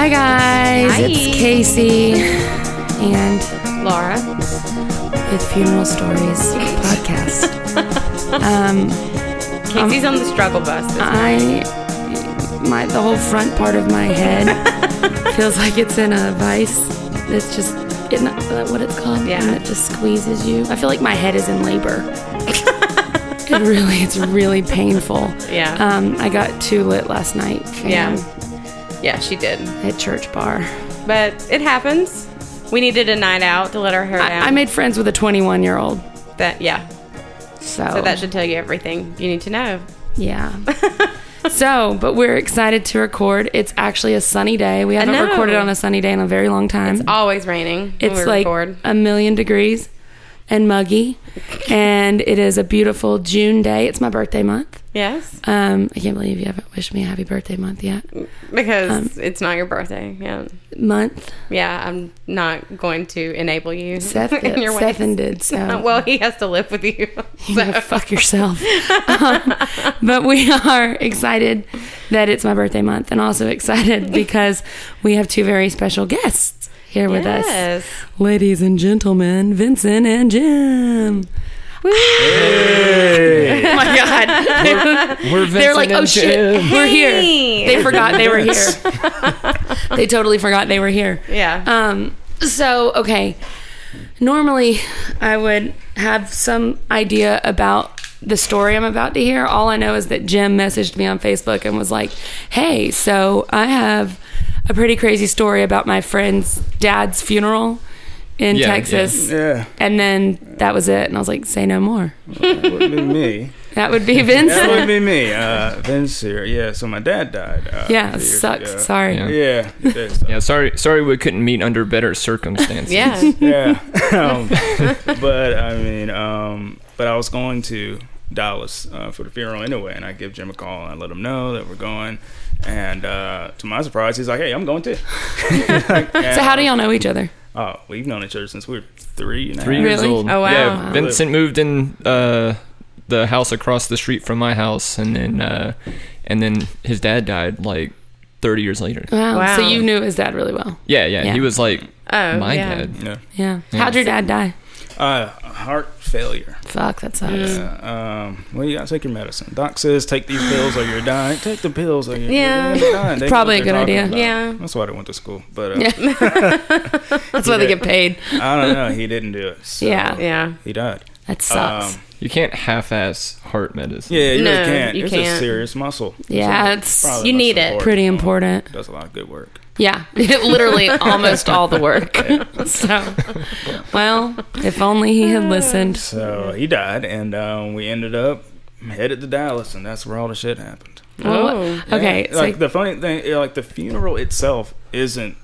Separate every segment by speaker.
Speaker 1: Hi guys,
Speaker 2: Hi.
Speaker 1: it's Casey and
Speaker 2: Laura.
Speaker 1: with Funeral Stories podcast. um,
Speaker 2: Casey's on the struggle bus.
Speaker 1: I my the whole front part of my head feels like it's in a vice. It's just isn't that what it's called?
Speaker 2: Yeah.
Speaker 1: and it just squeezes you. I feel like my head is in labor. it really, it's really painful.
Speaker 2: Yeah.
Speaker 1: Um, I got too lit last night.
Speaker 2: Yeah.
Speaker 1: fam,
Speaker 2: Yeah, she did.
Speaker 1: At church bar.
Speaker 2: But it happens. We needed a night out to let her hair down.
Speaker 1: I, I made friends with a 21 year old.
Speaker 2: that. Yeah.
Speaker 1: So,
Speaker 2: So that should tell you everything you need to know.
Speaker 1: yeah. so, but we're excited to record. It's actually a sunny day. We haven't
Speaker 2: know.
Speaker 1: recorded on a sunny day in a very long time.
Speaker 2: Always raining. when
Speaker 1: It's
Speaker 2: we
Speaker 1: like
Speaker 2: record.
Speaker 1: a million degrees and muggy, and it is a beautiful June day. It's my birthday month.
Speaker 2: yes,
Speaker 1: Um, I can't believe you haven't wished me a happy birthday month yet.
Speaker 2: because
Speaker 1: um,
Speaker 2: it's not your birthday. Yeah,
Speaker 1: Month,
Speaker 2: yeah. I'm not going to enable you.
Speaker 1: Seth
Speaker 2: in
Speaker 1: did,
Speaker 2: your ways.
Speaker 1: Seth did so.
Speaker 2: Uh, well, he has to live with you.
Speaker 1: you
Speaker 2: so.
Speaker 1: know, fuck yourself. Um, but we are excited that it's my birthday month, and also excited because we have two very special guests here with us,
Speaker 2: yes.
Speaker 1: ladies and gentlemen, Vincent and Jim.
Speaker 3: Hey,
Speaker 1: Oh my god.
Speaker 3: we're Vincent
Speaker 1: They're like,
Speaker 3: and
Speaker 1: oh shit,
Speaker 3: Jim."
Speaker 1: we're
Speaker 2: Hey.
Speaker 1: here. They forgot they were here. they totally forgot they were here.
Speaker 2: Yeah.
Speaker 1: Um. So okay. Normally, I would have some idea about the story I'm about to hear. All I know is that Jim messaged me on Facebook and was like, "Hey, so I have a pretty crazy story about my friend's dad's funeral in
Speaker 3: Yeah, yeah.
Speaker 1: Texas."
Speaker 4: Yeah,
Speaker 1: And then that was it, and I was like, "Say no more."
Speaker 4: that would be me.
Speaker 1: That would be Vince.
Speaker 4: That would be me. Uh, Vince here. Yeah, so my dad died. Uh,
Speaker 1: Yeah,
Speaker 4: a few years
Speaker 1: sucks.
Speaker 4: ago.
Speaker 1: Sorry.
Speaker 3: Yeah.
Speaker 4: Yeah, that sucks.
Speaker 3: Yeah, sorry, sorry, we couldn't meet under better circumstances.
Speaker 2: yeah.
Speaker 4: yeah. um, but I mean, um, but I was going to Dallas uh, for the funeral anyway, and I give Jim a call and I let him know that we're going. And uh, to my surprise, he's like, "Hey, I'm going too."
Speaker 1: So how do y'all know each other?
Speaker 4: Oh, we've known each other since we were three. And a
Speaker 3: three
Speaker 4: half.
Speaker 3: years
Speaker 1: Really?
Speaker 3: old.
Speaker 2: Oh, wow.
Speaker 3: Yeah, Vincent moved in uh, the house across the street from my house, and then uh, and then his dad died like 30 years later.
Speaker 1: Wow.
Speaker 2: Wow.
Speaker 1: So you knew his dad really well.
Speaker 3: Yeah, yeah,
Speaker 1: Yeah.
Speaker 3: he was like
Speaker 2: Oh,
Speaker 3: my
Speaker 2: yeah.
Speaker 3: dad.
Speaker 4: Yeah.
Speaker 1: Yeah. How'd your dad die?
Speaker 4: Uh, heart failure.
Speaker 1: Fuck, that sucks.
Speaker 4: Yeah. Um, well, you gotta take your medicine. Doc says take these pills or you're dying. Take the pills or you're,
Speaker 2: Yeah.
Speaker 4: you're dying. They know
Speaker 1: Probably
Speaker 4: what
Speaker 1: a
Speaker 4: they're
Speaker 1: good
Speaker 4: talking
Speaker 1: idea.
Speaker 4: about.
Speaker 2: Yeah.
Speaker 4: That's why they went to school. But uh,
Speaker 1: Yeah. That's why they
Speaker 4: Yeah.
Speaker 1: get paid.
Speaker 4: I don't know. He didn't do it. So
Speaker 1: Yeah.
Speaker 2: Yeah.
Speaker 4: He died.
Speaker 1: That sucks.
Speaker 4: Um,
Speaker 3: You can't half-ass heart medicine.
Speaker 4: yeah, you
Speaker 2: No,
Speaker 4: really can't.
Speaker 2: you
Speaker 4: it's
Speaker 2: can't.
Speaker 4: a serious muscle.
Speaker 1: yeah,
Speaker 4: So
Speaker 1: it's
Speaker 4: probably
Speaker 2: you
Speaker 4: the
Speaker 2: need
Speaker 4: most
Speaker 2: it.
Speaker 1: pretty important.
Speaker 4: one. Does a lot of good work.
Speaker 1: Yeah. Literally almost all the work. so, well, if only he had listened.
Speaker 4: So he died, and um, we ended up headed to Dallas, and that's where all the shit happened.
Speaker 1: Well, okay.
Speaker 4: Yeah,
Speaker 1: so-
Speaker 4: Oh. like the funny thing, yeah, like the funeral itself isn't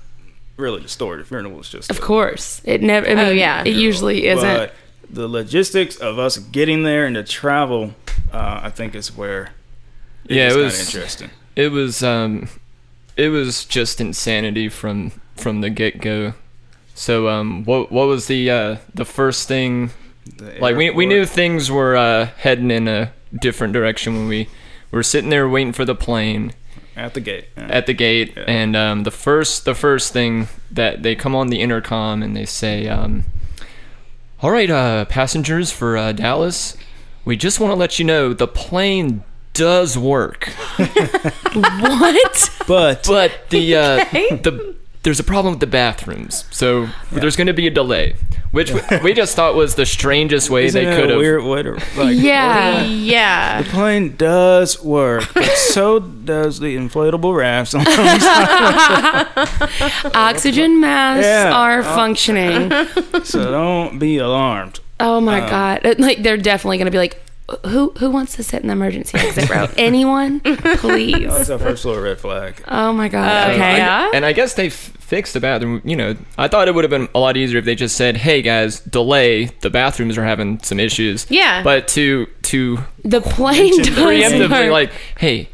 Speaker 4: really the story. The funeral is just
Speaker 1: of course, it never. I mean,
Speaker 2: Oh, yeah.
Speaker 1: It usually isn't.
Speaker 4: But the logistics of us getting there and the travel, uh, I think, is where
Speaker 3: Yeah,
Speaker 4: it's
Speaker 3: it
Speaker 4: not
Speaker 3: was
Speaker 4: interesting.
Speaker 3: it was um it was just insanity from from the get-go so um what what was the uh the first thing
Speaker 4: The
Speaker 3: like we, we knew
Speaker 4: airport.
Speaker 3: things were uh heading in a different direction when we were sitting there waiting for the plane
Speaker 4: at the gate. yeah.
Speaker 3: at the gate
Speaker 4: Yeah.
Speaker 3: and um the first the first thing that they come on the intercom and they say um all right uh passengers for uh dallas we just want to let you know the plane does work
Speaker 1: what?
Speaker 4: but
Speaker 3: but the uh, the there's a problem with the bathrooms, so there's going to be a delay, which we, we just thought was the strangest way
Speaker 4: isn't
Speaker 3: they
Speaker 4: it
Speaker 3: could
Speaker 4: a
Speaker 3: have.
Speaker 4: weird way to like?
Speaker 1: Yeah.
Speaker 2: Yeah.
Speaker 4: The plane does work, but so does the inflatable rafts.
Speaker 1: Oxygen masks
Speaker 4: Yeah. Uh,
Speaker 1: are functioning.
Speaker 4: so don't be alarmed. Uh.
Speaker 1: Oh my god! It- Like they're definitely gonna be like, who who wants to sit in the emergency exit row? Anyone, please.
Speaker 4: That's our first little red flag.
Speaker 1: Oh my god.
Speaker 2: Uh,
Speaker 1: okay.
Speaker 2: yeah.
Speaker 3: And Um, I guess they f- fixed the bathroom. You know, I thought it would have been a lot easier if they just said, "Hey guys, delay. The bathrooms are having some issues."
Speaker 2: Yeah.
Speaker 3: But to to
Speaker 1: The plane does
Speaker 3: preemptively,
Speaker 1: work.
Speaker 3: like, "Hey,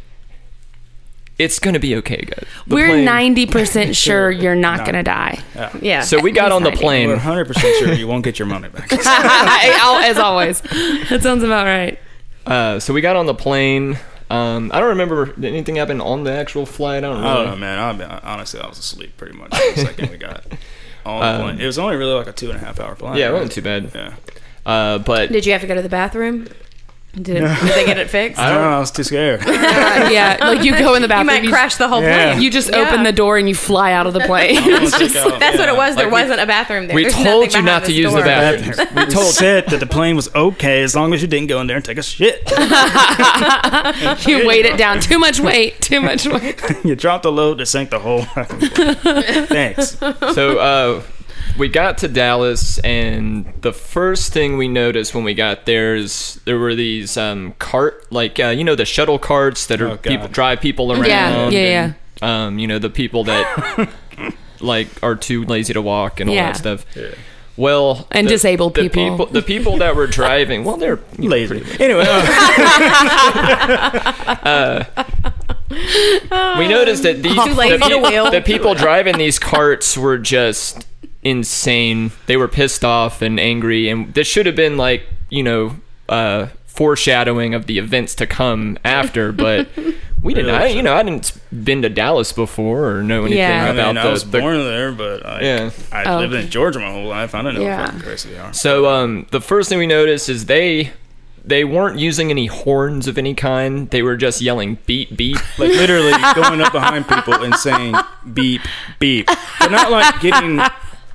Speaker 3: it's gonna be okay, guys." The
Speaker 1: We're
Speaker 3: plane-
Speaker 1: ninety percent sure you're not gonna die.
Speaker 2: Yeah.
Speaker 3: So we got on the
Speaker 1: He's
Speaker 4: We're
Speaker 3: plane.
Speaker 4: 100% sure you won't get your money back.
Speaker 1: As always, that sounds about right.
Speaker 3: Uh, so we got on the plane. Um, I don't remember did anything happened on the actual flight. I don't
Speaker 4: I
Speaker 3: know.
Speaker 4: don't know, Oh, man. I been, honestly, I was asleep pretty much the second we got on the plane. It was only really like a two and a half hour flight.
Speaker 3: Yeah, it wasn't
Speaker 4: right?
Speaker 3: too bad.
Speaker 4: Yeah.
Speaker 3: Uh, but
Speaker 2: Did you have to go to the bathroom? Did, did they get it fixed?
Speaker 4: I don't know. I was too scared.
Speaker 1: Uh, yeah, like you go in the
Speaker 2: you
Speaker 1: bathroom,
Speaker 2: might
Speaker 1: you-
Speaker 2: crash the whole
Speaker 4: Yeah.
Speaker 2: plane.
Speaker 1: You just
Speaker 2: Yeah.
Speaker 1: open the door and you fly out of the plane. It's just-
Speaker 2: That's what it was. There
Speaker 3: Like, we-
Speaker 2: wasn't a bathroom there.
Speaker 3: we
Speaker 2: There's
Speaker 3: told
Speaker 2: nothing
Speaker 3: you not
Speaker 2: behind
Speaker 3: to
Speaker 2: this
Speaker 3: use the
Speaker 2: door.
Speaker 3: bathroom.
Speaker 4: We told said that the plane was okay as long as you didn't go in there and take a shit.
Speaker 1: you weight it down. Too much weight. Too much weight.
Speaker 3: Um,
Speaker 4: you dropped the load that sank the whole. Thanks.
Speaker 3: so uh, we got to Dallas, and the first thing we noticed when we got there is there were these um, cart, like uh, you know, the shuttle carts that are
Speaker 4: Oh, God.
Speaker 3: people drive people around.
Speaker 1: Yeah, yeah,
Speaker 3: and, Um, you know, the people that like are too lazy to walk and all
Speaker 1: Yeah.
Speaker 3: that stuff. Well,
Speaker 1: And
Speaker 3: the-
Speaker 1: disabled
Speaker 3: the
Speaker 1: people.
Speaker 3: the people that were driving. Well, they're you know,
Speaker 4: Lazy. Anyway, uh,
Speaker 3: we noticed that these
Speaker 2: Too late
Speaker 3: the,
Speaker 2: for the wheel.
Speaker 3: the people driving these carts were just insane. They were pissed off and angry, and this should have been like you know uh, foreshadowing of the events to come after, but. We didn't, I, you know, I didn't been to Dallas before or know anything
Speaker 1: Yeah.
Speaker 4: I
Speaker 3: about
Speaker 4: mean, I
Speaker 3: the-
Speaker 4: was
Speaker 3: the
Speaker 4: born there, but I,
Speaker 3: Yeah.
Speaker 4: I
Speaker 1: Oh,
Speaker 4: lived
Speaker 1: okay.
Speaker 4: in Georgia my whole life. I don't know
Speaker 1: Yeah.
Speaker 4: what fucking crazy they are.
Speaker 3: So um, the first thing we noticed is they they weren't using any horns of any kind. They were just yelling beep beep.
Speaker 4: Like literally going up behind people and saying beep beep, but not like getting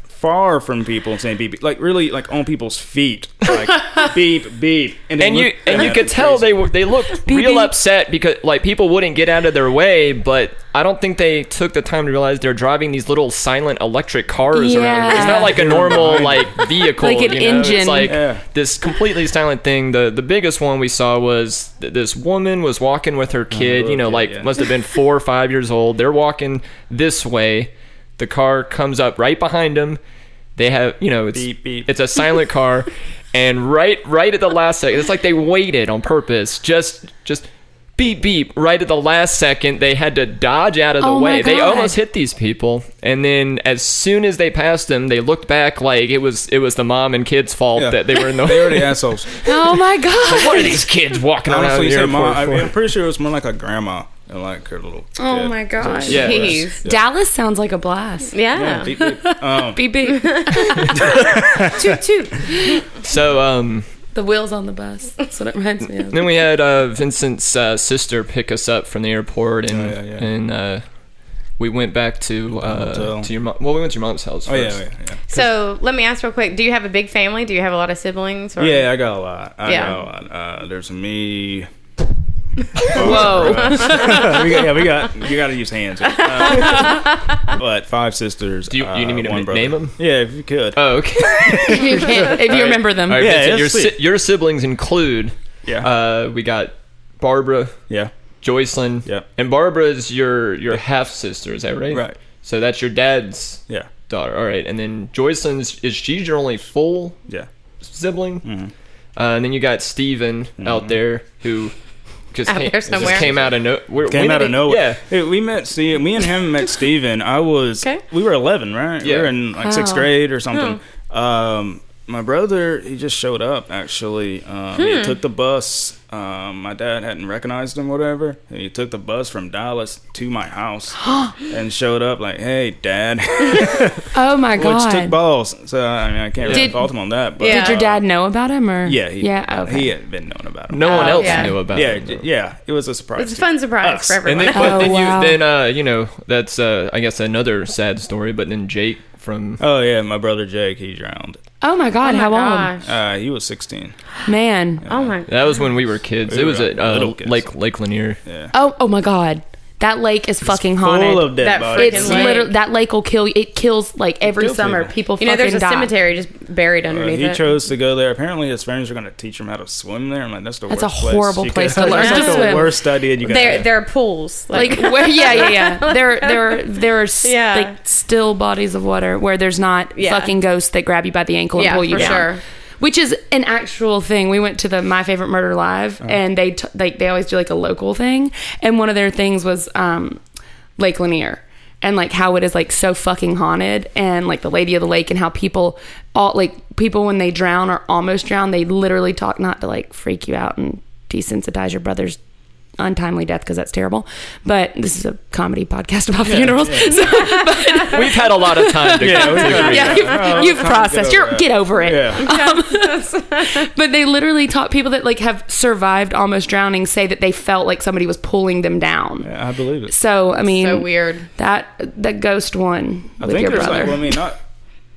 Speaker 4: far from people and saying beep beep. Like really, like on people's feet, like beep beep. then
Speaker 3: And you
Speaker 4: look-
Speaker 3: and you
Speaker 4: Yeah,
Speaker 3: could
Speaker 4: it's
Speaker 3: tell
Speaker 4: crazy.
Speaker 3: they were they looked real
Speaker 1: beep.
Speaker 3: upset because like people wouldn't get out of their way, but I don't think they took the time to realize they're driving these little silent electric cars around. It's
Speaker 1: Yeah.
Speaker 3: not like a normal like vehicle,
Speaker 1: Like an
Speaker 3: you know?
Speaker 1: engine.
Speaker 3: It's like
Speaker 4: Yeah.
Speaker 3: this completely silent thing. The the biggest one we saw was th- this woman was walking with her kid.
Speaker 4: little
Speaker 3: You know,
Speaker 4: kid,
Speaker 3: like
Speaker 4: Oh, yeah.
Speaker 3: must have been four or five years old. They're walking this way. The car comes up right behind them. They have you know it's
Speaker 4: Beep, beep.
Speaker 3: it's a silent car, and right right at the last second, it's like they waited on purpose. Just just. Beep beep! Right at the last second, they had to dodge out of the
Speaker 1: Oh my
Speaker 3: way. They
Speaker 1: God.
Speaker 3: almost hit these people, and then as soon as they passed them, they looked back like it was it was the mom and kid's fault
Speaker 4: Yeah.
Speaker 3: that they were in the
Speaker 4: They already assholes.
Speaker 1: Oh my god.
Speaker 3: what are these kids walking around
Speaker 4: Honestly,
Speaker 3: the
Speaker 4: say
Speaker 3: airport
Speaker 4: mom, I
Speaker 3: for?
Speaker 4: am pretty sure it was more like a grandma and like her little.
Speaker 1: Oh
Speaker 4: kid.
Speaker 1: my gosh.
Speaker 3: Yeah.
Speaker 2: Jeez.
Speaker 1: Dallas sounds like a blast.
Speaker 2: Yeah.
Speaker 4: Beep, beep.
Speaker 3: Oh,
Speaker 4: Um,
Speaker 1: Beep beep.
Speaker 2: Toot, toot.
Speaker 3: so um,
Speaker 1: The wheels on the bus. That's what it reminds me of.
Speaker 3: then we had uh, Vincent's uh, sister pick us up from the airport, and
Speaker 4: Oh, yeah, yeah.
Speaker 3: and uh, we went back to uh,
Speaker 4: Hotel.
Speaker 3: to your mom. Well, we went to your mom's house.
Speaker 4: Oh yeah,
Speaker 3: first.
Speaker 4: yeah, yeah.
Speaker 2: So let me ask real quick: Do you have a big family? Do you have a lot of siblings? Or?
Speaker 4: Yeah, I got a lot. I
Speaker 2: Yeah.
Speaker 4: got a lot. Uh, there's me.
Speaker 2: Whoa.
Speaker 4: we got, yeah, we got. You got to use hands. Uh, but five sisters. uh,
Speaker 3: Do you- you need me to
Speaker 4: one
Speaker 3: ma-
Speaker 4: brother.
Speaker 3: name 'em?
Speaker 4: Yeah, if you could.
Speaker 3: Oh, okay.
Speaker 1: If you, can, if you remember them.
Speaker 3: All right,
Speaker 4: Yeah,
Speaker 3: Vincent, your
Speaker 4: that's
Speaker 3: si-
Speaker 4: sweet.
Speaker 3: your siblings include.
Speaker 4: yeah.
Speaker 3: Uh, we got Barbara,
Speaker 4: yeah.
Speaker 3: Joycelyn,
Speaker 4: Yeah.
Speaker 3: and Barbara is your your half sister. Is that right?
Speaker 4: Right.
Speaker 3: So that's your dad's
Speaker 4: Yeah.
Speaker 3: daughter. All right, and then Joycelyn's is she's your only full
Speaker 4: Yeah.
Speaker 3: sibling. Uh, and then you got Steven
Speaker 4: Mm-hmm.
Speaker 3: out there who just,
Speaker 2: Out
Speaker 3: came,
Speaker 2: there somewhere.
Speaker 3: just came out of no where- when
Speaker 4: Came
Speaker 3: did
Speaker 4: out of
Speaker 3: he-
Speaker 4: nowhere.
Speaker 3: Yeah.
Speaker 4: Hey, we met. See, me and him met Steven. I was.
Speaker 2: Okay.
Speaker 4: We were 11, right? We were
Speaker 3: Yeah.
Speaker 4: in like sixth
Speaker 1: Wow.
Speaker 4: grade or something. Um, my brother, he just showed up. Actually, um, he took the bus. Um, my dad hadn't recognized him, whatever. And he took the bus from Dallas to my house and showed up like, "Hey, Dad,"
Speaker 1: Oh my
Speaker 4: which took
Speaker 1: god.
Speaker 4: balls. So I mean, I can't really
Speaker 1: Did-
Speaker 4: fault him on that. But
Speaker 2: Did
Speaker 1: Did your dad know about him or?
Speaker 4: Yeah, he,
Speaker 1: yeah. Okay.
Speaker 4: he had been known about him.
Speaker 3: No one
Speaker 2: Oh,
Speaker 3: else
Speaker 2: yeah.
Speaker 3: knew about
Speaker 4: yeah,
Speaker 3: it. though.
Speaker 4: yeah, it was a surprise.
Speaker 2: It's a
Speaker 4: to
Speaker 2: fun surprise
Speaker 4: us.
Speaker 2: for
Speaker 3: And
Speaker 2: everyone.
Speaker 3: then, but
Speaker 1: Oh,
Speaker 3: then,
Speaker 1: wow.
Speaker 3: you, then uh, you know, that's, uh, I guess, another sad story. But then Jake from.
Speaker 4: Oh yeah, my brother Jake, he drowned.
Speaker 1: oh my god.
Speaker 2: oh my
Speaker 1: how
Speaker 2: gosh.
Speaker 4: Uh, he was 16.
Speaker 1: old? Man.
Speaker 2: Oh my.
Speaker 3: That was when we were kids.
Speaker 4: We
Speaker 3: it
Speaker 4: were
Speaker 3: was at
Speaker 4: little
Speaker 3: uh,
Speaker 4: kids.
Speaker 3: Lake Lake Lanier.
Speaker 1: Oh. Oh my god. That lake is fucking
Speaker 4: full
Speaker 1: haunted.
Speaker 4: of dead
Speaker 2: That
Speaker 4: bodies.
Speaker 1: it's
Speaker 2: Freaking lake.
Speaker 1: literally that lake will kill you. It kills like every
Speaker 4: kills
Speaker 1: summer. People,
Speaker 4: people.
Speaker 2: You know, there's
Speaker 1: fucking
Speaker 2: a
Speaker 1: die.
Speaker 2: cemetery just buried
Speaker 4: Uh,
Speaker 2: underneath
Speaker 4: he
Speaker 2: it.
Speaker 4: chose to go there. Apparently, his friends are going to teach him how to swim there. I'm like, that's the
Speaker 1: That's
Speaker 4: worst
Speaker 1: a horrible
Speaker 4: you
Speaker 1: place
Speaker 4: could-
Speaker 1: to learn
Speaker 4: that's
Speaker 2: to
Speaker 4: like
Speaker 1: swim.
Speaker 4: the worst idea you could
Speaker 2: there,
Speaker 4: have.
Speaker 2: there are pools.
Speaker 1: Like
Speaker 2: Like,
Speaker 1: where? Yeah, yeah, yeah. There, there, there are s-
Speaker 2: Yeah.
Speaker 1: like still bodies of water where there's not
Speaker 2: Yeah.
Speaker 1: fucking ghosts that grab you by the ankle and
Speaker 2: Yeah,
Speaker 1: pull you
Speaker 2: for
Speaker 1: down.
Speaker 2: sure.
Speaker 1: Which is an actual thing. We went to the My Favorite Murder Live,
Speaker 4: Oh.
Speaker 1: and they t- like they always do like a local thing, and one of their things was um, Lake Lanier. And like how it is like so fucking haunted, and like the lady of the lake, and how people all like people when they drown or almost drown, they literally talk not to like freak you out and desensitize your brother's untimely death because that's terrible. But this is a comedy podcast about funerals. So, but,
Speaker 3: We've had a lot of time to,
Speaker 4: Yeah,
Speaker 3: to
Speaker 4: we-
Speaker 3: agree.
Speaker 1: yeah, you've,
Speaker 4: Oh,
Speaker 1: you've
Speaker 4: time to
Speaker 1: processed.
Speaker 4: get
Speaker 1: You're
Speaker 4: over that.
Speaker 1: get over it.
Speaker 4: yeah.
Speaker 1: But they literally taught people that like have survived almost drowning say that they felt like somebody was pulling them down.
Speaker 4: yeah, I believe it.
Speaker 1: So I mean,
Speaker 2: so weird.
Speaker 1: That the ghost one
Speaker 4: I
Speaker 1: with
Speaker 4: think
Speaker 1: your
Speaker 4: there's
Speaker 1: brother.
Speaker 4: like, well, I mean, not.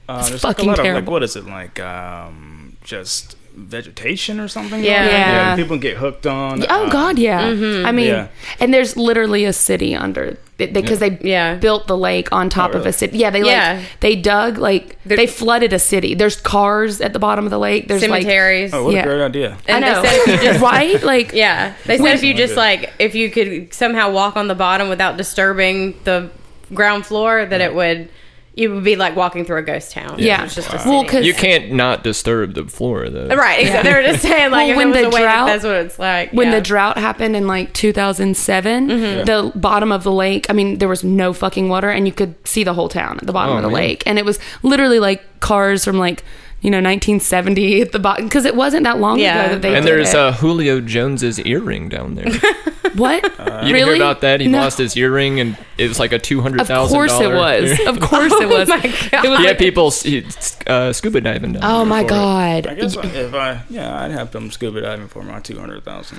Speaker 4: Uh, there's like a
Speaker 1: fucking
Speaker 4: lot of like,
Speaker 1: terrible.
Speaker 4: what is it like? Um, just vegetation or something.
Speaker 2: Yeah.
Speaker 4: going on?
Speaker 1: Yeah.
Speaker 4: People get hooked on.
Speaker 1: Oh
Speaker 4: uh,
Speaker 1: God, yeah.
Speaker 2: Mm-hmm.
Speaker 1: I mean,
Speaker 4: Yeah.
Speaker 1: and there's literally a city under because they
Speaker 2: Yeah.
Speaker 1: built the lake on top of
Speaker 4: really?
Speaker 1: a city. Yeah, they like
Speaker 2: Yeah.
Speaker 1: they dug like they flooded a city. There's cars at the bottom of the lake. There's
Speaker 2: Cemeteries.
Speaker 4: Oh, what
Speaker 1: Yeah.
Speaker 4: a great idea!
Speaker 1: Like, I
Speaker 2: And they
Speaker 1: know,
Speaker 2: said if you just-
Speaker 1: right? Like,
Speaker 2: yeah. They said if you just
Speaker 4: Yeah.
Speaker 2: like if you could somehow walk on the bottom without disturbing the ground floor, that it would you would be like walking through a ghost town.
Speaker 1: yeah.
Speaker 2: It's just a
Speaker 1: Well,
Speaker 2: city.
Speaker 1: because
Speaker 3: You can't not disturb the floor though.
Speaker 2: Right, except they were just saying like
Speaker 1: Well,
Speaker 2: if
Speaker 1: when
Speaker 2: when
Speaker 1: the
Speaker 2: was a way that
Speaker 1: drought-
Speaker 2: that's what it's like.
Speaker 1: when
Speaker 2: yeah. Mm-hmm.
Speaker 1: the drought happened in like 2007, the bottom of the lake, I mean, there was no fucking water and you could see the whole town at the bottom
Speaker 3: Oh,
Speaker 1: of the
Speaker 3: man.
Speaker 1: lake. And it was literally like cars from like, you know, 1970 at the bottom because it wasn't that long
Speaker 2: Yeah.
Speaker 1: ago that they
Speaker 3: And
Speaker 1: did
Speaker 3: there's
Speaker 1: it.
Speaker 3: uh, Julio Jones's earring down there. You
Speaker 1: what
Speaker 3: didn't
Speaker 1: really
Speaker 3: hear about that? He
Speaker 1: No.
Speaker 3: lost his earring, and it was like a two hundred
Speaker 1: Of
Speaker 3: thousand.
Speaker 1: course it was. Of course it
Speaker 2: Oh
Speaker 1: was.
Speaker 2: my God.
Speaker 1: It was
Speaker 3: he
Speaker 1: like-
Speaker 3: had people s- he- uh, scuba diving down.
Speaker 1: oh my
Speaker 4: for it.
Speaker 1: god!
Speaker 4: I guess if I yeah, I'd have them scuba diving for my two hundred thousand.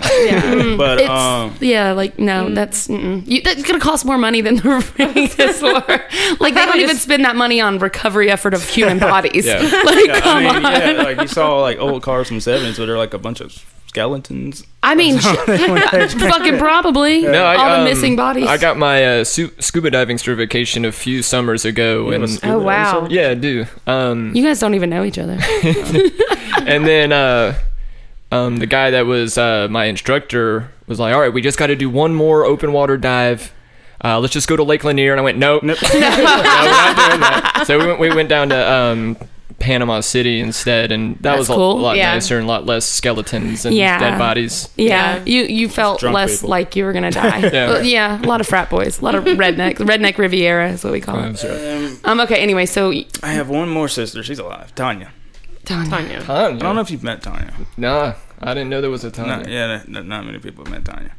Speaker 4: but
Speaker 1: It's
Speaker 4: um,
Speaker 1: yeah, like no, that's mm-mm. You, that's gonna cost more money than the rings were. Like they don't even spend that money on recovery effort of human bodies.
Speaker 3: Yeah.
Speaker 1: Like
Speaker 4: yeah,
Speaker 1: come
Speaker 4: I mean,
Speaker 1: on.
Speaker 4: yeah, like you saw like old cars from seventies, but they're like a bunch of skeletons.
Speaker 1: I mean, sh- fucking probably
Speaker 3: No, I,
Speaker 1: all the
Speaker 3: um,
Speaker 1: missing bodies.
Speaker 3: I got my uh, su- scuba diving certification a few summers ago,
Speaker 4: You have a
Speaker 3: and
Speaker 4: scuba
Speaker 1: Oh,
Speaker 4: diving
Speaker 1: wow.
Speaker 4: service?
Speaker 3: yeah, I do. Um,
Speaker 1: you guys don't even know each other.
Speaker 3: and then uh, um, the guy that was uh, my instructor was like, "All right, we just got to do one more open water dive. Uh, let's just go to Lake Lanier." And I went, "Nope,
Speaker 4: Nope.
Speaker 3: No, we're not doing that." So we went, we went down to um, Panama City instead, and that
Speaker 1: That's
Speaker 3: was a
Speaker 1: cool.
Speaker 3: lot
Speaker 2: Yeah.
Speaker 3: nicer and a lot less skeletons and
Speaker 1: Yeah.
Speaker 3: dead bodies.
Speaker 1: Yeah,
Speaker 2: Yeah.
Speaker 1: you you felt
Speaker 4: drunk
Speaker 1: less
Speaker 4: people.
Speaker 1: like you were gonna die. yeah. yeah, a lot of frat boys, a lot of redneck, redneck Riviera is what we call it.
Speaker 4: Um,
Speaker 1: Um, okay. Anyway, so y-
Speaker 4: I have one more sister. She's alive. Tanya.
Speaker 1: Tanya.
Speaker 2: Tanya.
Speaker 3: Tanya.
Speaker 4: I don't know if you've met Tanya.
Speaker 3: Nah, I didn't know there was a Tanya.
Speaker 4: Not, yeah, not, not many people have met Tanya.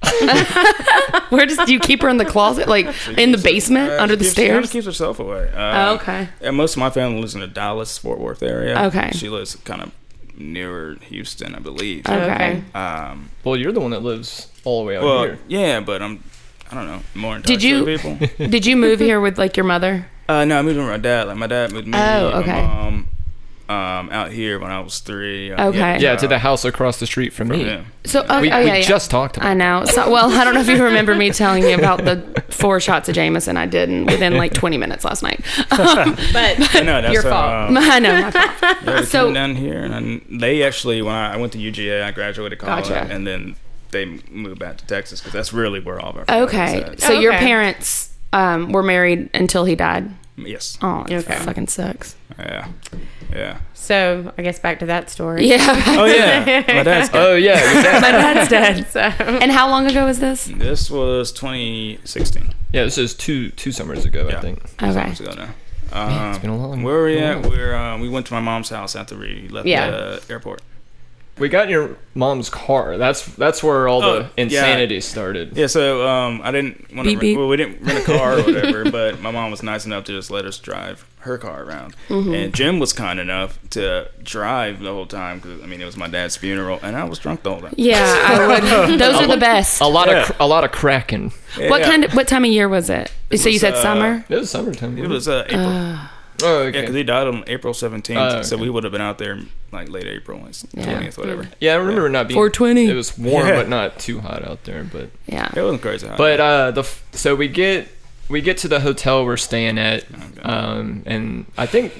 Speaker 1: where does do you keep her in the closet, like in the basement,
Speaker 4: Uh,
Speaker 1: under
Speaker 4: she
Speaker 1: the
Speaker 4: keeps- She kind
Speaker 1: stairs?
Speaker 4: of keeps herself away.
Speaker 1: Oh,
Speaker 4: Uh,
Speaker 1: okay.
Speaker 4: And most of my family lives in the Dallas Fort Worth area.
Speaker 1: Okay.
Speaker 4: She lives kind of nearer Houston, I believe.
Speaker 1: Uh, Okay.
Speaker 4: Um,
Speaker 3: Well, you're the one that lives all the way out
Speaker 4: well,
Speaker 3: here.
Speaker 4: yeah, but I'm. I don't know. More in touch
Speaker 1: Did you-
Speaker 4: with people.
Speaker 1: Did you move here with like your mother?
Speaker 4: Uh, no, I moved in with my dad. Like my dad moved me.
Speaker 1: Oh, okay.
Speaker 4: My mom, um, out here when I was three. Uh,
Speaker 1: Okay.
Speaker 4: yeah,
Speaker 3: Yeah, to the house across the street from me.
Speaker 4: Yeah.
Speaker 1: So oh,
Speaker 3: We,
Speaker 1: oh,
Speaker 3: we
Speaker 1: yeah, yeah.
Speaker 3: just talked about
Speaker 1: I know. So, well, I don't know if you remember me telling you about the four shots of Jameson I did in, within like 20 minutes last night. Um,
Speaker 2: But
Speaker 4: No, that's
Speaker 2: your
Speaker 4: uh,
Speaker 2: fault.
Speaker 4: um,
Speaker 1: I know. My fault.
Speaker 4: yeah, they
Speaker 1: So-
Speaker 4: came down here, and I, they actually when I, I went to UGA, I graduated college,
Speaker 1: Gotcha.
Speaker 4: and then they moved back to Texas because that's really where all of our family
Speaker 1: Okay.
Speaker 4: is at.
Speaker 1: So your
Speaker 2: Okay.
Speaker 1: parents um, were married until he died.
Speaker 4: Yes.
Speaker 1: Oh, that
Speaker 2: Okay.
Speaker 1: fucking sucks.
Speaker 4: Yeah. Yeah.
Speaker 2: So I guess back to that story.
Speaker 1: Yeah.
Speaker 4: Oh yeah. My dad's got-
Speaker 3: Oh, yeah. it was that-
Speaker 1: My dad's dead.
Speaker 2: So
Speaker 1: And how long ago was this?
Speaker 4: This was 2016.
Speaker 3: yeah, this is two two summers ago, I
Speaker 4: Yeah.
Speaker 3: think.
Speaker 1: Okay.
Speaker 4: Years ago now.
Speaker 3: it's been a
Speaker 4: Um,
Speaker 3: long-
Speaker 4: Where were we
Speaker 3: long
Speaker 4: at?
Speaker 3: while.
Speaker 4: We're, uh, we went to my mom's house after we left
Speaker 2: Yeah.
Speaker 4: the airport.
Speaker 3: We got in your mom's car. That's that's where all
Speaker 4: Oh,
Speaker 3: the
Speaker 4: yeah.
Speaker 3: insanity started.
Speaker 4: Yeah, so um, I didn't want
Speaker 1: Beep,
Speaker 4: to.
Speaker 1: beep.
Speaker 4: Well, we didn't rent a car or whatever, but my mom was nice enough to just let us drive her car around,
Speaker 1: Mm-hmm.
Speaker 4: and Jim was kind enough to drive the whole time because I mean it was my dad's funeral, and I was drunk the whole time.
Speaker 1: Yeah, I would. Those are the best.
Speaker 3: A lot
Speaker 4: Yeah.
Speaker 3: of cr- a lot of cracking.
Speaker 1: What kind of what time of year was it? so you
Speaker 4: was,
Speaker 1: said
Speaker 4: uh,
Speaker 1: summer?
Speaker 3: It was summertime.
Speaker 4: It was uh, April.
Speaker 3: Oh,
Speaker 4: Yeah, because
Speaker 3: okay.
Speaker 4: he died on April 17th,
Speaker 3: Oh,
Speaker 4: so
Speaker 3: okay.
Speaker 4: we would have been out there like late April, like, 20th, whatever.
Speaker 3: Yeah, I remember it not being
Speaker 1: 420.
Speaker 3: It was warm,
Speaker 4: Yeah.
Speaker 3: but not too hot out there. But
Speaker 1: Yeah.
Speaker 4: It wasn't crazy. Hot.
Speaker 3: But uh, the f- so we get we get to the hotel we're staying at, um, and I think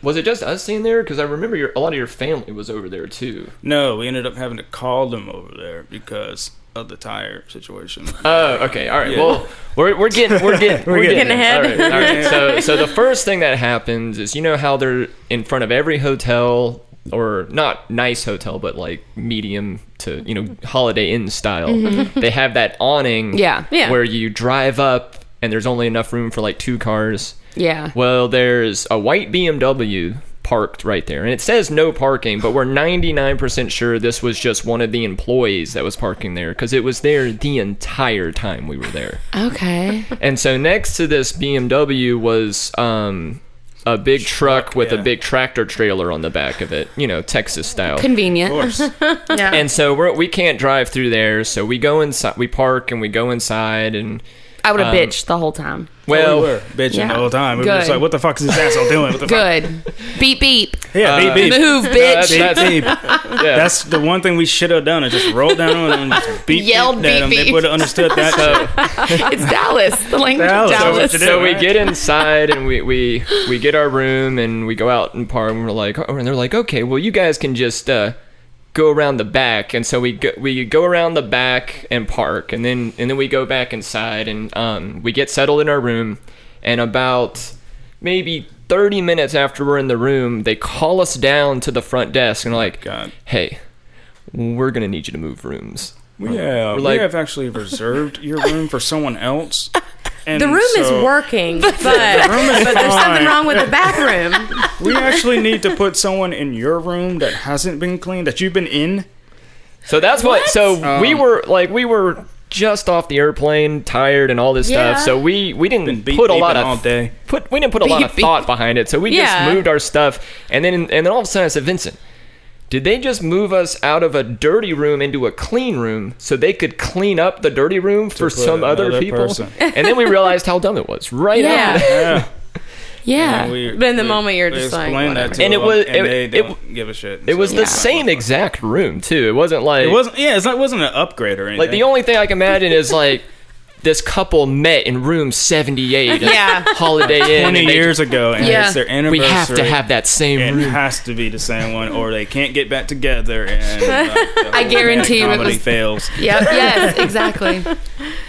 Speaker 3: was it just us staying there? Because I remember your a lot of your family was over there too.
Speaker 4: no, we ended up having to call them over there because of the tire situation.
Speaker 3: Oh, okay, all right.
Speaker 4: Yeah.
Speaker 3: Well, we're we're getting we're getting we're,
Speaker 4: getting
Speaker 2: ahead.
Speaker 3: All right, all right. So so the first thing that happens is you know how they're in front of every hotel or not nice hotel, but like medium to you know Holiday Inn style. They have that awning,
Speaker 1: Yeah.
Speaker 2: Yeah.
Speaker 3: where you drive up and there's only enough room for like two cars.
Speaker 1: Yeah.
Speaker 3: Well, there's a white BMW parked right there, and it says no parking, but we're 99% sure this was just one of the employees that was parking there because it was there the entire time we were there.
Speaker 1: Okay.
Speaker 3: and so next to this BMW was um, a big truck, with
Speaker 4: yeah.
Speaker 3: a big tractor trailer on the back of it, you know, Texas style.
Speaker 4: Of
Speaker 1: Convenient.
Speaker 4: course.
Speaker 1: Yeah.
Speaker 3: and so we're, we can't drive through there, so we go inside, we park, and we go inside, and
Speaker 1: I would have
Speaker 3: um,
Speaker 1: bitched the whole time.
Speaker 4: we
Speaker 3: well,
Speaker 4: were bitching
Speaker 1: yeah.
Speaker 4: the whole time. We were just
Speaker 1: Good.
Speaker 4: like, what the fuck is this asshole doing? What the
Speaker 1: Good. beep beep.
Speaker 4: fuck? Yeah,
Speaker 3: Uh,
Speaker 4: beep, beep.
Speaker 1: Move, bitch.
Speaker 3: that's-
Speaker 4: Beep,
Speaker 3: that's-
Speaker 4: beep. That's the one thing we should have done is just rolled down on them and just beep,
Speaker 1: Yelled
Speaker 4: beep, at them.
Speaker 1: beep,
Speaker 4: They
Speaker 1: beep.
Speaker 4: would have understood that.
Speaker 3: so-
Speaker 1: it's Dallas. The language
Speaker 4: Dallas.
Speaker 1: of Dallas.
Speaker 4: to do,
Speaker 3: so we
Speaker 4: right?
Speaker 3: get inside and we, we we get our room and we go out and park and we're like oh, and they're like okay well you guys can just uh go around the back and so we go, we go around the back and park and then and then we go back inside and um we get settled in our room and about maybe 30 minutes after we're in the room they call us down to the front desk and like
Speaker 4: God.
Speaker 3: hey we're gonna need you to move rooms
Speaker 4: Yeah, we
Speaker 3: like-
Speaker 4: have actually reserved your room for someone else. And
Speaker 2: The room
Speaker 4: so
Speaker 2: is working, but,
Speaker 4: room is
Speaker 2: but there's
Speaker 4: fine.
Speaker 2: something wrong with the bathroom.
Speaker 4: We actually need to put someone in your room that hasn't been cleaned, that you've been in.
Speaker 3: So that's what. so
Speaker 4: Um,
Speaker 3: we were like we were just off the airplane, tired and all this
Speaker 1: Yeah.
Speaker 3: stuff. So we we
Speaker 4: Been
Speaker 3: didn't
Speaker 4: beep,
Speaker 3: put a lot
Speaker 4: beeping
Speaker 3: of
Speaker 4: all day.
Speaker 3: put we didn't put a lot
Speaker 1: Beep,
Speaker 3: of
Speaker 1: beep.
Speaker 3: thought behind it. So we
Speaker 2: Yeah.
Speaker 3: just moved our stuff, and then and then all of a sudden I said, Vincent. Did they just move us out of a dirty room into a clean room so they could clean up the dirty room for
Speaker 4: put
Speaker 3: some other
Speaker 4: another
Speaker 3: people?
Speaker 4: person.
Speaker 3: And then we realized how dumb it was. Right after
Speaker 2: Yeah.
Speaker 3: that.
Speaker 4: Yeah.
Speaker 1: yeah.
Speaker 4: we-
Speaker 2: But in the
Speaker 4: we-
Speaker 2: moment, you're
Speaker 4: we
Speaker 2: just like,
Speaker 4: explained
Speaker 2: whatever.
Speaker 4: that to
Speaker 3: And it
Speaker 4: them,
Speaker 3: was-
Speaker 4: and
Speaker 3: it-
Speaker 4: they
Speaker 3: it-
Speaker 4: don't give a shit.
Speaker 3: It was
Speaker 4: So-
Speaker 3: the same exact room too. It wasn't like
Speaker 4: It wasn't. Yeah, it's not, it wasn't an upgrade or anything.
Speaker 3: Like the only thing I can imagine is like this couple met in room seventy eight.
Speaker 2: Yeah.
Speaker 3: Holiday Inn.
Speaker 4: twenty
Speaker 3: and they-
Speaker 4: years ago, and
Speaker 1: Yeah.
Speaker 4: it's their
Speaker 3: We
Speaker 4: anniversary.
Speaker 3: have to have that same
Speaker 4: It
Speaker 3: room.
Speaker 4: has to be the same one, or they can't get back together. And like, the whole
Speaker 1: guarantee you it
Speaker 4: comedy
Speaker 1: was-
Speaker 4: fails.
Speaker 1: Yep. Yes. Exactly.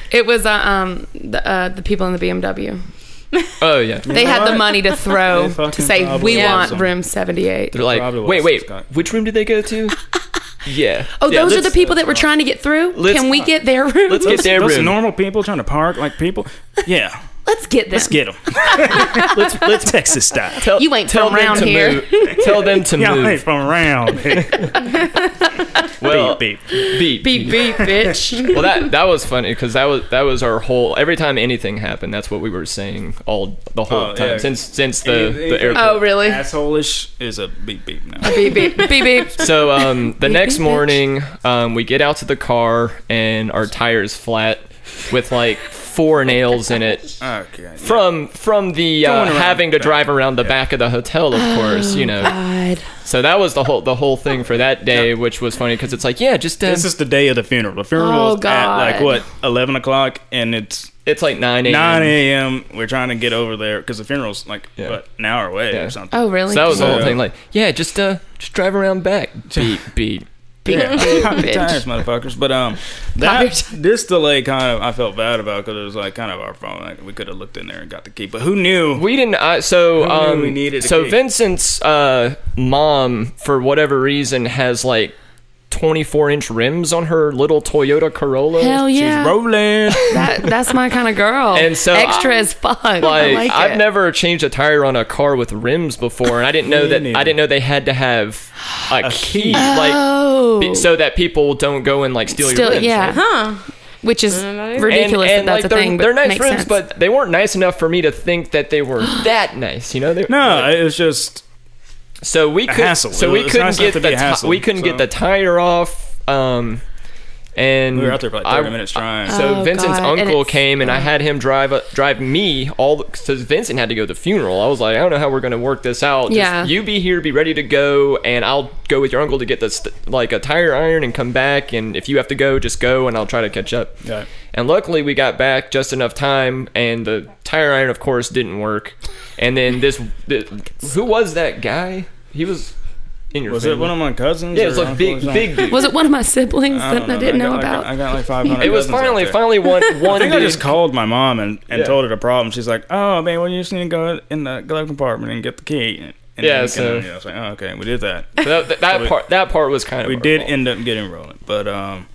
Speaker 1: It was uh, um the uh, the people in the BMW.
Speaker 3: Oh yeah.
Speaker 1: They had the
Speaker 4: what?
Speaker 1: money to throw
Speaker 4: They fucking
Speaker 1: to say
Speaker 4: probably
Speaker 1: we
Speaker 4: was
Speaker 1: want
Speaker 4: some-
Speaker 1: room seventy eight.
Speaker 3: They're like,
Speaker 4: Probably
Speaker 3: wait,
Speaker 4: was
Speaker 3: wait.
Speaker 4: Scott.
Speaker 3: Which room did they go to? yeah.
Speaker 1: Oh,
Speaker 3: Yeah,
Speaker 1: those are
Speaker 3: let's-
Speaker 1: the people that were trying to get through.
Speaker 3: let's-
Speaker 1: Can we get their room?
Speaker 3: Let's get their
Speaker 4: Those
Speaker 3: room.
Speaker 4: normal people trying to park like people. Yeah,
Speaker 1: Let's get them.
Speaker 4: let's get them.
Speaker 3: let's let's
Speaker 4: Texas style.
Speaker 3: tell,
Speaker 1: You ain't
Speaker 3: tell
Speaker 1: from
Speaker 3: them
Speaker 1: around
Speaker 3: to
Speaker 1: here.
Speaker 3: move. tell them to
Speaker 4: Y'all ain't
Speaker 3: move.
Speaker 4: from around. here.
Speaker 3: Well,
Speaker 4: beep, beep.
Speaker 3: beep,
Speaker 2: Beep beep, bitch.
Speaker 3: Well, that that was funny because that was that was our whole. Every time anything happened, that's what we were saying all the whole
Speaker 4: Oh,
Speaker 3: time
Speaker 4: yeah.
Speaker 3: since since the
Speaker 4: Anything-
Speaker 3: the airport.
Speaker 1: oh, really?
Speaker 4: Assholeish is a beep beep now.
Speaker 1: Beep beep beep beep.
Speaker 3: So um, the next
Speaker 1: beep, bitch.
Speaker 3: morning, um, we get out to the car and our tire's flat with like four nails in it
Speaker 4: Okay. yeah.
Speaker 3: from from the uh,
Speaker 4: Going around
Speaker 3: having to
Speaker 4: the back.
Speaker 3: drive around the back of the hotel, of course, you know.
Speaker 1: Oh, God.
Speaker 3: So that was the whole the whole thing for that day, which was funny because it's like yeah, just uh,
Speaker 4: This is the day of the funeral. The funeral
Speaker 1: Oh,
Speaker 4: is at like
Speaker 1: God.
Speaker 4: what eleven o'clock, and it's
Speaker 3: it's like nine a.m.
Speaker 4: nine a.m. We're trying to get over there because the funeral's like
Speaker 3: Yeah.
Speaker 4: what, an hour away
Speaker 3: Yeah.
Speaker 4: or something.
Speaker 1: Oh, really?
Speaker 3: So that was the whole
Speaker 4: Yeah.
Speaker 3: thing. Like yeah, just uh, just drive around back, beat beat.
Speaker 4: Yeah, pop your
Speaker 1: bitch.
Speaker 4: tires, motherfuckers. But um,
Speaker 1: your
Speaker 4: that
Speaker 1: tires.
Speaker 4: this delay kind of I felt bad about because it was like kind of our fault. Like we could have looked in there and got the key, but who knew?
Speaker 3: We didn't. I so
Speaker 4: knew
Speaker 3: um,
Speaker 4: we needed a
Speaker 3: so
Speaker 4: cake?
Speaker 3: Vincent's uh, mom, for whatever reason, has like twenty-four inch rims on her little Toyota Corolla.
Speaker 1: Hell yeah.
Speaker 4: She's rolling.
Speaker 1: That that's my kind of girl.
Speaker 3: And so
Speaker 1: extra
Speaker 3: I-
Speaker 1: as fuck. I
Speaker 3: Like,
Speaker 1: like
Speaker 3: I've
Speaker 1: it.
Speaker 3: never changed a tire on a car with rims before, and I didn't know
Speaker 4: Me
Speaker 3: that.
Speaker 4: neither.
Speaker 3: I didn't know they had to have a, key,
Speaker 4: key.
Speaker 3: like
Speaker 1: Oh,
Speaker 3: be- so that people don't go and like steal your
Speaker 1: still
Speaker 3: rims.
Speaker 1: yeah,
Speaker 2: Huh?
Speaker 1: which is
Speaker 2: And-
Speaker 1: ridiculous
Speaker 3: And, and
Speaker 1: that that's
Speaker 3: like
Speaker 1: a
Speaker 3: they're,
Speaker 1: thing. But
Speaker 3: they're nice
Speaker 1: makes
Speaker 3: rims,
Speaker 1: sense.
Speaker 3: but they weren't nice enough for me to think that they were that nice. You know, they,
Speaker 4: No, it was just
Speaker 3: So we could
Speaker 4: hassle.
Speaker 3: So
Speaker 4: It-
Speaker 3: we
Speaker 4: it's
Speaker 3: couldn't
Speaker 4: nice not
Speaker 3: get
Speaker 4: to be
Speaker 3: the
Speaker 4: a hassle,
Speaker 3: ti- we couldn't
Speaker 4: so-
Speaker 3: get the tire off. Um, And
Speaker 4: We were out there for like 30
Speaker 3: I-
Speaker 4: minutes trying.
Speaker 3: So
Speaker 1: Oh,
Speaker 3: Vincent's
Speaker 1: God, and
Speaker 3: uncle
Speaker 1: it's-
Speaker 3: came and I had him drive uh, drive me all because Vincent had to go to the funeral. I was like, I don't know how we're gonna work this out. Just
Speaker 1: Yeah.
Speaker 3: you be here, be ready to go, and I'll go with your uncle to get this like a tire iron and come back. And if you have to go, just go, and I'll try to catch up.
Speaker 4: Yeah.
Speaker 3: And luckily, we got back just enough time, and the tire iron, of course, didn't work. And then this, the, who was that guy? He was in your.
Speaker 4: was it
Speaker 3: family.
Speaker 4: one of my cousins?
Speaker 3: Yeah, it was
Speaker 4: or
Speaker 3: like
Speaker 4: uncle or
Speaker 3: big,
Speaker 4: something?
Speaker 3: big dude.
Speaker 1: Was it one of my siblings
Speaker 4: I
Speaker 1: that
Speaker 4: don't
Speaker 1: I didn't know
Speaker 4: I got,
Speaker 1: about?
Speaker 4: I got like 500.
Speaker 3: It was
Speaker 4: cousins out
Speaker 3: finally,
Speaker 4: there.
Speaker 3: finally one
Speaker 4: I
Speaker 3: one
Speaker 4: think I
Speaker 3: dude.
Speaker 4: just called my mom and, and
Speaker 3: Yeah.
Speaker 4: told her the problem. She's like, "Oh man, well you just need to go in the glove compartment and get the key." And then
Speaker 3: Yeah,
Speaker 4: we can-
Speaker 3: so-
Speaker 4: yeah, I was like, "Oh, okay, we did that.
Speaker 3: that, that, that
Speaker 4: So we-
Speaker 3: part that part was kind of
Speaker 4: We
Speaker 3: our
Speaker 4: did
Speaker 3: fault.
Speaker 4: end up getting rolling, but um,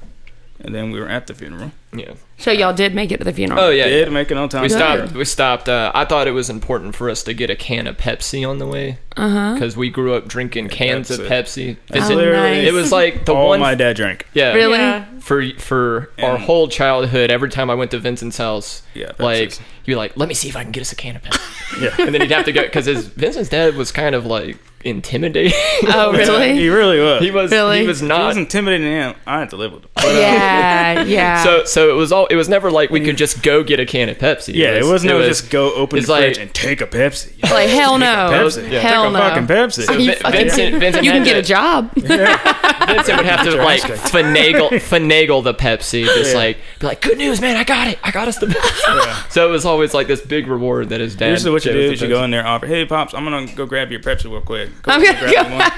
Speaker 4: and then we were at the funeral.
Speaker 3: yeah
Speaker 1: so y'all did make it to the funeral.
Speaker 3: oh yeah,
Speaker 4: did
Speaker 3: yeah.
Speaker 4: make it on time.
Speaker 3: we
Speaker 4: Yeah.
Speaker 3: stopped we stopped uh, i thought it was important for us to get a can of pepsi on the way
Speaker 1: Uh-huh.
Speaker 3: because we grew up drinking cans of
Speaker 4: that's
Speaker 3: pepsi
Speaker 4: That's
Speaker 1: Oh,
Speaker 3: Vincent-
Speaker 4: literally
Speaker 1: nice.
Speaker 3: it was like the
Speaker 4: all
Speaker 3: one
Speaker 4: my dad drank.
Speaker 3: yeah
Speaker 1: Really?
Speaker 2: Yeah.
Speaker 3: for for our
Speaker 4: And-
Speaker 3: whole childhood every time i went to vincent's house
Speaker 4: Yeah,
Speaker 3: like
Speaker 4: Pepsi's.
Speaker 3: you'd be like let me see if i can get us a can of pepsi
Speaker 4: Yeah.
Speaker 3: and then he'd have to go because his vincent's dad was kind of like intimidating
Speaker 1: Oh,
Speaker 4: he
Speaker 1: really?
Speaker 4: really was.
Speaker 3: he was
Speaker 1: Really?
Speaker 3: he was
Speaker 4: If it
Speaker 3: not
Speaker 4: was intimidating to him. I had to live with him. But, uh,
Speaker 1: yeah, yeah.
Speaker 3: so
Speaker 4: Um,
Speaker 3: so it was all it was never like we could just go get a can of pepsi
Speaker 4: yeah, it wasn't. It was just go open the
Speaker 3: it's like-
Speaker 4: fridge and take a Pepsi.
Speaker 1: like hell no,
Speaker 4: Pepsi.
Speaker 3: Yeah.
Speaker 1: hell
Speaker 4: Take a
Speaker 1: no.
Speaker 4: fucking Pepsi.
Speaker 1: You
Speaker 3: Vin-
Speaker 1: fucking-
Speaker 3: Vincent- Vincent
Speaker 1: you can
Speaker 3: had
Speaker 1: get
Speaker 3: to-
Speaker 1: a job.
Speaker 3: Vincent would have to like finagle finagle the Pepsi, just like be like, "Good news, man! I got it! I got us the Pepsi." So it was always like this big reward that his dad.
Speaker 4: Usually, what you
Speaker 3: gave
Speaker 4: do
Speaker 3: us
Speaker 4: is you
Speaker 3: Pepsi.
Speaker 4: go in there and offer, hey, Pops, I'm going to go grab your Pepsi real quick. Go
Speaker 1: I'm gonna
Speaker 4: grab
Speaker 1: go
Speaker 4: me one."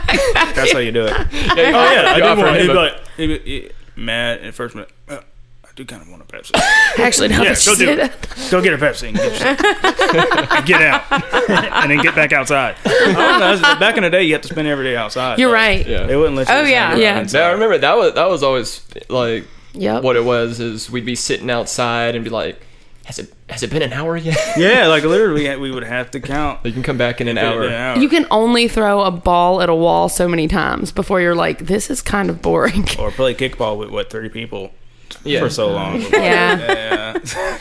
Speaker 4: That's how you do it.
Speaker 3: Yeah,
Speaker 4: Oh, yeah, I
Speaker 3: you
Speaker 4: do
Speaker 3: offer
Speaker 4: want
Speaker 3: him
Speaker 4: He'd be
Speaker 3: a-
Speaker 4: like, he'd be, he- mad at first minute. "Uh, I do kind of want a Pepsi.
Speaker 1: Actually, no.
Speaker 4: Yeah,
Speaker 1: that's
Speaker 4: go
Speaker 1: just
Speaker 4: do
Speaker 1: it.
Speaker 4: it. Go get a Pepsi and get, yourself- get out. and then get back outside. I don't know. it's- Back in the day, you had to spend every day outside.
Speaker 1: You're
Speaker 4: Like,
Speaker 1: right.
Speaker 3: Yeah.
Speaker 4: They wouldn't let you.
Speaker 2: Oh,
Speaker 4: just hang
Speaker 2: yeah.
Speaker 4: around
Speaker 1: Yeah.
Speaker 4: inside.
Speaker 3: Now I remember that was that was always like
Speaker 1: Yep.
Speaker 3: what it was is we'd be sitting outside and be like, "Has it has it been an hour yet?"
Speaker 4: Yeah, like literally, we would have to count.
Speaker 3: you can come back in an
Speaker 4: An
Speaker 3: hour.
Speaker 4: hour.
Speaker 1: You can only throw a ball at a wall so many times before you're like, this is kind of boring.
Speaker 4: or play kickball with, what, 30 people
Speaker 3: Yeah,
Speaker 4: for so long.
Speaker 1: Yeah.
Speaker 4: yeah.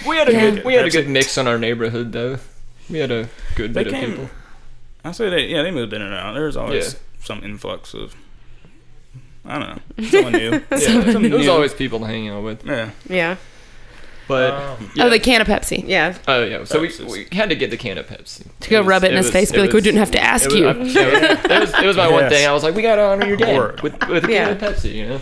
Speaker 3: we had a
Speaker 1: Yeah.
Speaker 3: good we had a good
Speaker 4: Pepsi.
Speaker 3: mix on our neighborhood though. We had a good
Speaker 4: They
Speaker 3: bit of
Speaker 4: came-
Speaker 3: people.
Speaker 4: I say they yeah they moved in and out. There was always
Speaker 3: Yeah.
Speaker 4: some influx of I don't know someone new. yeah, someone
Speaker 3: It was
Speaker 4: new.
Speaker 3: always people to hang out with,
Speaker 4: yeah.
Speaker 2: Yeah.
Speaker 3: but.
Speaker 1: Oh, the can of Pepsi.
Speaker 2: Yeah.
Speaker 3: Oh yeah, so we,
Speaker 4: Pepsis.
Speaker 3: we had to get the can of Pepsi
Speaker 1: To go rub it in his face, be like, we didn't have to ask
Speaker 3: It was,
Speaker 1: you.
Speaker 3: I- yeah, it was, it was my one
Speaker 4: Yes.
Speaker 3: thing. I was like, we gotta honor your dad
Speaker 4: Word.
Speaker 3: with, with a
Speaker 2: Yeah.
Speaker 3: can of Pepsi, you know.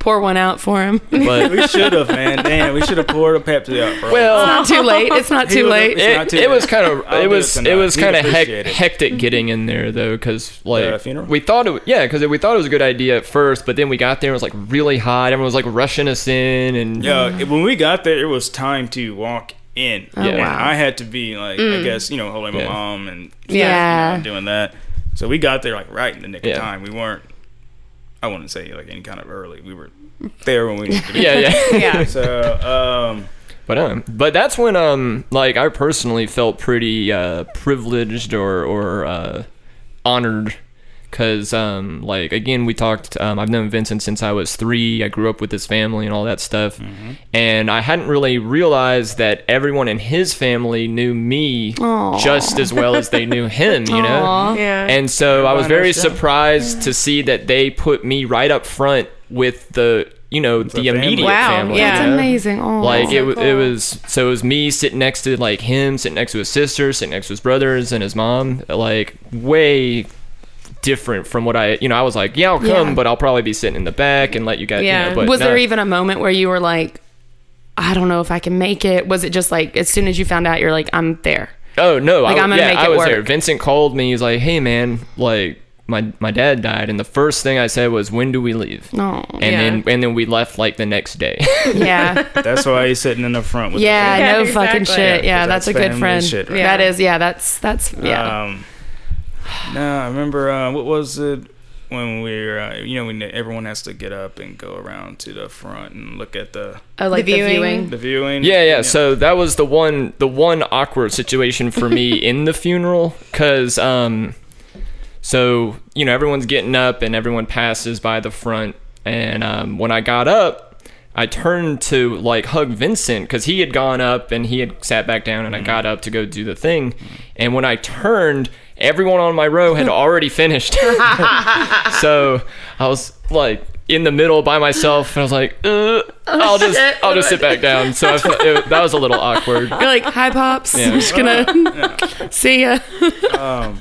Speaker 1: Pour one out for him.
Speaker 3: But
Speaker 4: we should have man. Damn, we should have poured a Pepsi out. Bro.
Speaker 1: It's
Speaker 3: well,
Speaker 1: not too late. It's not Mm-hmm.
Speaker 4: He
Speaker 1: too
Speaker 4: was-
Speaker 1: late.
Speaker 4: it's not
Speaker 3: it,
Speaker 4: too
Speaker 3: it
Speaker 4: bad.
Speaker 3: was kind of
Speaker 4: I'll
Speaker 3: it
Speaker 4: do
Speaker 3: was
Speaker 4: tonight.
Speaker 3: it was
Speaker 4: He'd
Speaker 3: kind of hec-
Speaker 4: appreciate it.
Speaker 3: hectic getting in there though, because
Speaker 4: The
Speaker 3: like
Speaker 4: funeral?
Speaker 3: we thought it w- yeah, because we thought it was a good idea at first, but then we got there it was like really hot. Everyone was like rushing us in, and
Speaker 4: Yeah, it- when we got there, it was time to walk in.
Speaker 1: Oh,
Speaker 4: And
Speaker 1: wow.
Speaker 4: I had to be like, I guess you know, holding my
Speaker 3: Yeah.
Speaker 4: mom and stuff,
Speaker 1: Mm. Yeah.
Speaker 4: you know, doing that. So we got there like right in the nick
Speaker 3: Yeah.
Speaker 4: of time. We weren't. I wouldn't say like any kind of early. We were there when we needed to be.
Speaker 3: yeah, yeah.
Speaker 2: Yeah.
Speaker 4: So um,
Speaker 3: But um, but that's when um, like I personally felt pretty uh, privileged or or uh, honored, cause um, like again we talked. Um, I've known Vincent since I was three. I grew up with his family and all that stuff, and I hadn't really realized that everyone in his family knew me
Speaker 1: Aw.
Speaker 3: just as well as they knew him. You know,
Speaker 1: Aw.
Speaker 2: Yeah.
Speaker 3: and so I was
Speaker 4: Everyone
Speaker 3: very
Speaker 4: knows Jim.
Speaker 3: surprised to see that they put me right up front with the you know the,
Speaker 4: family.
Speaker 3: immediate
Speaker 2: Wow,
Speaker 3: family.
Speaker 2: yeah.
Speaker 1: That's
Speaker 3: you know?
Speaker 1: amazing. Oh,
Speaker 3: like it, w
Speaker 2: so
Speaker 3: it
Speaker 2: cool.
Speaker 3: was so it was me sitting next to like him sitting next to his sister sitting next to his brothers and his mom like way different from what i you know i was like yeah i'll come
Speaker 1: Yeah.
Speaker 3: but i'll probably be sitting in the back and let you guys you
Speaker 2: Yeah.
Speaker 3: know, but
Speaker 1: was
Speaker 3: no.
Speaker 1: there even a moment where you were like, I don't know if I can make it? Was it just like as soon as you found out, you're like, I'm there?
Speaker 3: oh no
Speaker 1: Like,
Speaker 3: I,
Speaker 1: I'm
Speaker 3: am
Speaker 1: gonna
Speaker 3: yeah,
Speaker 1: make
Speaker 3: I
Speaker 1: it
Speaker 3: was
Speaker 1: work.
Speaker 3: there vincent called me he's like hey man like my my dad died and the first thing i said was when do we leave
Speaker 1: No.
Speaker 3: and
Speaker 2: Yeah.
Speaker 3: then and then we left like the next day
Speaker 1: Yeah.
Speaker 4: that's why he's sitting in the front. With the
Speaker 1: Yeah.
Speaker 2: Yeah,
Speaker 1: no fucking
Speaker 2: exactly.
Speaker 1: shit.
Speaker 4: Yeah,
Speaker 1: Yeah.
Speaker 4: 'cause
Speaker 1: That's,
Speaker 4: that's
Speaker 1: a good
Speaker 4: family
Speaker 1: friend.
Speaker 4: shit, right?
Speaker 1: That is. Yeah. That's, that's, yeah.
Speaker 4: Um, no, I remember uh, what was it when we were, uh, you know, when everyone has to get up and go around to the front and look at the
Speaker 1: oh, like
Speaker 2: the
Speaker 1: the
Speaker 2: viewing.
Speaker 1: viewing.
Speaker 4: the viewing.
Speaker 3: Yeah, yeah. So that was the one, the one awkward situation for me in the funeral, because um, so you know everyone's getting up and everyone passes by the front, and um, when I got up, I turned to like hug Vincent because he had gone up and he had sat back down, and I got up to go do the thing, and when I turned, everyone on my row had already finished. so I was like, in the middle by myself, and I was like, uh, I'll just
Speaker 1: shit.
Speaker 3: I'll just sit back down. So I, fe- it, that was a little awkward.
Speaker 1: You're like, hi, pops.
Speaker 3: Yeah.
Speaker 1: I'm just gonna see ya.
Speaker 4: um,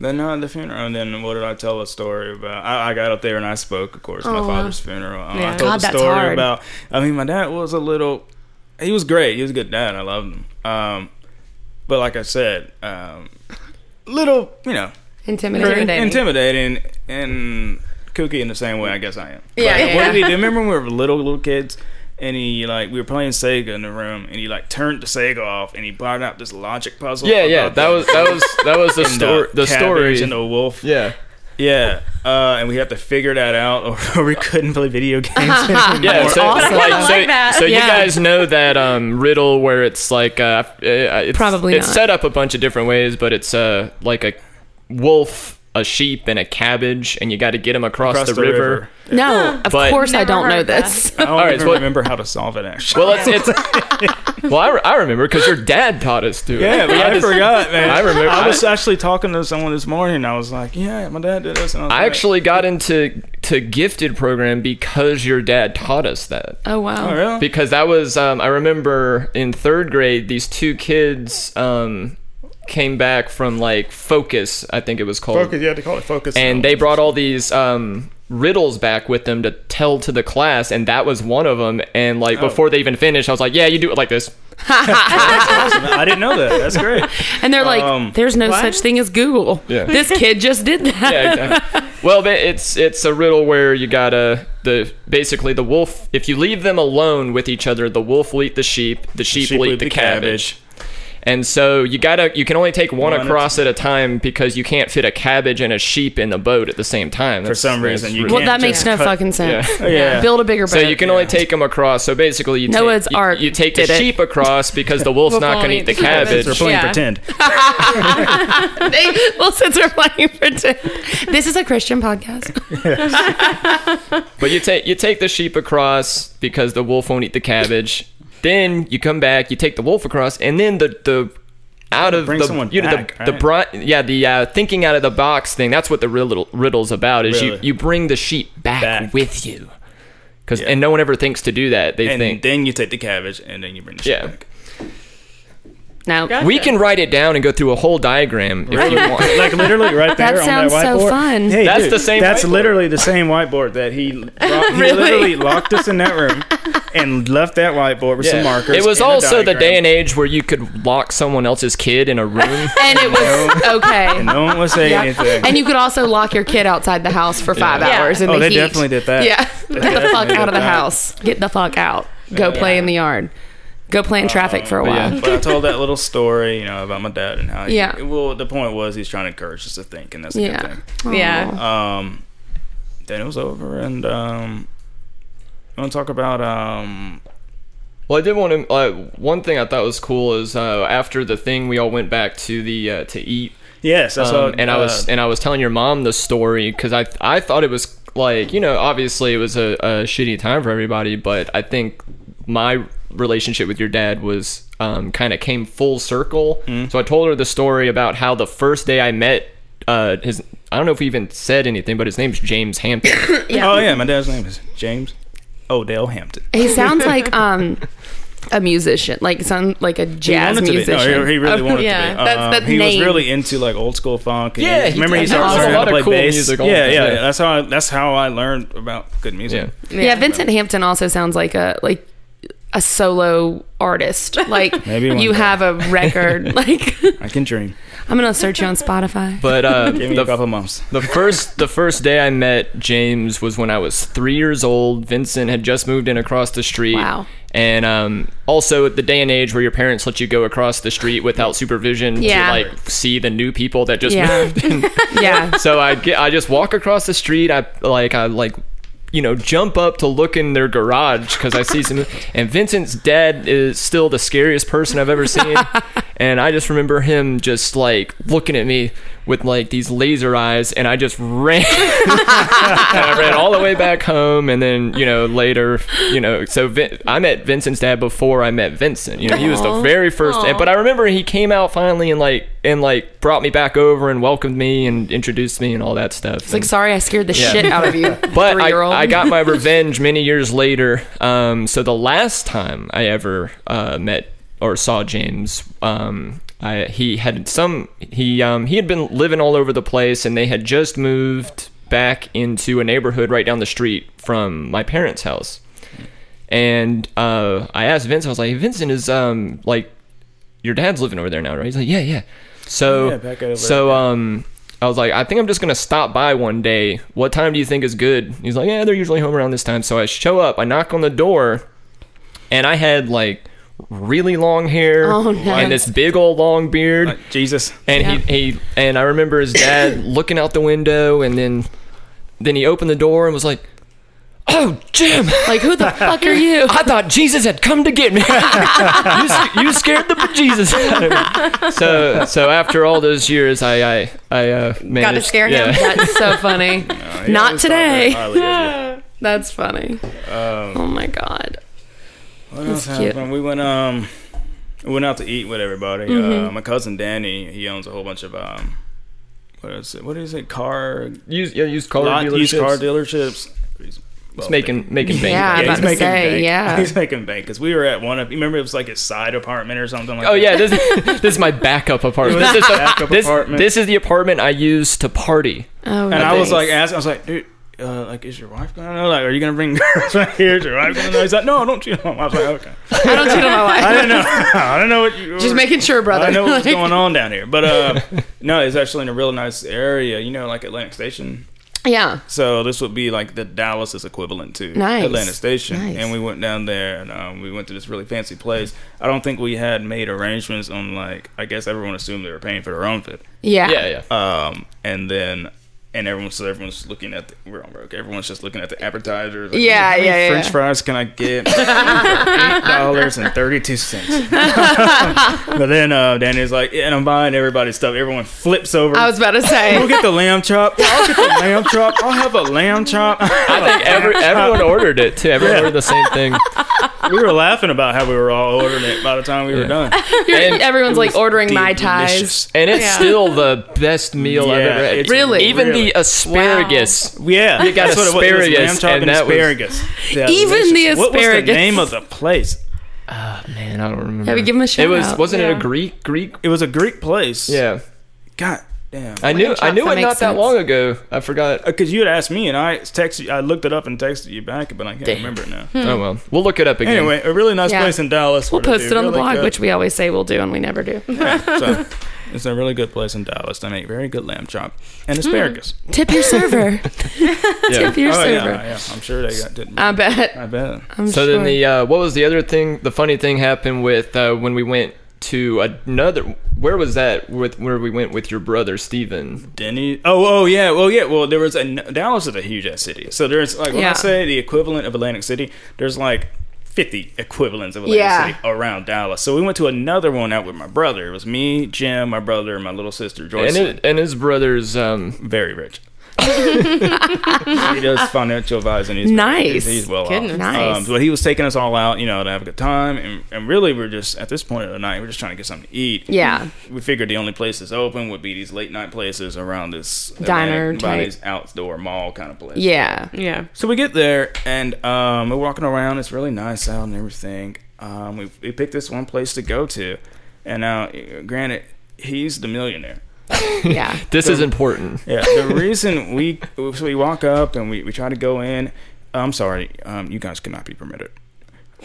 Speaker 4: then uh, the funeral, and then what did I tell a story about? I, I got up there and I spoke, of course, my
Speaker 1: Oh, wow.
Speaker 4: father's funeral. Um,
Speaker 2: Yeah.
Speaker 4: I
Speaker 2: God,
Speaker 4: told a
Speaker 2: that's
Speaker 4: story
Speaker 2: hard.
Speaker 4: about. I mean, my dad was a little. He was great. He was a good dad. I loved him. Um, but like I said, um, little, you know, very
Speaker 1: Intimidating.
Speaker 2: Intimidating.
Speaker 4: intimidating and kooky in the same way I guess I am.
Speaker 2: Yeah,
Speaker 4: Like,
Speaker 2: yeah,
Speaker 4: what
Speaker 2: yeah.
Speaker 4: did he do? Remember when we were little little kids and he like we were playing Sega in the room and he like turned the Sega off and he brought out this logic puzzle.
Speaker 3: Yeah, yeah.
Speaker 4: about
Speaker 3: That
Speaker 4: the-
Speaker 3: was that was that was the
Speaker 4: and
Speaker 3: story. The
Speaker 4: cabbage
Speaker 3: story.
Speaker 4: and the wolf. Yeah,
Speaker 3: Yeah,
Speaker 4: Uh, and we have to figure that out, or, or we couldn't play video games. anymore.
Speaker 3: yeah.
Speaker 4: Or-
Speaker 3: So,
Speaker 1: awesome.
Speaker 3: like,
Speaker 2: I
Speaker 3: so,
Speaker 2: like that.
Speaker 3: so you
Speaker 1: Yeah.
Speaker 3: guys know that um, riddle where it's like uh, uh, it's,
Speaker 1: Probably
Speaker 3: it's
Speaker 1: not.
Speaker 3: set up a bunch of different ways, but it's uh, like a wolf, a sheep, and a cabbage, and you got to get them across,
Speaker 4: across
Speaker 3: the, river.
Speaker 1: No, of
Speaker 3: But-
Speaker 1: course I
Speaker 2: Never
Speaker 1: don't know
Speaker 2: heard that.
Speaker 1: this.
Speaker 4: I don't
Speaker 3: All right,
Speaker 4: even
Speaker 3: so-
Speaker 4: remember how to solve it actually.
Speaker 3: Well, it's, it's well, I, re- I remember because your dad taught us to.
Speaker 4: yeah, but I forgot, man.
Speaker 3: I remember-
Speaker 4: I was actually talking to someone this morning. and I was like, "Yeah, my dad did this." And I, was
Speaker 3: I
Speaker 4: like,
Speaker 3: actually got into to gifted program because your dad taught us that.
Speaker 1: Oh wow.
Speaker 4: "Oh, really?"
Speaker 3: Because that was um, I remember in third grade these two kids um, came back from like Focus, I think it was called,
Speaker 4: Focus. You had to call it focus.
Speaker 3: and they brought all these. Um, riddles back with them to tell to the class and that was one of them and like before they even finished i was like yeah you do it like this
Speaker 4: I didn't know that. That's great.
Speaker 1: And they're like,
Speaker 4: Um,
Speaker 1: there's no
Speaker 2: what?
Speaker 1: such thing as Google.
Speaker 3: Yeah.
Speaker 1: This kid just did that.
Speaker 3: yeah, exactly. well, ba- it's it's a riddle where you gotta the basically the wolf. If you leave them alone with each other, the wolf will eat the sheep. The sheep, will eat the, cabbage. And so you gotta you can only take one,
Speaker 4: One at
Speaker 3: across at a time because you can't fit a cabbage and a sheep in the boat at the same time.
Speaker 4: For some reason, you
Speaker 1: Well,
Speaker 4: can't
Speaker 1: that makes
Speaker 4: just
Speaker 1: no
Speaker 4: cut-
Speaker 1: fucking sense.
Speaker 4: Oh, yeah.
Speaker 1: Build a bigger boat.
Speaker 3: So you can only take them across. So basically, you
Speaker 1: Noah's
Speaker 3: take, you-
Speaker 1: Ark
Speaker 3: you, take the
Speaker 1: did it.
Speaker 3: sheep across because the wolf's
Speaker 2: Wolf
Speaker 3: not
Speaker 2: won't
Speaker 3: going to
Speaker 2: eat
Speaker 3: eat
Speaker 2: the
Speaker 3: the
Speaker 2: cabbage.
Speaker 3: cabbage.
Speaker 4: They're playing
Speaker 2: Yeah.
Speaker 4: pretend.
Speaker 1: well, since we're playing pretend, this is a Christian podcast.
Speaker 3: But you take you take the sheep across because the wolf won't eat the cabbage. then you come back, you take the wolf across, and then the the out of
Speaker 4: Bring
Speaker 3: the
Speaker 4: someone
Speaker 3: you know
Speaker 4: back,
Speaker 3: the, the bri- yeah the uh, thinking out of the box thing. That's what the riddle, riddle's about. Is you
Speaker 4: Really?
Speaker 3: you bring the sheep back,
Speaker 4: Back.
Speaker 3: with you. Cause,
Speaker 4: Yeah.
Speaker 3: And no one ever thinks to do that. They
Speaker 4: And
Speaker 3: think
Speaker 4: then you take the cabbage, and then you bring the shit
Speaker 3: Yeah.
Speaker 4: back.
Speaker 1: No,
Speaker 2: Gotcha.
Speaker 3: we can write it down and go through a whole diagram if you want.
Speaker 4: like literally right there
Speaker 1: That
Speaker 4: on
Speaker 1: sounds
Speaker 4: that
Speaker 1: so
Speaker 4: whiteboard.
Speaker 1: fun.
Speaker 4: Hey,
Speaker 3: That's
Speaker 4: dude,
Speaker 3: the same
Speaker 4: That's
Speaker 3: whiteboard.
Speaker 4: literally the same whiteboard that he, he literally locked us in that room and left that whiteboard with some
Speaker 3: Yeah.
Speaker 4: markers.
Speaker 3: It was
Speaker 4: and a
Speaker 3: also the day
Speaker 4: diagram.
Speaker 3: and age where you could lock someone else's kid in a room.
Speaker 1: and it was okay.
Speaker 4: No one was saying anything.
Speaker 1: And you could also lock your kid outside the house for five
Speaker 2: Yeah.
Speaker 1: hours in
Speaker 4: oh,
Speaker 1: the
Speaker 4: they
Speaker 1: heat.
Speaker 4: definitely did that.
Speaker 1: Yeah, get the
Speaker 4: definitely
Speaker 1: fuck
Speaker 4: did
Speaker 1: out of the
Speaker 4: that.
Speaker 1: house. Get the fuck out. Go play in the yard. Go play in traffic for a
Speaker 3: but yeah.
Speaker 1: while.
Speaker 4: Uh, But I told that little story, you know, about my dad and how. He,
Speaker 1: Yeah.
Speaker 4: Well, the point was he's trying to encourage us to think, and that's a good
Speaker 1: Yeah.
Speaker 4: thing.
Speaker 2: Yeah.
Speaker 1: Aw.
Speaker 4: Um, then it was over, and um, I want to talk about um,
Speaker 3: Well, I did want to. Uh, one thing I thought was cool is uh, after the thing, we all went back to the uh, to eat,
Speaker 4: yes, that's
Speaker 3: um,
Speaker 4: what,
Speaker 3: and I was
Speaker 4: uh,
Speaker 3: and I was telling your mom the story because I I thought it was like you know obviously it was a, a shitty time for everybody, but I think my relationship with your dad was um, kind of came full circle.
Speaker 4: Mm-hmm.
Speaker 3: So I told her the story about how the first day I met uh, his. I don't know if he even said anything, but his name's James Hampton.
Speaker 4: Oh yeah, my dad's name is James Odell Hampton.
Speaker 1: He sounds like um a musician, like some like a jazz
Speaker 4: wanted to be-
Speaker 1: musician.
Speaker 4: No, he, he really
Speaker 1: Oh,
Speaker 4: wanted
Speaker 2: yeah.
Speaker 4: to be.
Speaker 1: That's-
Speaker 4: Um,
Speaker 1: that's
Speaker 4: he
Speaker 1: name.
Speaker 4: was really into like old school funk. and
Speaker 3: Yeah,
Speaker 4: he-
Speaker 3: he
Speaker 4: remember he
Speaker 3: did.
Speaker 4: started
Speaker 3: He was a
Speaker 4: learning
Speaker 3: lot
Speaker 4: to
Speaker 3: of
Speaker 4: play
Speaker 3: cool
Speaker 4: bass.
Speaker 3: music on
Speaker 4: yeah,
Speaker 3: the-
Speaker 4: yeah,
Speaker 3: yeah.
Speaker 4: That's how I, that's how I learned about good music.
Speaker 3: Yeah.
Speaker 1: yeah. Vincent Hampton also sounds like a like a solo artist. Like
Speaker 4: Maybe one
Speaker 1: you
Speaker 4: day.
Speaker 1: have a record. like
Speaker 4: I can dream.
Speaker 1: I'm gonna search you on Spotify.
Speaker 3: But uh,
Speaker 4: Give me
Speaker 3: the
Speaker 4: a couple months.
Speaker 3: The first the first day I met James was when I was three years old. Vincent had just moved in across the street.
Speaker 1: Wow.
Speaker 3: And um, also at the day and age where your parents let you go across the street without supervision
Speaker 1: Yeah.
Speaker 3: to like see the new people that just
Speaker 1: Yeah.
Speaker 3: moved. in.
Speaker 1: yeah.
Speaker 3: so I get I just walk across the street. I like I like you know jump up to look in their garage because I see some. And Vincent's dad is still the scariest person I've ever seen. And I just remember him just like looking at me with like these laser eyes, and I just ran. And I ran all the way back home, and then you know later, you know, so Vin- I met Vincent's dad before I met Vincent. You know, he was the
Speaker 1: Aw.
Speaker 3: very first,
Speaker 2: Aw.
Speaker 3: but I remember he came out finally and like and like brought me back over and welcomed me and introduced me and all that stuff.
Speaker 1: It's like,
Speaker 3: And-
Speaker 1: sorry, I scared the
Speaker 3: Yeah.
Speaker 1: shit out of you.
Speaker 3: but I,
Speaker 1: three-year-old.
Speaker 3: I got my revenge many years later. Um, so the last time I ever uh, met or saw James, um, I, he had some he um, he had been living all over the place, and they had just moved back into a neighborhood right down the street from my parents' house. And uh, I asked Vince, I was like, "Hey, Vincent is um like your dad's living over there now, right? He's like, yeah, yeah. So,
Speaker 4: Yeah, back over.
Speaker 3: so um, I was like, I think I'm just gonna stop by one day. What time do you think is good? He's like, yeah, they're usually home around this time. So I show up, I knock on the door, and I had like really long hair
Speaker 1: Oh, no.
Speaker 3: and this big old long beard.
Speaker 4: Like, Jesus.
Speaker 3: And
Speaker 1: Yeah.
Speaker 3: he, he and I remember his dad looking out the window, and then then he opened the door and was like, "Oh, Jim,
Speaker 1: like, who the fuck are you?
Speaker 3: I thought Jesus had come to get me. you, you scared the bejesus out of me. So, so after all those years, I, I, I uh, managed.
Speaker 2: scare him.
Speaker 3: yeah.
Speaker 1: That's so funny.
Speaker 4: Uh, he
Speaker 1: Not
Speaker 4: always thought that
Speaker 1: today.
Speaker 4: highly of
Speaker 1: That's funny.
Speaker 4: you. Um,
Speaker 1: Oh my god.
Speaker 4: What else
Speaker 1: That's cute.
Speaker 4: happened? We went um we went out to eat with everybody.
Speaker 1: Mm-hmm.
Speaker 4: Uh, my cousin Danny, he owns a whole bunch of um what is it? What is it? Car
Speaker 3: Used, yeah, used car
Speaker 4: lot, used
Speaker 3: dealerships.
Speaker 4: car dealerships. He's
Speaker 3: It's
Speaker 4: wealthy.
Speaker 3: making making bank.
Speaker 1: Yeah, I'm
Speaker 4: Yeah,
Speaker 1: about
Speaker 4: he's
Speaker 1: to
Speaker 4: making
Speaker 1: say,
Speaker 4: bank.
Speaker 1: yeah.
Speaker 4: he's making bank because we were at one of. You remember it was like his side apartment or something like.
Speaker 3: Oh
Speaker 4: that?
Speaker 3: yeah, this, this is my backup apartment. This is the
Speaker 4: Backup
Speaker 3: this,
Speaker 4: apartment.
Speaker 3: this is the apartment I use to party.
Speaker 1: Oh.
Speaker 4: And I was like, asking, I was like, dude. Uh, like, is your wife gonna know? Like, are you gonna bring girls right here? Is your wife gonna know? He's like, no, don't you know? I was like, okay,
Speaker 1: I don't cheat on my wife.
Speaker 4: I don't know. I don't know what you.
Speaker 1: Just making sure, brother.
Speaker 4: I know what's
Speaker 1: Like,
Speaker 4: going on down here, but uh, no, it's actually in a real nice area. You know, like Atlantic Station.
Speaker 1: Yeah.
Speaker 4: So this would be like the Dallas's equivalent to
Speaker 1: Nice.
Speaker 4: Atlanta Station,
Speaker 1: Nice.
Speaker 4: and we went down there and um, we went to this really fancy place. I don't think we had made arrangements on like I guess everyone assumed they were paying for their own food,
Speaker 1: Yeah.
Speaker 3: Yeah, yeah.
Speaker 4: um, and then and everyone so everyone's looking at the, we're on broke. Everyone's just looking at the appetizers. like,
Speaker 1: Yeah,
Speaker 4: "How many
Speaker 1: yeah, yeah,
Speaker 4: French
Speaker 1: yeah."
Speaker 4: fries can I get? Eight dollars and thirty two cents. but then uh, Danny's like, yeah, and I'm buying everybody's stuff. Everyone flips over.
Speaker 1: I was about to
Speaker 4: We'll
Speaker 1: say.
Speaker 4: get the lamb chop. I'll get the lamb chop. I'll have a lamb chop.
Speaker 3: I think every, everyone ordered it too. Everyone ordered the same thing.
Speaker 4: we were laughing about how we were all ordering it by the time we were
Speaker 3: Yeah.
Speaker 4: done.
Speaker 3: And-
Speaker 1: Everyone's like ordering my ties.
Speaker 4: Delicious.
Speaker 3: And it's
Speaker 2: Yeah.
Speaker 3: still the best meal I've
Speaker 4: Yeah,
Speaker 3: ever had.
Speaker 4: it's
Speaker 1: Really?
Speaker 3: Even
Speaker 4: really-
Speaker 3: the asparagus.
Speaker 4: Yeah,
Speaker 3: You got
Speaker 4: that's what it was. It was
Speaker 3: asparagus,
Speaker 4: lamb chop
Speaker 3: and
Speaker 4: and,
Speaker 3: that was-
Speaker 4: asparagus.
Speaker 1: Even the
Speaker 4: Delicious. What was the
Speaker 1: asparagus.
Speaker 4: name of the place?
Speaker 3: Oh, Man, I don't remember.
Speaker 1: we give him a shout
Speaker 3: It was
Speaker 1: out.
Speaker 3: wasn't it
Speaker 2: Yeah.
Speaker 3: a Greek Greek?
Speaker 4: It was a Greek place.
Speaker 3: Yeah.
Speaker 4: God damn.
Speaker 3: I knew I
Speaker 1: chops,
Speaker 3: knew
Speaker 1: that
Speaker 3: it
Speaker 1: makes
Speaker 3: not that
Speaker 1: sense.
Speaker 3: long ago. I forgot.
Speaker 4: Because you had asked me, and I texted. you- I looked it up and texted you back, but I can't remember it now.
Speaker 1: Hmm.
Speaker 3: Oh well, we'll look it up again.
Speaker 4: Anyway, a really nice
Speaker 1: Yeah.
Speaker 4: place in Dallas.
Speaker 1: We'll post it on the blog, which we always say we'll do and we never do.
Speaker 4: so, it's a really good place in Dallas. They make very good lamb chop and
Speaker 1: Hmm.
Speaker 4: asparagus.
Speaker 1: Tip your server.
Speaker 3: yeah.
Speaker 1: Tip your
Speaker 4: Oh yeah,
Speaker 1: server.
Speaker 4: yeah, I'm sure they got. Didn't,
Speaker 1: I bet.
Speaker 4: I bet.
Speaker 1: I'm
Speaker 3: So
Speaker 1: sure.
Speaker 3: then the uh, what was the other thing? The funny thing happened with uh, when we went to another. Where was that? With where we went with your brother Steven.
Speaker 4: Denny. Oh, oh yeah. Well, yeah. Well, there was a Dallas is a huge ass city. So there's like when
Speaker 1: Yeah.
Speaker 4: I say the equivalent of Atlantic City, there's like 50 equivalents of Atlantic
Speaker 1: Yeah.
Speaker 4: City around Dallas. So we went to another one out with my brother. It was me, Jim, my brother, and my little sister Joyce.
Speaker 3: And it, and his brothers. Um,
Speaker 4: Very rich. he does financial advising. He's
Speaker 1: Nice.
Speaker 4: He's well off.
Speaker 2: Goodness.
Speaker 1: Nice.
Speaker 4: Um, but he was taking us all out, you know, to have a good time, and, and really we're just at this point of the night, we're just trying to get something to eat
Speaker 1: yeah.
Speaker 4: we figured the only places open would be these late night places around this
Speaker 1: Diner
Speaker 4: Atlantic
Speaker 1: type.
Speaker 4: Body's outdoor mall kind of place.
Speaker 1: Yeah.
Speaker 2: Yeah.
Speaker 4: So we get there and um, we're walking around. It's really nice out and everything. Um, we, we picked this one place to go to, and now, uh, granted, he's the millionaire.
Speaker 1: Yeah.
Speaker 3: this is important.
Speaker 4: Yeah. The reason we so we walk up and we, we try to go in. I'm sorry, um, you guys cannot be permitted.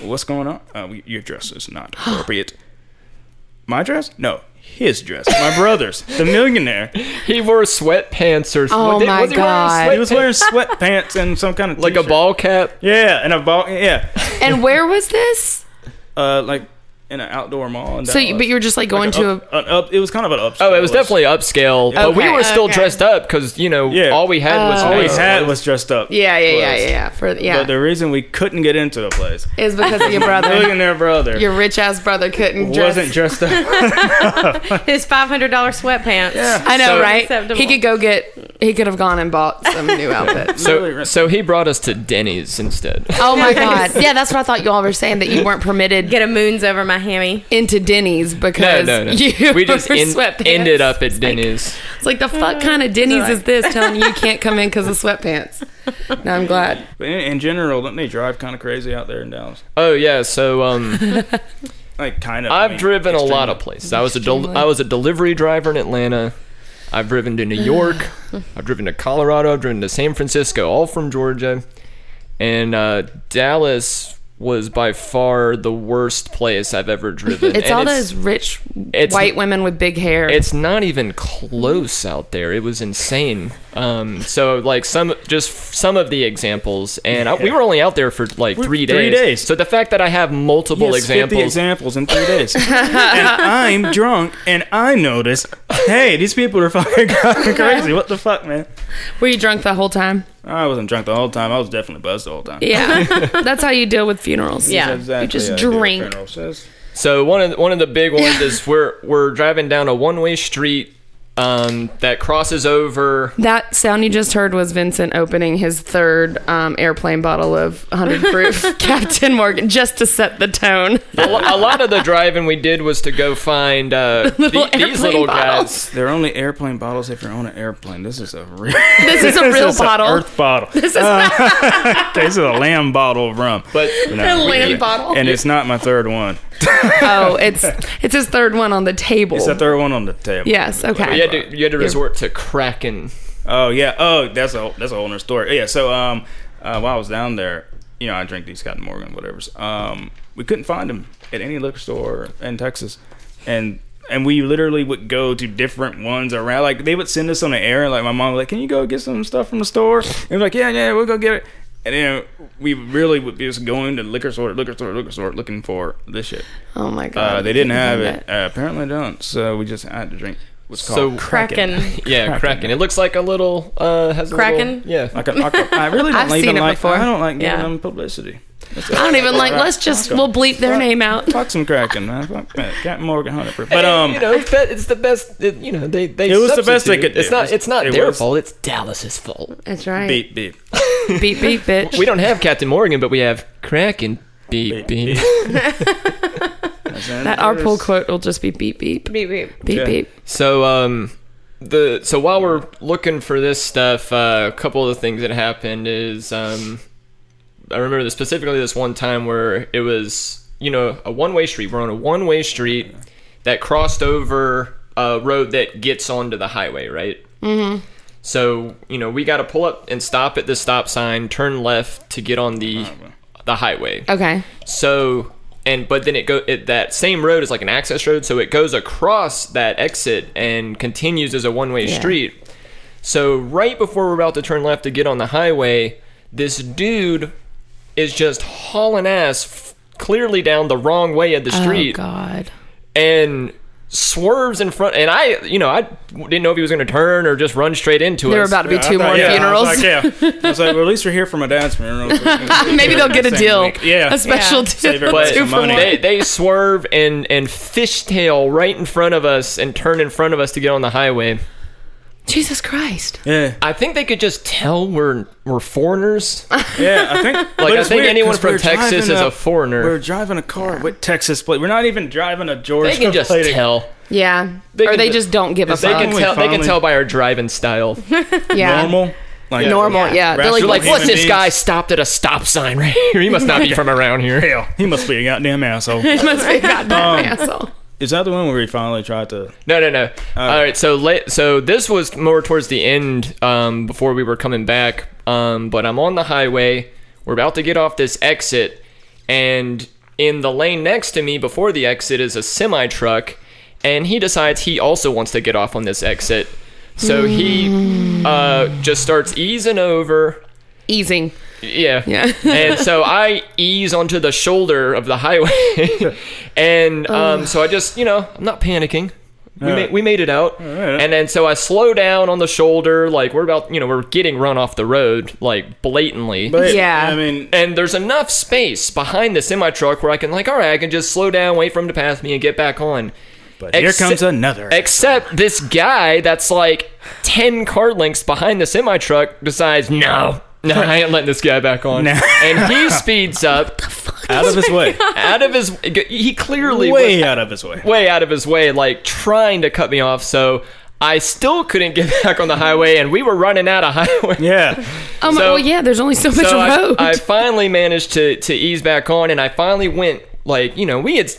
Speaker 4: What's going on? Uh, we, your dress is not appropriate. My dress? No, his dress. My brother's. The millionaire.
Speaker 3: He wore sweatpants or
Speaker 1: Oh my
Speaker 3: he wearing
Speaker 1: God.
Speaker 4: He was
Speaker 3: sweatpants?
Speaker 4: wearing sweatpants and some kind of
Speaker 3: like a
Speaker 4: t-shirt.
Speaker 3: ball cap.
Speaker 4: Yeah, and a ball. Yeah,
Speaker 1: And where was this?
Speaker 4: uh, like in an outdoor mall. In
Speaker 1: So, you,
Speaker 4: Dallas.
Speaker 1: but you were just like going
Speaker 4: Like
Speaker 1: to
Speaker 4: a up- an up- It was kind of an up.
Speaker 3: Oh, it was definitely upscale, but we
Speaker 1: Okay, Oh.
Speaker 3: were still
Speaker 2: okay.
Speaker 3: dressed up because you know
Speaker 4: Yeah.
Speaker 3: all we had was
Speaker 4: All we
Speaker 3: nice-
Speaker 4: had was dressed up.
Speaker 1: yeah, yeah, yeah,
Speaker 4: clothes.
Speaker 1: yeah, yeah. For yeah,
Speaker 4: But the reason we couldn't get into the place,
Speaker 1: is because of your brother,
Speaker 4: millionaire brother,
Speaker 1: your rich ass brother couldn't dress.
Speaker 4: wasn't dressed up.
Speaker 2: His five hundred dollar sweatpants. Yeah.
Speaker 1: I know,
Speaker 3: so-
Speaker 1: right?
Speaker 2: Acceptable.
Speaker 1: He could go get. He could have gone and bought some new outfit.
Speaker 3: So, so he brought us to Denny's instead.
Speaker 1: Oh my god! Yeah, that's what I thought you all were saying that you weren't permitted
Speaker 2: Get a moons over my hammy.
Speaker 1: into Denny's
Speaker 3: No,
Speaker 1: because
Speaker 3: no, no.
Speaker 1: you
Speaker 3: We just
Speaker 1: were
Speaker 3: en-
Speaker 1: sweatpants.
Speaker 3: ended up at Denny's.
Speaker 1: It's like the fuck kind of Denny's is this telling you you can't come in because of sweatpants? No, I'm glad.
Speaker 4: But in, in general, don't they drive kind of crazy out there in Dallas?
Speaker 3: Oh yeah, so um,
Speaker 4: Like kind of. I
Speaker 3: I've
Speaker 4: mean,
Speaker 3: driven a lot
Speaker 4: extremely.
Speaker 3: of places. I was a del-
Speaker 1: Extremely.
Speaker 3: I was a delivery driver in Atlanta. I've driven to New York. I've driven to Colorado. I've driven to San Francisco, all from Georgia. And uh, Dallas was by far the worst place I've ever driven.
Speaker 1: It's
Speaker 3: And
Speaker 1: all those rich
Speaker 3: it's-
Speaker 1: white women with big hair.
Speaker 3: It's not even close out there. It was insane. Um, so like some, just some of the examples, and I, we were only out there for like three days.
Speaker 4: three days.
Speaker 3: So the fact that I have multiple
Speaker 4: Yes, 50
Speaker 3: examples,
Speaker 4: examples in three days. and I'm drunk, and I notice, hey, these people are fucking kinda crazy. What the fuck, man?
Speaker 1: Were you drunk the whole time?
Speaker 4: I wasn't drunk the whole time. I was definitely buzzed the whole time.
Speaker 1: Yeah, that's how you deal with funerals.
Speaker 2: Yeah.
Speaker 4: That's exactly
Speaker 1: You just
Speaker 4: how do it,
Speaker 1: drink.
Speaker 4: Colonel. So it's-
Speaker 3: So one of the, one of the big ones is we're we're driving down a one way street um, that crosses over.
Speaker 1: That sound you just heard was Vincent opening his third um, airplane bottle of 100 proof Captain Morgan just to set the tone.
Speaker 3: A, lo- a lot of the driving we did was to go find uh, the-
Speaker 1: Little
Speaker 3: these
Speaker 1: airplane
Speaker 3: little
Speaker 1: bottles.
Speaker 3: guys.
Speaker 4: They're only airplane bottles if you're on an airplane. This is a real
Speaker 1: This is a real
Speaker 4: this is a
Speaker 1: bottle.
Speaker 4: earth bottle.
Speaker 1: This is
Speaker 4: this is a lamb bottle of rum.
Speaker 3: But
Speaker 1: a
Speaker 4: No, we did
Speaker 1: land
Speaker 4: it.
Speaker 1: bottle.
Speaker 4: And it's not my third one.
Speaker 1: oh, it's it's his third one on the table.
Speaker 4: It's the third one on the table.
Speaker 1: yes. Okay.
Speaker 3: you had to you had to resort to Kraken.
Speaker 4: Oh yeah. Oh, that's a that's a whole other story. Yeah. So um, uh, while I was down there, you know, I drank these Cotton Morgan whatever's. Um, we couldn't find them at any liquor store in Texas, and and we literally would go to different ones around. Like they would send us on the air. Like my mom was like, "Can you go get some stuff from the store?" And we're like, "Yeah, yeah, we'll go get it." And then we really would be just going to liquor store, liquor store, liquor store, looking for this shit.
Speaker 1: Oh my god.
Speaker 4: Uh, they didn't have
Speaker 1: Couldn't
Speaker 4: it. Uh, apparently, they don't. So we just had to drink what's
Speaker 3: So-
Speaker 4: called
Speaker 2: Kraken.
Speaker 3: Yeah, Kraken. It looks like a little uh, has a little-
Speaker 2: Kraken?
Speaker 3: yeah.
Speaker 4: Like an aqua- I really don't
Speaker 1: I've
Speaker 4: like
Speaker 1: seen
Speaker 4: even
Speaker 1: it
Speaker 4: like.
Speaker 1: before.
Speaker 4: I don't like giving
Speaker 2: Yeah.
Speaker 4: them publicity. That's
Speaker 1: I don't even like.
Speaker 4: Alright,
Speaker 1: Let's just
Speaker 4: fuck 'em.
Speaker 1: we'll bleep their name out.
Speaker 4: Fuck some Kraken, man. Fuck man. Captain Morgan Hunter. proof. But um,
Speaker 3: you know, it's, the- it's the best. It, you know, they they.
Speaker 4: It was the best they
Speaker 3: substitute.
Speaker 4: could do.
Speaker 3: It's not. It's not
Speaker 4: It
Speaker 3: their
Speaker 4: was-
Speaker 3: fault. It's Dallas's fault.
Speaker 1: That's right. Beep
Speaker 4: beep beep.
Speaker 1: beep, bitch.
Speaker 3: We don't have Captain Morgan, but we have Kraken. Beep beep.
Speaker 1: that our pool quote will just be beep beep beep
Speaker 2: Beep, beep.
Speaker 1: beep.
Speaker 4: Yeah.
Speaker 1: beep.
Speaker 3: So um the so while we're looking for this stuff, uh, a couple of the things that happened is um I remember this, specifically this one time where it was you know a one way street. We're on a one way street that crossed over a road that gets onto the highway, right? Mm-hmm. So you know we got to pull up and stop at the stop sign, turn left to get on the the highway.
Speaker 1: Okay.
Speaker 3: So and but then it go it, that same road is like an access road, so it goes across that exit and continues as a one way
Speaker 1: Yeah.
Speaker 3: street. So right before we're about to turn left to get on the highway, this dude is just hauling ass f- clearly down the wrong way of the street
Speaker 1: Oh God.
Speaker 3: and swerves in front and I you know I didn't know if he was going to turn or just run straight into
Speaker 1: There are
Speaker 3: us.
Speaker 1: about to be two more funerals.
Speaker 4: I was like, yeah. I was like, well, at least we're here for my dad's funeral.
Speaker 1: Maybe they'll get a
Speaker 4: Same
Speaker 1: deal.
Speaker 4: week. Yeah.
Speaker 1: A special
Speaker 2: Yeah.
Speaker 1: deal.
Speaker 4: Save everybody
Speaker 3: but
Speaker 1: Two for one.
Speaker 4: money.
Speaker 3: they, they swerve and and fishtail right in front of us and turn in front of us to get on the highway.
Speaker 1: Jesus Christ.
Speaker 4: Yeah,
Speaker 3: I think they could just tell we're we're foreigners.
Speaker 4: yeah. I think. but
Speaker 3: I
Speaker 4: it's
Speaker 3: think
Speaker 4: weird
Speaker 3: anyone
Speaker 4: 'cause
Speaker 3: from
Speaker 4: we're
Speaker 3: Texas
Speaker 4: driving
Speaker 3: is a foreigner.
Speaker 4: We're driving a car with Texas plate. We're not even driving a Georgia.
Speaker 3: They can just
Speaker 4: plate.
Speaker 3: tell.
Speaker 1: Yeah.
Speaker 3: They
Speaker 1: or
Speaker 3: can
Speaker 1: they
Speaker 3: ju-
Speaker 1: just don't give a
Speaker 3: They
Speaker 1: fuck.
Speaker 3: can
Speaker 4: Finally,
Speaker 3: tell. They can
Speaker 4: finally.
Speaker 3: tell by our driving style.
Speaker 1: yeah.
Speaker 4: Normal. Like,
Speaker 1: Normal. Yeah. They're like,
Speaker 4: Rational
Speaker 3: You're like, what's
Speaker 4: human
Speaker 3: this
Speaker 4: beings.
Speaker 3: guy stopped at a stop sign right here? He must not be from around here.
Speaker 4: Hell, he must be a goddamn asshole.
Speaker 1: it must be a goddamn asshole.
Speaker 4: Is that the one where he finally tried to?
Speaker 3: No, no, no. All right, so late. So this was more towards the end, um, before we were coming back. Um, but I'm on the highway. We're about to get off this exit, and in the lane next to me, before the exit, is a semi truck, and he decides he also wants to get off on this exit. So he uh, just starts easing over,
Speaker 1: Easing.
Speaker 3: Yeah.
Speaker 1: Yeah.
Speaker 3: and so I ease onto the shoulder of the highway. and um, so I just, you know, I'm not panicking. We,
Speaker 4: Yeah.
Speaker 3: made, we made it out.
Speaker 4: right.
Speaker 3: And then so I slow down on the shoulder. Like, we're about, you know, we're getting run off the road, like, blatantly.
Speaker 4: But
Speaker 1: Yeah.
Speaker 4: I mean,
Speaker 3: and there's enough space behind the semi truck where I can, like, all right, I can just slow down, wait for him to pass me, and get back on.
Speaker 4: but here
Speaker 3: Exce-
Speaker 4: comes another.
Speaker 3: Except this guy that's like 10 car lengths behind the semi truck decides, no, no, I ain't letting this guy back on.
Speaker 4: No.
Speaker 3: And he speeds up
Speaker 4: out of his way,
Speaker 3: out of his He clearly
Speaker 4: way
Speaker 3: was
Speaker 4: out of his way.
Speaker 3: way out of his way, like trying to cut me off. So I still couldn't get back on the highway, and we were running out of highway.
Speaker 4: Yeah,
Speaker 1: Um,
Speaker 3: So-
Speaker 1: well, yeah, there's only so much
Speaker 3: So I,
Speaker 1: road.
Speaker 3: I finally managed to, to ease back on, and I finally went, like, you know, we had.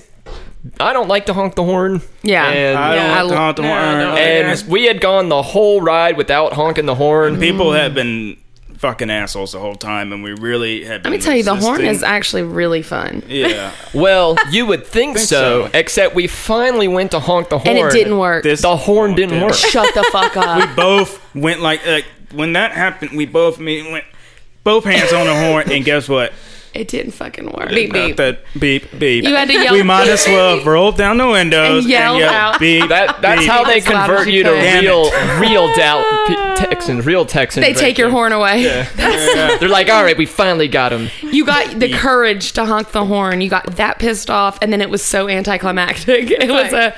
Speaker 3: I don't like to honk the horn.
Speaker 1: Yeah.
Speaker 3: And-
Speaker 4: I
Speaker 1: Yeah,
Speaker 4: don't want to
Speaker 2: I
Speaker 4: honk the
Speaker 2: lo-
Speaker 4: horn.
Speaker 3: and we had gone the whole ride without honking the horn.
Speaker 4: people have been fucking assholes the whole time, and we really have.
Speaker 1: Let me tell you, the horn is actually really fun.
Speaker 4: Yeah,
Speaker 3: Well, you would think, so,
Speaker 4: so.
Speaker 3: except we finally went to honk the horn,
Speaker 1: And it didn't work.
Speaker 4: This-
Speaker 3: The horn didn't work.
Speaker 1: Shut the fuck up.
Speaker 4: both went like, like when that happened. We both me went both hands on the horn, and guess what?
Speaker 1: it didn't fucking work.
Speaker 2: Beep, beep.
Speaker 4: That beep beep.
Speaker 1: You had to yell
Speaker 4: We might as well
Speaker 1: beep.
Speaker 4: have rolled down the windows
Speaker 1: And yelled out.
Speaker 4: beep.
Speaker 3: That, that's
Speaker 4: beep.
Speaker 3: how they
Speaker 1: As loud as
Speaker 3: convert
Speaker 1: you
Speaker 3: you to
Speaker 1: could.
Speaker 4: Damn
Speaker 3: real, real doubt pe- Texans, real Texans.
Speaker 1: They
Speaker 3: right
Speaker 1: take your
Speaker 3: there.
Speaker 1: horn away.
Speaker 4: Yeah.
Speaker 3: They're like, all right, we finally got him.
Speaker 1: You got the courage to honk the horn. You got that pissed off, and then it was so anticlimactic. It was a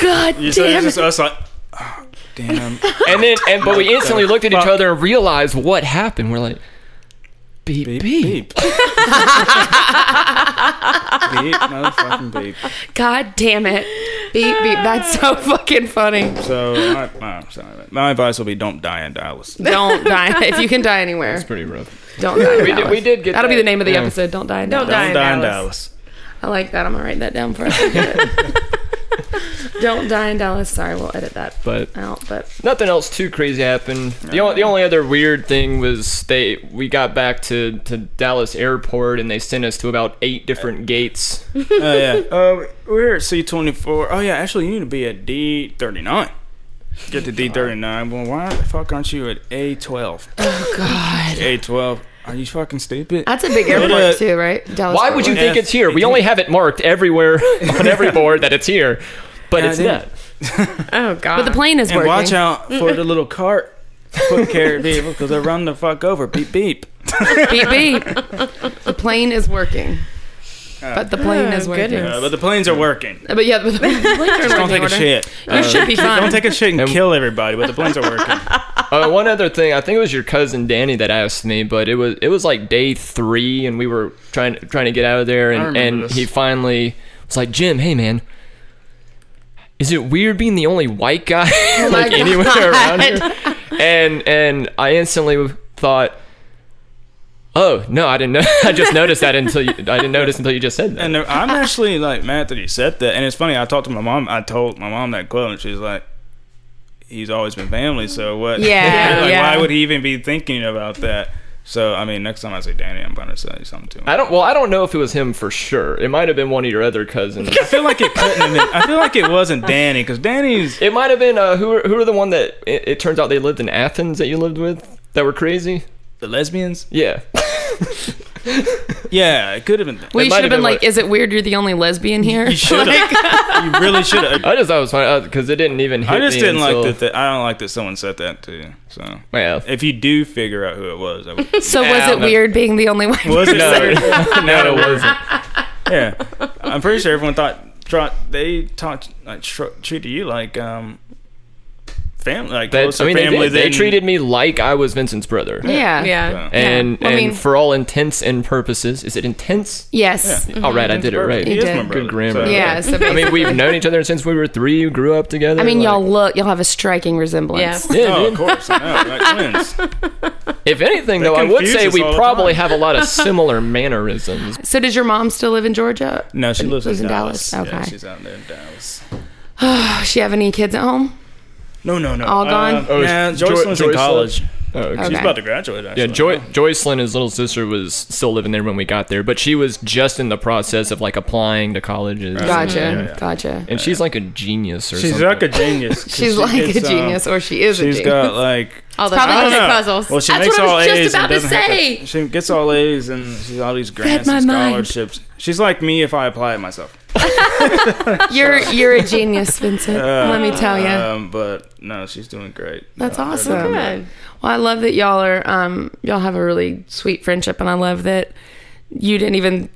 Speaker 1: god
Speaker 4: You said it's
Speaker 1: damn
Speaker 4: just
Speaker 1: it.
Speaker 4: us like, oh, damn.
Speaker 3: And then, and but we instantly looked at each other and realized what happened. We're like, beep beep.
Speaker 4: Beep. beep, motherfucking beep.
Speaker 1: God damn it. Beep beep. That's so fucking funny.
Speaker 4: So, my, my, sorry, my advice will be don't die in Dallas.
Speaker 1: Don't die if you can die anywhere.
Speaker 4: Pretty rough.
Speaker 1: Don't die. in
Speaker 3: We did,
Speaker 1: Dallas.
Speaker 3: we did get.
Speaker 1: That'll
Speaker 3: that,
Speaker 1: be the name of the
Speaker 3: yeah.
Speaker 1: episode. Don't die. In
Speaker 2: Don't
Speaker 1: Dallas.
Speaker 4: Don't
Speaker 2: die in
Speaker 4: die in
Speaker 2: Dallas.
Speaker 4: Dallas.
Speaker 1: I like that. I'm gonna write that down for us. Don't die in Dallas. Sorry, we'll edit that
Speaker 3: But
Speaker 1: out. But
Speaker 3: nothing else too crazy happened. The only, the only other weird thing was they we got back to, to Dallas airport and they sent us to about eight different gates.
Speaker 4: Oh yeah. Uh, we're at C twenty four. Oh yeah. Actually, you need to be at D thirty nine. Get to D thirty nine. Well, why the fuck aren't you at A twelve?
Speaker 1: God,
Speaker 4: A twelve. Are you fucking stupid?
Speaker 1: that's a big
Speaker 4: airport,
Speaker 1: airport
Speaker 4: uh,
Speaker 1: too, right? Dallas.
Speaker 3: Why would you think it's here? We only have it marked everywhere on every board that it's here, but it's
Speaker 4: Yeah, I
Speaker 3: not.
Speaker 4: did.
Speaker 2: Oh God.
Speaker 1: But the plane is
Speaker 4: and
Speaker 1: working.
Speaker 4: watch out for the little cart foot carrier people because they run the fuck over. Beep beep.
Speaker 1: beep beep. The plane is working.
Speaker 3: Uh,
Speaker 1: But the plane
Speaker 2: Oh,
Speaker 1: is working.
Speaker 2: goodness.
Speaker 4: Uh, but the planes are working.
Speaker 1: But yeah, but the plane is working.
Speaker 4: Don't take a shit. Uh,
Speaker 1: You should be fine.
Speaker 4: Don't take a shit and
Speaker 3: And-
Speaker 4: kill everybody. But the planes are working.
Speaker 3: Uh, one other thing, I think it was your cousin Danny that asked me, but it was it was like day three, and we were trying trying to get out of there, and
Speaker 4: remember
Speaker 3: and
Speaker 4: this.
Speaker 3: he finally was like, "Jim, hey man, is it weird being the only white guy
Speaker 4: Oh
Speaker 1: my
Speaker 3: like anywhere around here?" And and I instantly thought, "Oh no, I didn't know. I just noticed that until you, I didn't notice until you just said that."
Speaker 4: And there- I'm actually like mad that he said that. And it's funny. I talked to my mom. I told my mom that quote, and she's like, "He's always been family. So what?
Speaker 1: Yeah,
Speaker 4: like,
Speaker 1: yeah.
Speaker 4: Why would he even be thinking about that? So I mean, next time I see Danny, I'm gonna say something to him.
Speaker 3: I don't. Well, I don't know if it was him for sure. It might have been one of your other cousins.
Speaker 4: I feel like it couldn't have been. I feel like it wasn't Danny because Danny's.
Speaker 3: It might have been uh, who are, who are the one that it, it turns out they lived in Athens that you lived with that were crazy.
Speaker 4: The lesbians?
Speaker 3: Yeah,
Speaker 4: Yeah, it could have been.
Speaker 1: We
Speaker 3: It
Speaker 1: should have
Speaker 3: might have
Speaker 1: been
Speaker 3: been
Speaker 1: like,
Speaker 3: what-
Speaker 1: "Is it weird you're the only lesbian here?"
Speaker 4: you should have. you really should have.
Speaker 3: I just thought it was funny because it didn't even. Hit
Speaker 4: I just
Speaker 3: me
Speaker 4: didn't like
Speaker 3: until-
Speaker 4: that, that. I don't like that someone said that to you. So
Speaker 3: Yeah.
Speaker 4: if you do figure out who it was, I would.
Speaker 1: So was
Speaker 3: Yeah.
Speaker 1: it weird being the only white?
Speaker 4: Was it?
Speaker 3: No, no, it wasn't.
Speaker 4: yeah, I'm pretty sure everyone thought tro- they talked like tr- treated you like um family, like
Speaker 3: That,
Speaker 4: closer
Speaker 3: I mean, they,
Speaker 4: family
Speaker 3: did. they
Speaker 4: than-
Speaker 3: treated me like I was Vincent's brother,
Speaker 1: Yeah.
Speaker 2: yeah.
Speaker 3: and
Speaker 1: Yeah. I
Speaker 3: and
Speaker 1: mean-
Speaker 3: for all intents and purposes, is it intense?
Speaker 1: Yes. Mm-hmm.
Speaker 4: Yeah.
Speaker 3: All right, I did it right.
Speaker 4: He
Speaker 1: You
Speaker 4: is
Speaker 1: did.
Speaker 4: my
Speaker 1: Good
Speaker 4: brother,
Speaker 3: grammar.
Speaker 4: so-
Speaker 1: Yeah. so
Speaker 3: I mean,
Speaker 1: basically-
Speaker 3: we've known each other since we were three. We grew up together.
Speaker 1: I mean,
Speaker 3: like-
Speaker 1: y'all look. Y'all have a striking resemblance.
Speaker 2: Yes.
Speaker 3: Yeah,
Speaker 4: Oh,
Speaker 3: dude.
Speaker 4: of course, I know, like twins.
Speaker 3: If anything, though, I would
Speaker 4: confuse
Speaker 3: say
Speaker 4: us
Speaker 3: we
Speaker 4: all the
Speaker 3: probably
Speaker 4: time.
Speaker 3: have a lot of similar mannerisms.
Speaker 1: So does your mom still live in Georgia?
Speaker 4: No, she lives,
Speaker 1: Lives
Speaker 4: in,
Speaker 1: in
Speaker 4: Dallas.
Speaker 1: Dallas,
Speaker 4: Yeah,
Speaker 1: okay.
Speaker 4: she's out there in Dallas.
Speaker 1: Does she have any kids at home?
Speaker 4: No, Um, no, no.
Speaker 1: All gone?
Speaker 4: Uh, nah, Joycelyn's in college.
Speaker 3: Oh, okay.
Speaker 4: She's
Speaker 1: Okay.
Speaker 4: about to graduate. Actually.
Speaker 3: Yeah, Joy Joyce Lynn, his little sister, was still living there when we got there, but she was just in the process of like applying to colleges.
Speaker 1: Gotcha.
Speaker 4: Yeah, yeah.
Speaker 1: Gotcha.
Speaker 3: And she's like a genius or
Speaker 4: She's
Speaker 3: something.
Speaker 4: like a genius. 'cause
Speaker 1: She's
Speaker 4: she
Speaker 1: like a
Speaker 4: gets, um,
Speaker 1: genius, or she is a
Speaker 4: She's
Speaker 1: genius.
Speaker 4: got like
Speaker 2: All the
Speaker 1: Probably
Speaker 4: I don't
Speaker 2: cosmic
Speaker 4: know.
Speaker 2: puzzles.
Speaker 4: Well, she
Speaker 1: That's
Speaker 4: makes
Speaker 1: what I
Speaker 4: all
Speaker 1: was just
Speaker 4: A's and
Speaker 1: about to
Speaker 4: doesn't have
Speaker 1: say.
Speaker 4: she gets all A's and she's all these grants
Speaker 1: my
Speaker 4: and
Speaker 1: mind.
Speaker 4: scholarships. She's like me if I apply it myself.
Speaker 1: You're you're a genius, Vincent. Let me tell you.
Speaker 4: Um, but no, she's doing great.
Speaker 1: That's
Speaker 4: No, they're
Speaker 1: awesome.
Speaker 4: doing great.
Speaker 2: Good.
Speaker 1: Well, I love that y'all are um, y'all have a really sweet friendship, and I love that you didn't even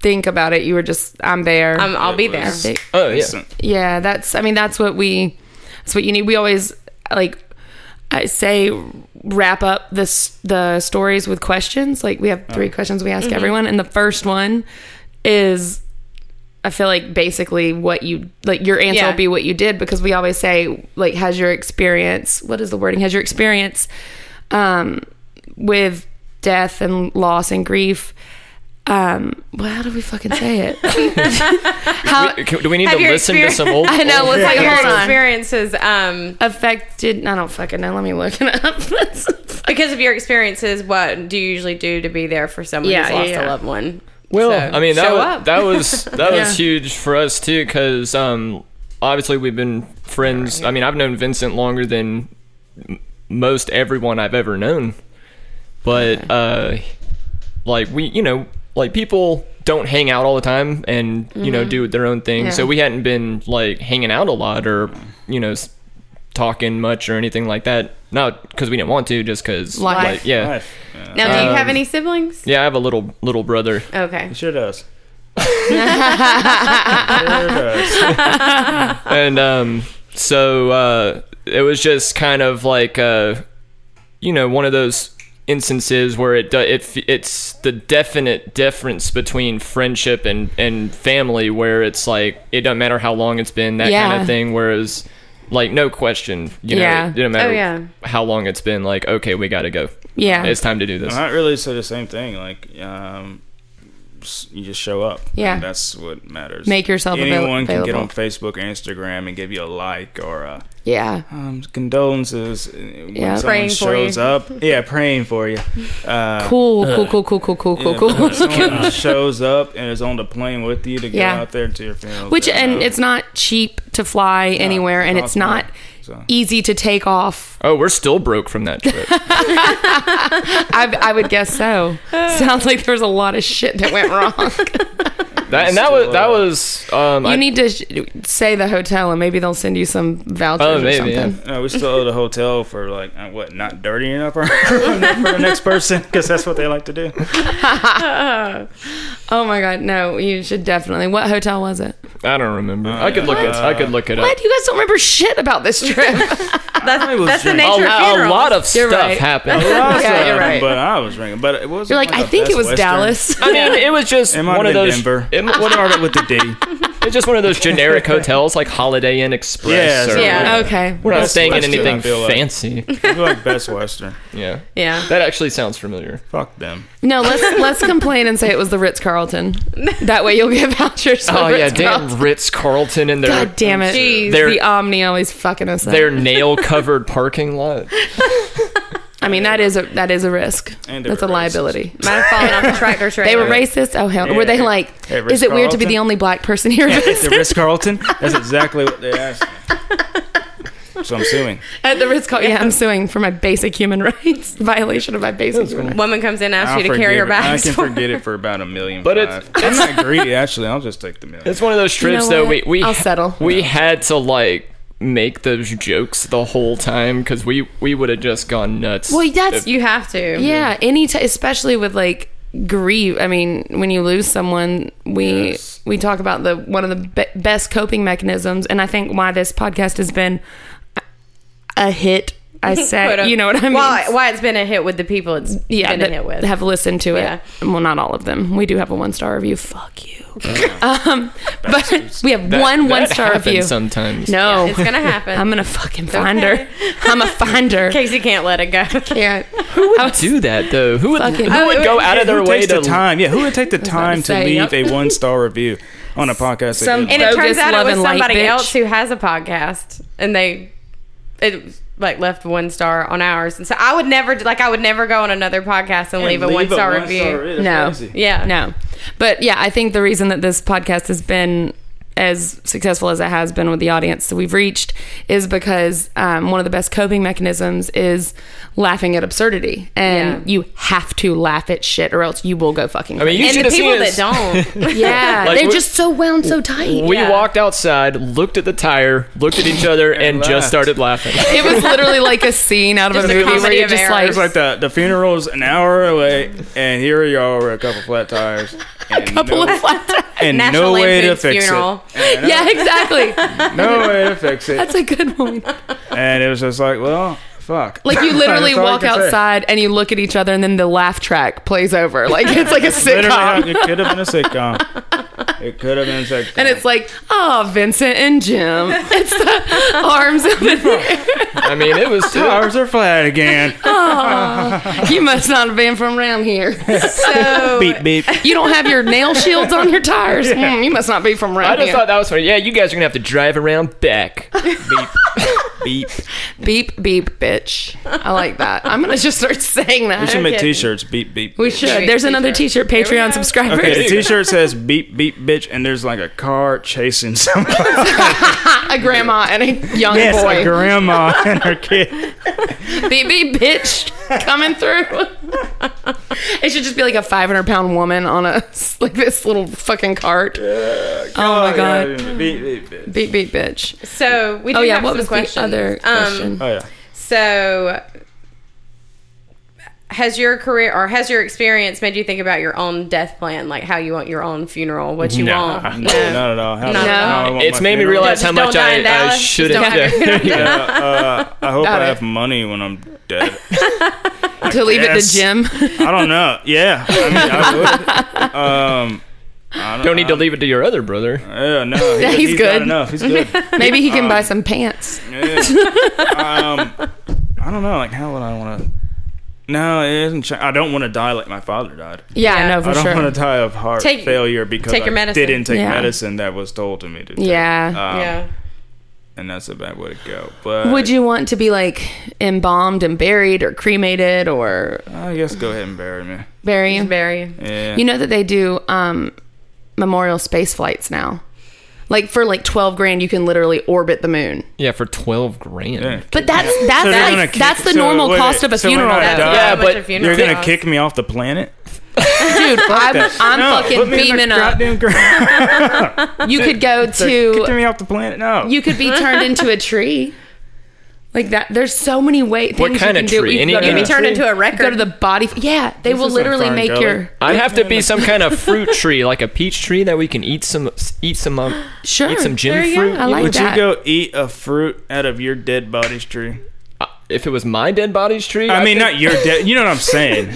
Speaker 1: think about it. You were just I'm there.
Speaker 2: Um, I'll be there.
Speaker 1: They-
Speaker 3: oh yeah.
Speaker 4: Listen,
Speaker 1: yeah, that's I mean that's what we that's what you need. We always like I say wrap up this the stories with questions. Like we have three questions we ask everyone, and the first one is. I feel like basically what you like your answer
Speaker 2: Yeah.
Speaker 1: will be what you did because we always say like has your experience what is the wording has your experience um, with death and loss and grief. Um, well, how do we fucking say it? how
Speaker 3: We- can- do we need to
Speaker 2: Have your
Speaker 3: listen to some old?
Speaker 1: I know. Let's like
Speaker 2: Like,
Speaker 1: hold
Speaker 2: your
Speaker 1: on.
Speaker 2: experiences, um,
Speaker 1: Affected? I don't fucking know. Let me look it up.
Speaker 2: because of your experiences, what do you usually do to be there for someone
Speaker 1: Yeah,
Speaker 2: who's
Speaker 1: yeah,
Speaker 2: lost
Speaker 1: yeah.
Speaker 2: a loved one?
Speaker 3: Well,
Speaker 2: So,
Speaker 3: I mean that
Speaker 2: show
Speaker 3: was,
Speaker 2: up.
Speaker 3: that was that was
Speaker 1: Yeah.
Speaker 3: huge for us too because um, obviously we've been friends. I mean, I've known Vincent longer than m- most everyone I've ever known, but uh, like we, you know, like people don't hang out all the time and you know do their own thing.
Speaker 1: Yeah.
Speaker 3: So we hadn't been like hanging out a lot or you know s- talking much or anything like that. Not because we didn't want to, just because
Speaker 1: Life.
Speaker 3: like yeah.
Speaker 4: life. Yeah.
Speaker 2: Now, do you
Speaker 3: Um,
Speaker 2: have any siblings?
Speaker 3: Yeah, I have a little little brother.
Speaker 2: Okay.
Speaker 4: It sure does. It sure does.
Speaker 3: and um, so uh, it was just kind of like uh, you know one of those instances where it do- it f- it's the definite difference between friendship and and family where it's like it doesn't matter how long it's been that kind
Speaker 1: Yeah.
Speaker 3: of thing whereas like no question you know
Speaker 1: Yeah.
Speaker 3: it didn't matter
Speaker 2: Oh, yeah.
Speaker 3: how long it's been like okay we gotta go
Speaker 1: yeah.
Speaker 3: it's time to do this
Speaker 4: I'm not really say the same thing. Like, um, s- you just show up.
Speaker 1: Yeah.
Speaker 4: And that's what matters.
Speaker 1: Make yourself avail-
Speaker 4: Anyone can get
Speaker 1: available.
Speaker 4: on Facebook or Instagram and give you a like or a
Speaker 1: yeah.
Speaker 4: um, condolences. uh, When
Speaker 1: Yeah.
Speaker 4: someone
Speaker 2: Praying for you.
Speaker 4: shows up. Yeah, praying for you. Uh,
Speaker 1: Cool. Cool. Cool. Cool. Cool. Cool. Cool.
Speaker 4: yeah,
Speaker 1: Cool.
Speaker 4: when someone shows up and is on the plane with you to get
Speaker 1: Yeah.
Speaker 4: out there to your funeral. uh,
Speaker 1: Which
Speaker 4: you
Speaker 1: and
Speaker 4: know.
Speaker 1: it's not cheap to fly anywhere, and it's not
Speaker 4: So.
Speaker 1: easy to take off.
Speaker 3: oh we're still broke from that trip
Speaker 1: I, I would guess so. Sounds like there was a lot of shit that went wrong.
Speaker 3: that, and that
Speaker 4: Still,
Speaker 3: was that
Speaker 4: uh,
Speaker 3: was um I-
Speaker 1: you need to sh- say the hotel, and maybe they'll send you some vouchers
Speaker 3: Oh,
Speaker 1: or
Speaker 3: maybe,
Speaker 1: something.
Speaker 3: yeah.
Speaker 4: No, we still owe the hotel for like uh, what? Not dirty enough for, for the next person because that's what they like to do.
Speaker 1: Oh my god, no! You should definitely. What hotel was it?
Speaker 3: I don't remember
Speaker 4: Uh,
Speaker 3: I could look at I could look it up
Speaker 1: What? You guys don't remember shit about this trip.
Speaker 2: That's, that's the
Speaker 4: drink.
Speaker 2: nature of
Speaker 3: Oh, a, a
Speaker 2: funerals.
Speaker 3: lot of
Speaker 1: You're
Speaker 3: stuff
Speaker 1: right.
Speaker 3: happened.
Speaker 1: Yeah, you're right.
Speaker 4: But I was drinking. But it was.
Speaker 1: You're like, I think it was Dallas.
Speaker 3: I mean, it was just
Speaker 4: It might
Speaker 3: one
Speaker 4: have
Speaker 3: of
Speaker 4: been
Speaker 3: those.
Speaker 4: Denver.
Speaker 3: It, m-
Speaker 4: What
Speaker 3: what-
Speaker 4: started with the D?
Speaker 3: it's just one of those generic hotels like Holiday Inn Express.
Speaker 4: Yeah,
Speaker 3: or,
Speaker 2: yeah.
Speaker 1: okay.
Speaker 3: We're not
Speaker 4: That's
Speaker 3: staying in
Speaker 4: Western, I
Speaker 3: anything
Speaker 4: feel like.
Speaker 3: fancy.
Speaker 4: I feel like Best Western.
Speaker 3: Yeah,
Speaker 2: Yeah.
Speaker 3: that actually sounds familiar.
Speaker 4: Fuck them.
Speaker 1: No, let's let's complain and say it was the Ritz Carlton. That way you'll get vouchers. For
Speaker 3: Oh yeah,
Speaker 1: Ritz-Carlton.
Speaker 3: damn Ritz Carlton and their
Speaker 1: God damn it!
Speaker 2: Jeez.
Speaker 3: They're-
Speaker 1: the Omni always fucking us up.
Speaker 3: their nail covered parking lot.
Speaker 1: I mean, that is a that is a risk.
Speaker 4: And they
Speaker 1: That's a
Speaker 4: were racist.
Speaker 1: liability.
Speaker 2: Might have fallen off the tractor trailer.
Speaker 1: They were racist. Oh hell, were they
Speaker 4: Yeah.
Speaker 1: like?
Speaker 4: Hey,
Speaker 1: is it weird to be the
Speaker 4: Ritz-Carlton?
Speaker 1: only black person here?
Speaker 4: At the Ritz Carlton. That's exactly what they asked. me. So I'm suing.
Speaker 1: At the Ritz Carlton, yeah. I'm suing for my basic human rights violation of my basic human rights.
Speaker 2: Woman comes in, asks
Speaker 4: I'll
Speaker 2: you to carry
Speaker 4: forgive
Speaker 2: her
Speaker 4: it.
Speaker 2: back.
Speaker 4: I can forget it for about a million.
Speaker 3: But it's-
Speaker 4: five. I'm not greedy. Actually, I'll just take the million.
Speaker 3: It's one of those trips
Speaker 1: know
Speaker 3: though. We
Speaker 1: what?
Speaker 3: we
Speaker 1: I'll settle.
Speaker 3: We had to like make those jokes the whole time because we we would have just gone nuts.
Speaker 1: Well, that's
Speaker 2: You have to.
Speaker 1: Yeah, any t- especially with like grief. I mean, when you lose someone, we
Speaker 4: Yes.
Speaker 1: we talk about the one of the be- best coping mechanisms, and I think why this podcast has been a hit. I
Speaker 2: Put
Speaker 1: said,
Speaker 2: up-
Speaker 1: you know what I mean?
Speaker 2: Why, why it's been a hit with the people it's
Speaker 1: yeah,
Speaker 2: been a
Speaker 1: that
Speaker 2: hit with.
Speaker 1: have listened to it.
Speaker 2: Yeah.
Speaker 1: Well, not all of them. We do have a one star review. Fuck you. um, but we have
Speaker 3: That-
Speaker 1: one
Speaker 3: that
Speaker 1: one star
Speaker 3: happens
Speaker 1: review.
Speaker 3: sometimes.
Speaker 1: No,
Speaker 2: It's gonna happen.
Speaker 1: Oh. I'm gonna fucking find
Speaker 2: okay.
Speaker 1: her. I'm a finder.
Speaker 2: Casey can't let it go.
Speaker 1: Yeah.
Speaker 3: Who would do that though? Who would
Speaker 1: Fucking-
Speaker 3: who would go out of their
Speaker 4: who
Speaker 3: way
Speaker 4: takes
Speaker 3: to
Speaker 4: the time? Yeah, who would take the time to
Speaker 1: say,
Speaker 4: leave
Speaker 1: yep.
Speaker 4: a one star review on a podcast?
Speaker 1: Some-
Speaker 4: Some,
Speaker 2: And it
Speaker 1: Bogus
Speaker 2: turns out
Speaker 1: love
Speaker 2: it was
Speaker 1: and light
Speaker 2: somebody
Speaker 1: bitch.
Speaker 2: else who has a podcast, and they it like left one star on ours, and so I would never like I would never go on another podcast and, leave, a one star review.
Speaker 1: No.
Speaker 2: Yeah.
Speaker 1: No. But yeah, I think the reason that this podcast has been as successful as it has been with the audience that we've reached is because um, one of the best coping mechanisms is laughing at absurdity. And
Speaker 2: Yeah.
Speaker 1: you have to laugh at shit or else you will go fucking
Speaker 3: I mean, you
Speaker 2: And
Speaker 3: should
Speaker 2: the
Speaker 3: have seen
Speaker 2: people that
Speaker 3: us.
Speaker 2: don't,
Speaker 1: Yeah.
Speaker 3: Like,
Speaker 1: they're
Speaker 3: we-
Speaker 1: just so wound so tight.
Speaker 3: We
Speaker 2: Yeah.
Speaker 3: walked outside, looked at the tire, looked at each other, and,
Speaker 4: And
Speaker 3: just
Speaker 4: laughed.
Speaker 3: started laughing.
Speaker 1: it was literally like a scene out of
Speaker 2: Just
Speaker 1: a
Speaker 2: a
Speaker 1: movie where
Speaker 2: comedy
Speaker 1: you're
Speaker 2: of
Speaker 1: just
Speaker 2: errors.
Speaker 1: like,
Speaker 4: It's like the the funeral's an hour away, and here y'all were a couple flat tires, and a
Speaker 1: couple
Speaker 4: no,
Speaker 1: of flat
Speaker 4: and no
Speaker 2: National
Speaker 4: way to
Speaker 2: Lampoon's
Speaker 4: fix
Speaker 2: funeral.
Speaker 4: it. And
Speaker 1: Yeah, exactly.
Speaker 4: No way to fix it.
Speaker 1: That's a good one.
Speaker 4: And it was just like, well, fuck.
Speaker 1: Like you literally
Speaker 4: That's all I
Speaker 1: walk
Speaker 4: can say.
Speaker 1: outside and you look at each other, and then the laugh track plays over. Like it's like a sitcom,
Speaker 4: Literally, it could have been a sitcom. It could have been a sitcom.
Speaker 1: and it's like, oh, Vincent and Jim. It's the arms up in the air.
Speaker 3: I mean, it was.
Speaker 4: tires are flat again.
Speaker 1: You must not have been from around here.
Speaker 2: so
Speaker 1: Oh.
Speaker 4: beep beep.
Speaker 1: You don't have your nail shields on your tires. Hmm, you must not be from
Speaker 3: I
Speaker 1: around
Speaker 3: just
Speaker 1: here.
Speaker 3: thought that was funny. Yeah, you guys are gonna have to drive around back. Beep.
Speaker 4: beep.
Speaker 1: beep beep, bitch. I like that. I'm gonna just start saying that.
Speaker 4: We should make
Speaker 2: Okay.
Speaker 4: T-shirts. Beep beep.
Speaker 1: We should.
Speaker 2: Sweet
Speaker 1: There's another T-shirt.
Speaker 2: t-shirt. There we
Speaker 1: Patreon
Speaker 2: go.
Speaker 1: subscribers.
Speaker 4: Okay, the T-shirt says "beep beep bitch" and there's like a car chasing someone.
Speaker 1: A grandma and a young
Speaker 4: yes,
Speaker 1: boy.
Speaker 4: a grandma and her kid.
Speaker 1: BB bitch coming through. it should just be like a 500 pound woman on a like this little fucking cart. oh my god.
Speaker 4: Beep beep bitch.
Speaker 1: Beep beep bitch.
Speaker 2: so we do
Speaker 1: Oh yeah,
Speaker 2: have
Speaker 1: what
Speaker 2: some
Speaker 1: was
Speaker 2: questions.
Speaker 1: the other
Speaker 2: Um,
Speaker 1: question?
Speaker 4: Oh yeah.
Speaker 2: So, has your career or has your experience made you think about your own death plan, like how you want your own funeral, what you
Speaker 4: No,
Speaker 2: want?
Speaker 4: no, not at all. How-
Speaker 2: No.
Speaker 4: how I want
Speaker 3: It's
Speaker 4: my
Speaker 3: made me
Speaker 4: funeral.
Speaker 3: realize
Speaker 2: Yeah,
Speaker 3: how
Speaker 2: just
Speaker 3: much
Speaker 2: don't die
Speaker 3: I,
Speaker 2: in
Speaker 3: I
Speaker 2: Dallas. Just
Speaker 3: should have
Speaker 2: don't have your
Speaker 3: done.
Speaker 4: Yeah, uh, I hope
Speaker 1: Got
Speaker 4: I
Speaker 1: it.
Speaker 4: have money when I'm dead.
Speaker 1: to leave at the
Speaker 4: guess.
Speaker 1: gym.
Speaker 4: I don't know. Yeah, I mean, I would. Um, I
Speaker 3: Don't need to leave it to your other brother.
Speaker 4: Yeah, no, he-
Speaker 1: Yeah, he's
Speaker 4: got
Speaker 1: good.
Speaker 4: enough. He's good.
Speaker 1: Maybe he can
Speaker 4: um,
Speaker 1: buy some pants.
Speaker 4: Yeah. um, I don't know. Like, how would I want to? No, it isn't. Ch- I don't want to die like my father died.
Speaker 1: Yeah, I
Speaker 2: Yeah.
Speaker 1: know for
Speaker 4: I don't
Speaker 1: sure.
Speaker 4: want to die of heart
Speaker 2: Take-
Speaker 4: failure because
Speaker 2: take your
Speaker 4: I
Speaker 2: medicine.
Speaker 4: didn't take
Speaker 1: Yeah.
Speaker 4: medicine that was told to me to. Take.
Speaker 1: Yeah.
Speaker 4: Um,
Speaker 2: yeah.
Speaker 4: and that's a bad way to go. But
Speaker 1: Would you want to be like embalmed and buried or cremated or
Speaker 4: I guess go ahead and bury me.
Speaker 1: bury you?
Speaker 2: Very.
Speaker 4: Yeah,
Speaker 1: You know that they do um, memorial space flights now. Like for like 12 grand you can literally orbit the moon.
Speaker 3: Yeah, for twelve grand.
Speaker 4: Yeah.
Speaker 1: But that's that's
Speaker 4: So they're gonna
Speaker 1: like,
Speaker 4: kick-
Speaker 1: that's the
Speaker 4: so
Speaker 1: normal
Speaker 4: wait,
Speaker 1: cost of a
Speaker 4: so we're
Speaker 1: funeral.
Speaker 4: not
Speaker 1: though.
Speaker 4: done?
Speaker 3: Yeah,
Speaker 2: how much
Speaker 3: but
Speaker 2: a funeral
Speaker 4: You're gonna
Speaker 2: costs.
Speaker 4: kick me off the planet?
Speaker 1: dude. I'm, I'm
Speaker 4: No, put
Speaker 1: fucking
Speaker 4: me in the
Speaker 1: beaming up.
Speaker 4: Goddamn ground.
Speaker 1: You could go
Speaker 4: Kick
Speaker 1: to
Speaker 4: me off the planet. No.
Speaker 1: you could be turned into a tree, like that. There's so many ways.
Speaker 3: What kind
Speaker 1: you can
Speaker 3: of
Speaker 1: do.
Speaker 3: tree?
Speaker 1: You can
Speaker 3: Any-
Speaker 1: go to
Speaker 3: any
Speaker 1: the-
Speaker 3: tree?
Speaker 2: Turn into a
Speaker 1: you Go
Speaker 2: record.
Speaker 1: to the body. Yeah, they will
Speaker 4: is some
Speaker 1: literally
Speaker 4: fern
Speaker 1: make
Speaker 4: gully.
Speaker 1: your
Speaker 3: I'd have to be some kind of fruit tree, like a peach tree that we can eat some, eat some, um,
Speaker 1: sure.
Speaker 3: eat some
Speaker 1: There
Speaker 3: gin
Speaker 1: you
Speaker 3: fruit.
Speaker 1: go. I like
Speaker 4: Would
Speaker 1: that.
Speaker 4: you go eat a fruit out of your dead body's tree?
Speaker 3: Uh, If it was my dead body's tree,
Speaker 4: I mean,
Speaker 3: think-
Speaker 4: not your dead. You know what I'm saying?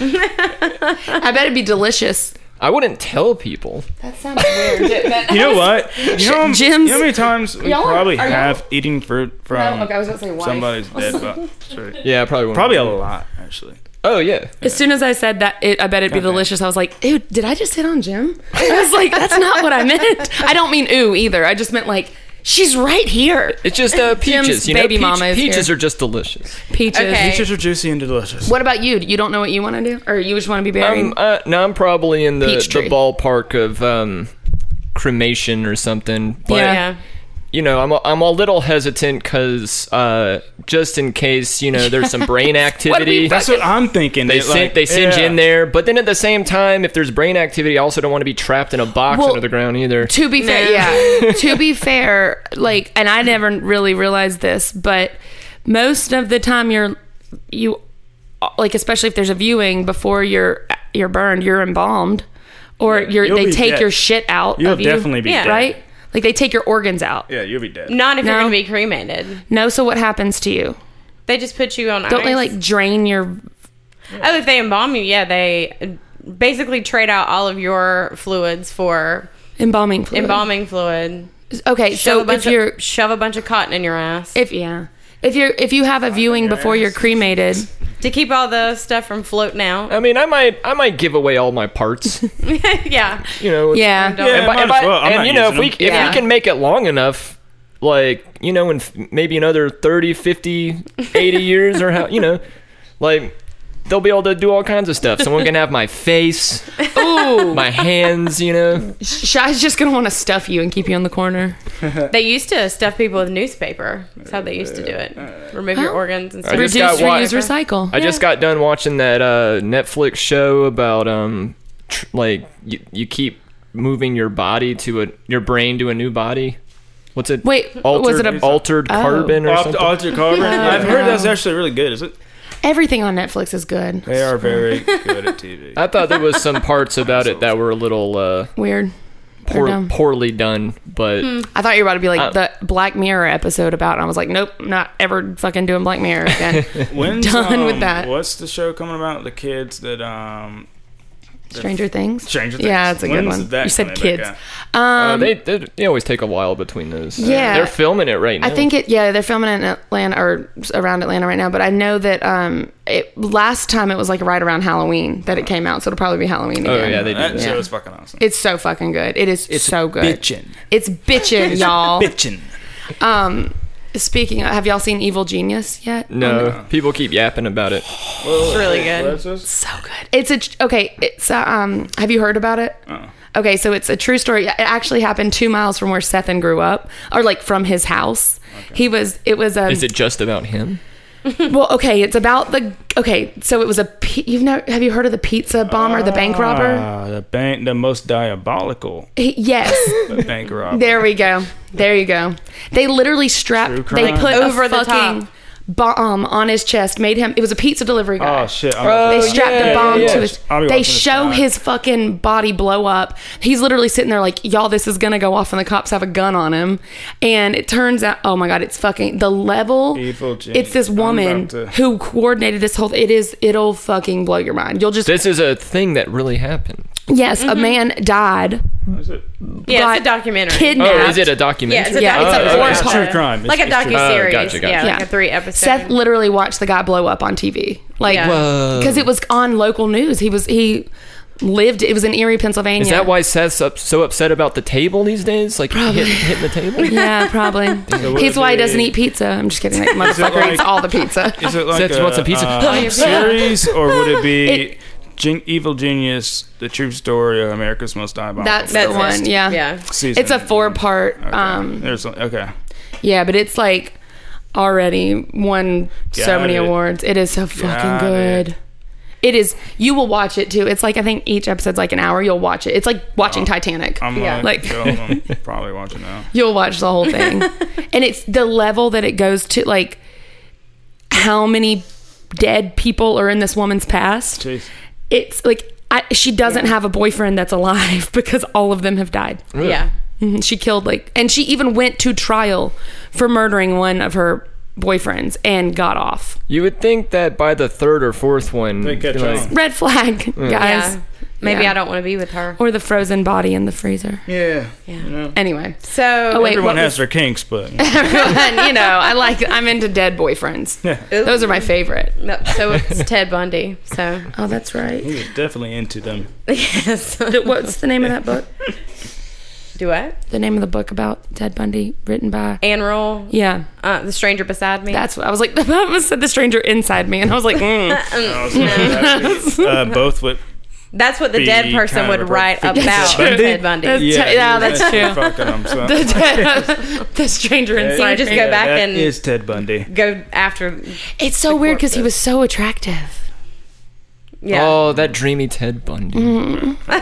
Speaker 1: I bet it'd be delicious.
Speaker 3: I wouldn't tell people.
Speaker 1: That sounds weird.
Speaker 4: You know what? You know,
Speaker 1: Jim's-
Speaker 4: you know how many times we
Speaker 1: Y'all are-
Speaker 4: probably
Speaker 1: are y'all-
Speaker 4: have eating fruit from
Speaker 1: okay, oh, I was gonna say wife.
Speaker 4: somebody's dead body's tree?
Speaker 3: Yeah, I probably wouldn't.
Speaker 4: Probably a lot, actually.
Speaker 3: Oh yeah.
Speaker 1: As soon as I said that, it, I bet it'd be delicious. I was like, "Ew, did I just hit on Jim?" I was like, "That's not what I meant." I don't mean "ooh" either. I just meant like she's right here.
Speaker 3: It's just uh,
Speaker 1: Jim's
Speaker 3: peaches. you know,
Speaker 1: baby
Speaker 3: peach-
Speaker 1: mama is
Speaker 3: peaches
Speaker 1: here.
Speaker 3: are just delicious.
Speaker 1: Peaches.
Speaker 2: Okay.
Speaker 4: Peaches are juicy and delicious.
Speaker 1: What about you? You don't know what you want to do, or you just want to be buried?
Speaker 3: Um, uh, no, I'm probably in the,
Speaker 1: Peach tree.
Speaker 3: the ballpark of um, cremation or something. But
Speaker 1: Yeah.
Speaker 2: Yeah.
Speaker 3: you know, I'm a, I'm a little hesitant because uh, just in case, you know, there's some brain activity.
Speaker 4: That's what I'm thinking.
Speaker 3: they
Speaker 4: It,
Speaker 3: send,
Speaker 4: like,
Speaker 3: they send you
Speaker 4: yeah.
Speaker 3: in there, but then at the same time, if there's brain activity, I also don't want to be trapped in a box
Speaker 1: Well-
Speaker 3: under the ground either.
Speaker 1: to be fair,
Speaker 2: No.
Speaker 1: yeah. to be fair, like, and I never really realized this, but most of the time you're you like, especially if there's a viewing before you're you're burned, you're embalmed, or you're
Speaker 4: you'll
Speaker 1: they
Speaker 4: be
Speaker 1: take
Speaker 4: dead.
Speaker 1: your shit out.
Speaker 4: You'll
Speaker 1: of you,
Speaker 4: definitely be
Speaker 2: Yeah.
Speaker 4: dead.
Speaker 1: right. Like they take your organs out.
Speaker 4: Yeah, you'll be dead.
Speaker 2: Not if
Speaker 1: No.
Speaker 2: you're going to be cremated.
Speaker 1: No, so what happens to you?
Speaker 2: They just put you on
Speaker 1: Don't
Speaker 2: ice.
Speaker 1: they like drain your?
Speaker 2: Oh, if they embalm you, yeah, they uh, basically trade out all of your fluids for
Speaker 1: Embalming fluid.
Speaker 2: embalming fluid.
Speaker 1: Okay,
Speaker 2: Shove a
Speaker 1: so if
Speaker 2: bunch
Speaker 1: you're
Speaker 2: of shove a bunch of cotton in your ass
Speaker 1: if yeah, if you're if you have a viewing before you're cremated,
Speaker 2: to keep all the stuff from floating out.
Speaker 3: I mean, I might I might give away all my parts,
Speaker 2: yeah.
Speaker 3: you know.
Speaker 1: yeah,
Speaker 2: Yeah.
Speaker 3: and, by-
Speaker 4: might
Speaker 3: and
Speaker 4: as
Speaker 3: by-
Speaker 4: well. I'm
Speaker 3: and
Speaker 4: not
Speaker 3: you know, if
Speaker 4: using
Speaker 3: we
Speaker 4: them.
Speaker 3: if
Speaker 1: Yeah.
Speaker 3: we can make it long enough, like you know in f- maybe another 30 50 80 years or how you know like they'll be able to do all kinds of stuff someone can have my face
Speaker 1: Ooh,
Speaker 3: my hands you know
Speaker 1: Shy's just gonna want to stuff you and keep you in the corner.
Speaker 2: They used to stuff people with newspaper. That's how they used to do it. Remove your
Speaker 1: Well,
Speaker 2: organs and
Speaker 3: I
Speaker 2: stuff.
Speaker 3: just
Speaker 1: Reduce,
Speaker 3: got wa-
Speaker 1: reuse, recycle.
Speaker 3: i just got done watching that uh netflix show about um tr- like you, you keep moving your body to a your brain to a new body what's it
Speaker 1: Wait,
Speaker 3: altered,
Speaker 1: was it a-
Speaker 3: altered
Speaker 1: Oh.
Speaker 3: carbon or
Speaker 4: Opt-
Speaker 3: something
Speaker 4: alter carbon. I've heard that's
Speaker 1: wow.
Speaker 4: actually really good. Is it?
Speaker 1: Everything on Netflix is good.
Speaker 4: They are very good at TV.
Speaker 3: i thought there was some parts about it that were a little uh
Speaker 1: Weird. They're
Speaker 3: poor,
Speaker 1: dumb. Hmm,
Speaker 3: poorly done but
Speaker 1: I thought you were about to be like
Speaker 3: Uh,
Speaker 1: the Black Mirror episode about, and I was like, nope, not ever fucking doing Black Mirror again.
Speaker 4: When's,
Speaker 1: Done with
Speaker 4: um,
Speaker 1: that.
Speaker 4: What's the show coming about? The kids that um
Speaker 1: Stranger Things.
Speaker 4: Stranger
Speaker 1: Yeah,
Speaker 4: Things.
Speaker 1: it's a good
Speaker 4: When's
Speaker 1: one.
Speaker 4: that
Speaker 1: You said
Speaker 4: coming back
Speaker 1: kids.
Speaker 4: out?
Speaker 3: Uh,
Speaker 1: Um,
Speaker 3: they, they they always take a while between those.
Speaker 1: Yeah.
Speaker 3: they're filming it right now.
Speaker 1: I think it. Yeah, they're filming it in Atlanta or around Atlanta right now. But I know that um, it last time it was like right around Halloween that it came out, so it'll probably be Halloween again.
Speaker 3: Oh yeah, they do.
Speaker 4: That
Speaker 3: that.
Speaker 4: show
Speaker 1: Yeah.
Speaker 4: is fucking awesome.
Speaker 1: It's so fucking good. It is so good.
Speaker 4: bitchin'.
Speaker 1: It's bitching, y'all.
Speaker 4: Bitchin'.
Speaker 1: Um, speaking, of, have y'all seen Evil Genius yet?
Speaker 4: Oh,
Speaker 3: No, people keep yapping about it.
Speaker 4: It's
Speaker 2: really good.
Speaker 1: So good. It's a okay. It's a, um. Have you heard about it?
Speaker 4: Uh-uh.
Speaker 1: Okay, so it's a true story. It actually happened two miles from where Sethan grew up, or like from his house. He was. It was a.
Speaker 3: Is it just about him?
Speaker 1: Well, okay, it's about the okay. So it was a pi- you've know have you heard of the pizza bomber, the bank robber?
Speaker 4: Ah, the bank, the most diabolical
Speaker 1: He- yes,
Speaker 4: bank robber.
Speaker 1: there we go, there you go. They literally strapped.
Speaker 4: True
Speaker 1: They
Speaker 4: crime.
Speaker 1: put
Speaker 2: Over
Speaker 1: a
Speaker 2: the
Speaker 1: fucking
Speaker 2: top.
Speaker 1: bomb on his chest, made him. It was a pizza delivery guy.
Speaker 4: Oh shit! I'm
Speaker 1: They
Speaker 4: about to-
Speaker 1: strapped
Speaker 4: yeah,
Speaker 1: a bomb
Speaker 4: yeah, yeah.
Speaker 1: to his.
Speaker 4: I'll be watching
Speaker 1: They
Speaker 4: this
Speaker 1: show
Speaker 4: tonight.
Speaker 1: his fucking body blow up. He's literally sitting there like, y'all, this is gonna go off, and the cops have a gun on him. And it turns out, oh my god, it's fucking the level.
Speaker 4: Evil genius.
Speaker 1: It's this
Speaker 4: I'm
Speaker 1: woman
Speaker 4: about to-
Speaker 1: who coordinated this whole. It is. It'll fucking blow your mind. You'll just.
Speaker 3: This is a thing that really happened.
Speaker 1: yes,
Speaker 4: Mm-hmm.
Speaker 1: a man died.
Speaker 4: Is it-
Speaker 2: Yeah, it's
Speaker 1: got
Speaker 2: a documentary.
Speaker 1: Kidnapped.
Speaker 3: Oh, is
Speaker 2: Yeah,
Speaker 3: it a
Speaker 2: it's a,
Speaker 3: documentary?
Speaker 1: Yeah, it's a
Speaker 2: docu-
Speaker 1: horror
Speaker 2: like
Speaker 1: It's
Speaker 4: true crime. It's-
Speaker 2: like a
Speaker 4: it's true
Speaker 2: docu
Speaker 4: crime.
Speaker 2: series.
Speaker 3: Oh, gotcha, gotcha.
Speaker 2: Yeah, like
Speaker 1: Yeah.
Speaker 2: a three episode.
Speaker 1: Seth literally watched the guy blow up on TV. Like,
Speaker 2: Yeah.
Speaker 3: Whoa.
Speaker 1: because it was on local news. He was he lived. It was in Erie, Pennsylvania.
Speaker 3: Is that why Seth's up, so upset about the table these days? Like hitting, hitting the table?
Speaker 1: Yeah, probably.
Speaker 4: would
Speaker 1: He's why he
Speaker 4: be-
Speaker 1: doesn't eat pizza. I'm just kidding. That motherfucker
Speaker 4: like-
Speaker 1: eats all the pizza.
Speaker 4: Is it like
Speaker 3: Seth
Speaker 4: a
Speaker 3: wants a pizza.
Speaker 4: uh,
Speaker 1: Oh, yeah.
Speaker 4: series, or would it be
Speaker 1: It-
Speaker 4: Gen- Evil Genius: The True Story of America's Most Diabolical?
Speaker 1: That's,
Speaker 2: That's
Speaker 1: the
Speaker 2: it.
Speaker 1: one. Yeah.
Speaker 2: Yeah.
Speaker 4: season.
Speaker 1: It's a four part.
Speaker 4: Okay.
Speaker 1: Um,
Speaker 4: There's a- okay.
Speaker 1: yeah, but it's like already won so
Speaker 4: Got
Speaker 1: many
Speaker 4: it.
Speaker 1: awards. It is so fucking
Speaker 4: Got
Speaker 1: good.
Speaker 4: it.
Speaker 1: It is. You will watch it too. It's like I think each episode's like an hour. You'll watch it. It's like watching Titanic.
Speaker 4: Oh, I'm
Speaker 2: Yeah.
Speaker 4: yeah.
Speaker 1: Like-
Speaker 4: like, I'm probably watching now.
Speaker 1: You'll watch the whole thing. and it's the level that it goes to like how many dead people are in this woman's past.
Speaker 4: Jeez.
Speaker 1: It's like I, she doesn't have a boyfriend that's alive because all of them have died.
Speaker 2: Yeah.
Speaker 1: Mhm. She killed like and she even went to trial for murdering one of her boyfriends and got off.
Speaker 3: You would think that by the third or fourth one,
Speaker 4: They catch
Speaker 3: you're
Speaker 4: on.
Speaker 1: Red flag, guys.
Speaker 2: Yeah. Maybe
Speaker 1: Yeah. Oh,
Speaker 2: I don't want to be with her.
Speaker 1: Or the frozen body in the freezer.
Speaker 4: Yeah.
Speaker 1: Anyway,
Speaker 2: So
Speaker 1: Oh, wait.
Speaker 4: Everyone
Speaker 1: what
Speaker 4: has their kinks, but
Speaker 1: everyone, you know, I like I'm into dead boyfriends.
Speaker 2: Ooh.
Speaker 1: Those are my favorite.
Speaker 2: No, so it's Ted Bundy. So
Speaker 1: Oh, that's right.
Speaker 4: he was definitely into them.
Speaker 2: yes.
Speaker 1: What's the name of that book?
Speaker 2: Do what?
Speaker 1: The name of the book about Ted Bundy, written by.
Speaker 2: Anne Roll.
Speaker 1: Yeah,
Speaker 2: Uh, the stranger beside me.
Speaker 1: that's what I was like. The almost said the stranger inside me, and I was like, mm.
Speaker 4: I was gonna ask you, uh, both with
Speaker 2: Um, That's what the
Speaker 4: Oh, Be
Speaker 2: dead person
Speaker 4: kind
Speaker 2: would
Speaker 4: of a-
Speaker 2: write about
Speaker 1: That's true.
Speaker 2: Ted Bundy.
Speaker 1: That's-
Speaker 2: You
Speaker 1: Yeah, yeah, that's true.
Speaker 4: Fucking him, so.
Speaker 1: the, the stranger
Speaker 2: can
Speaker 1: inside
Speaker 2: just
Speaker 1: me.
Speaker 2: go back
Speaker 4: that
Speaker 2: and
Speaker 4: is Ted Bundy.
Speaker 2: go after.
Speaker 1: It's so weird because he was so attractive.
Speaker 2: Yeah.
Speaker 3: Oh, that dreamy Ted Bundy.
Speaker 1: Mm-hmm.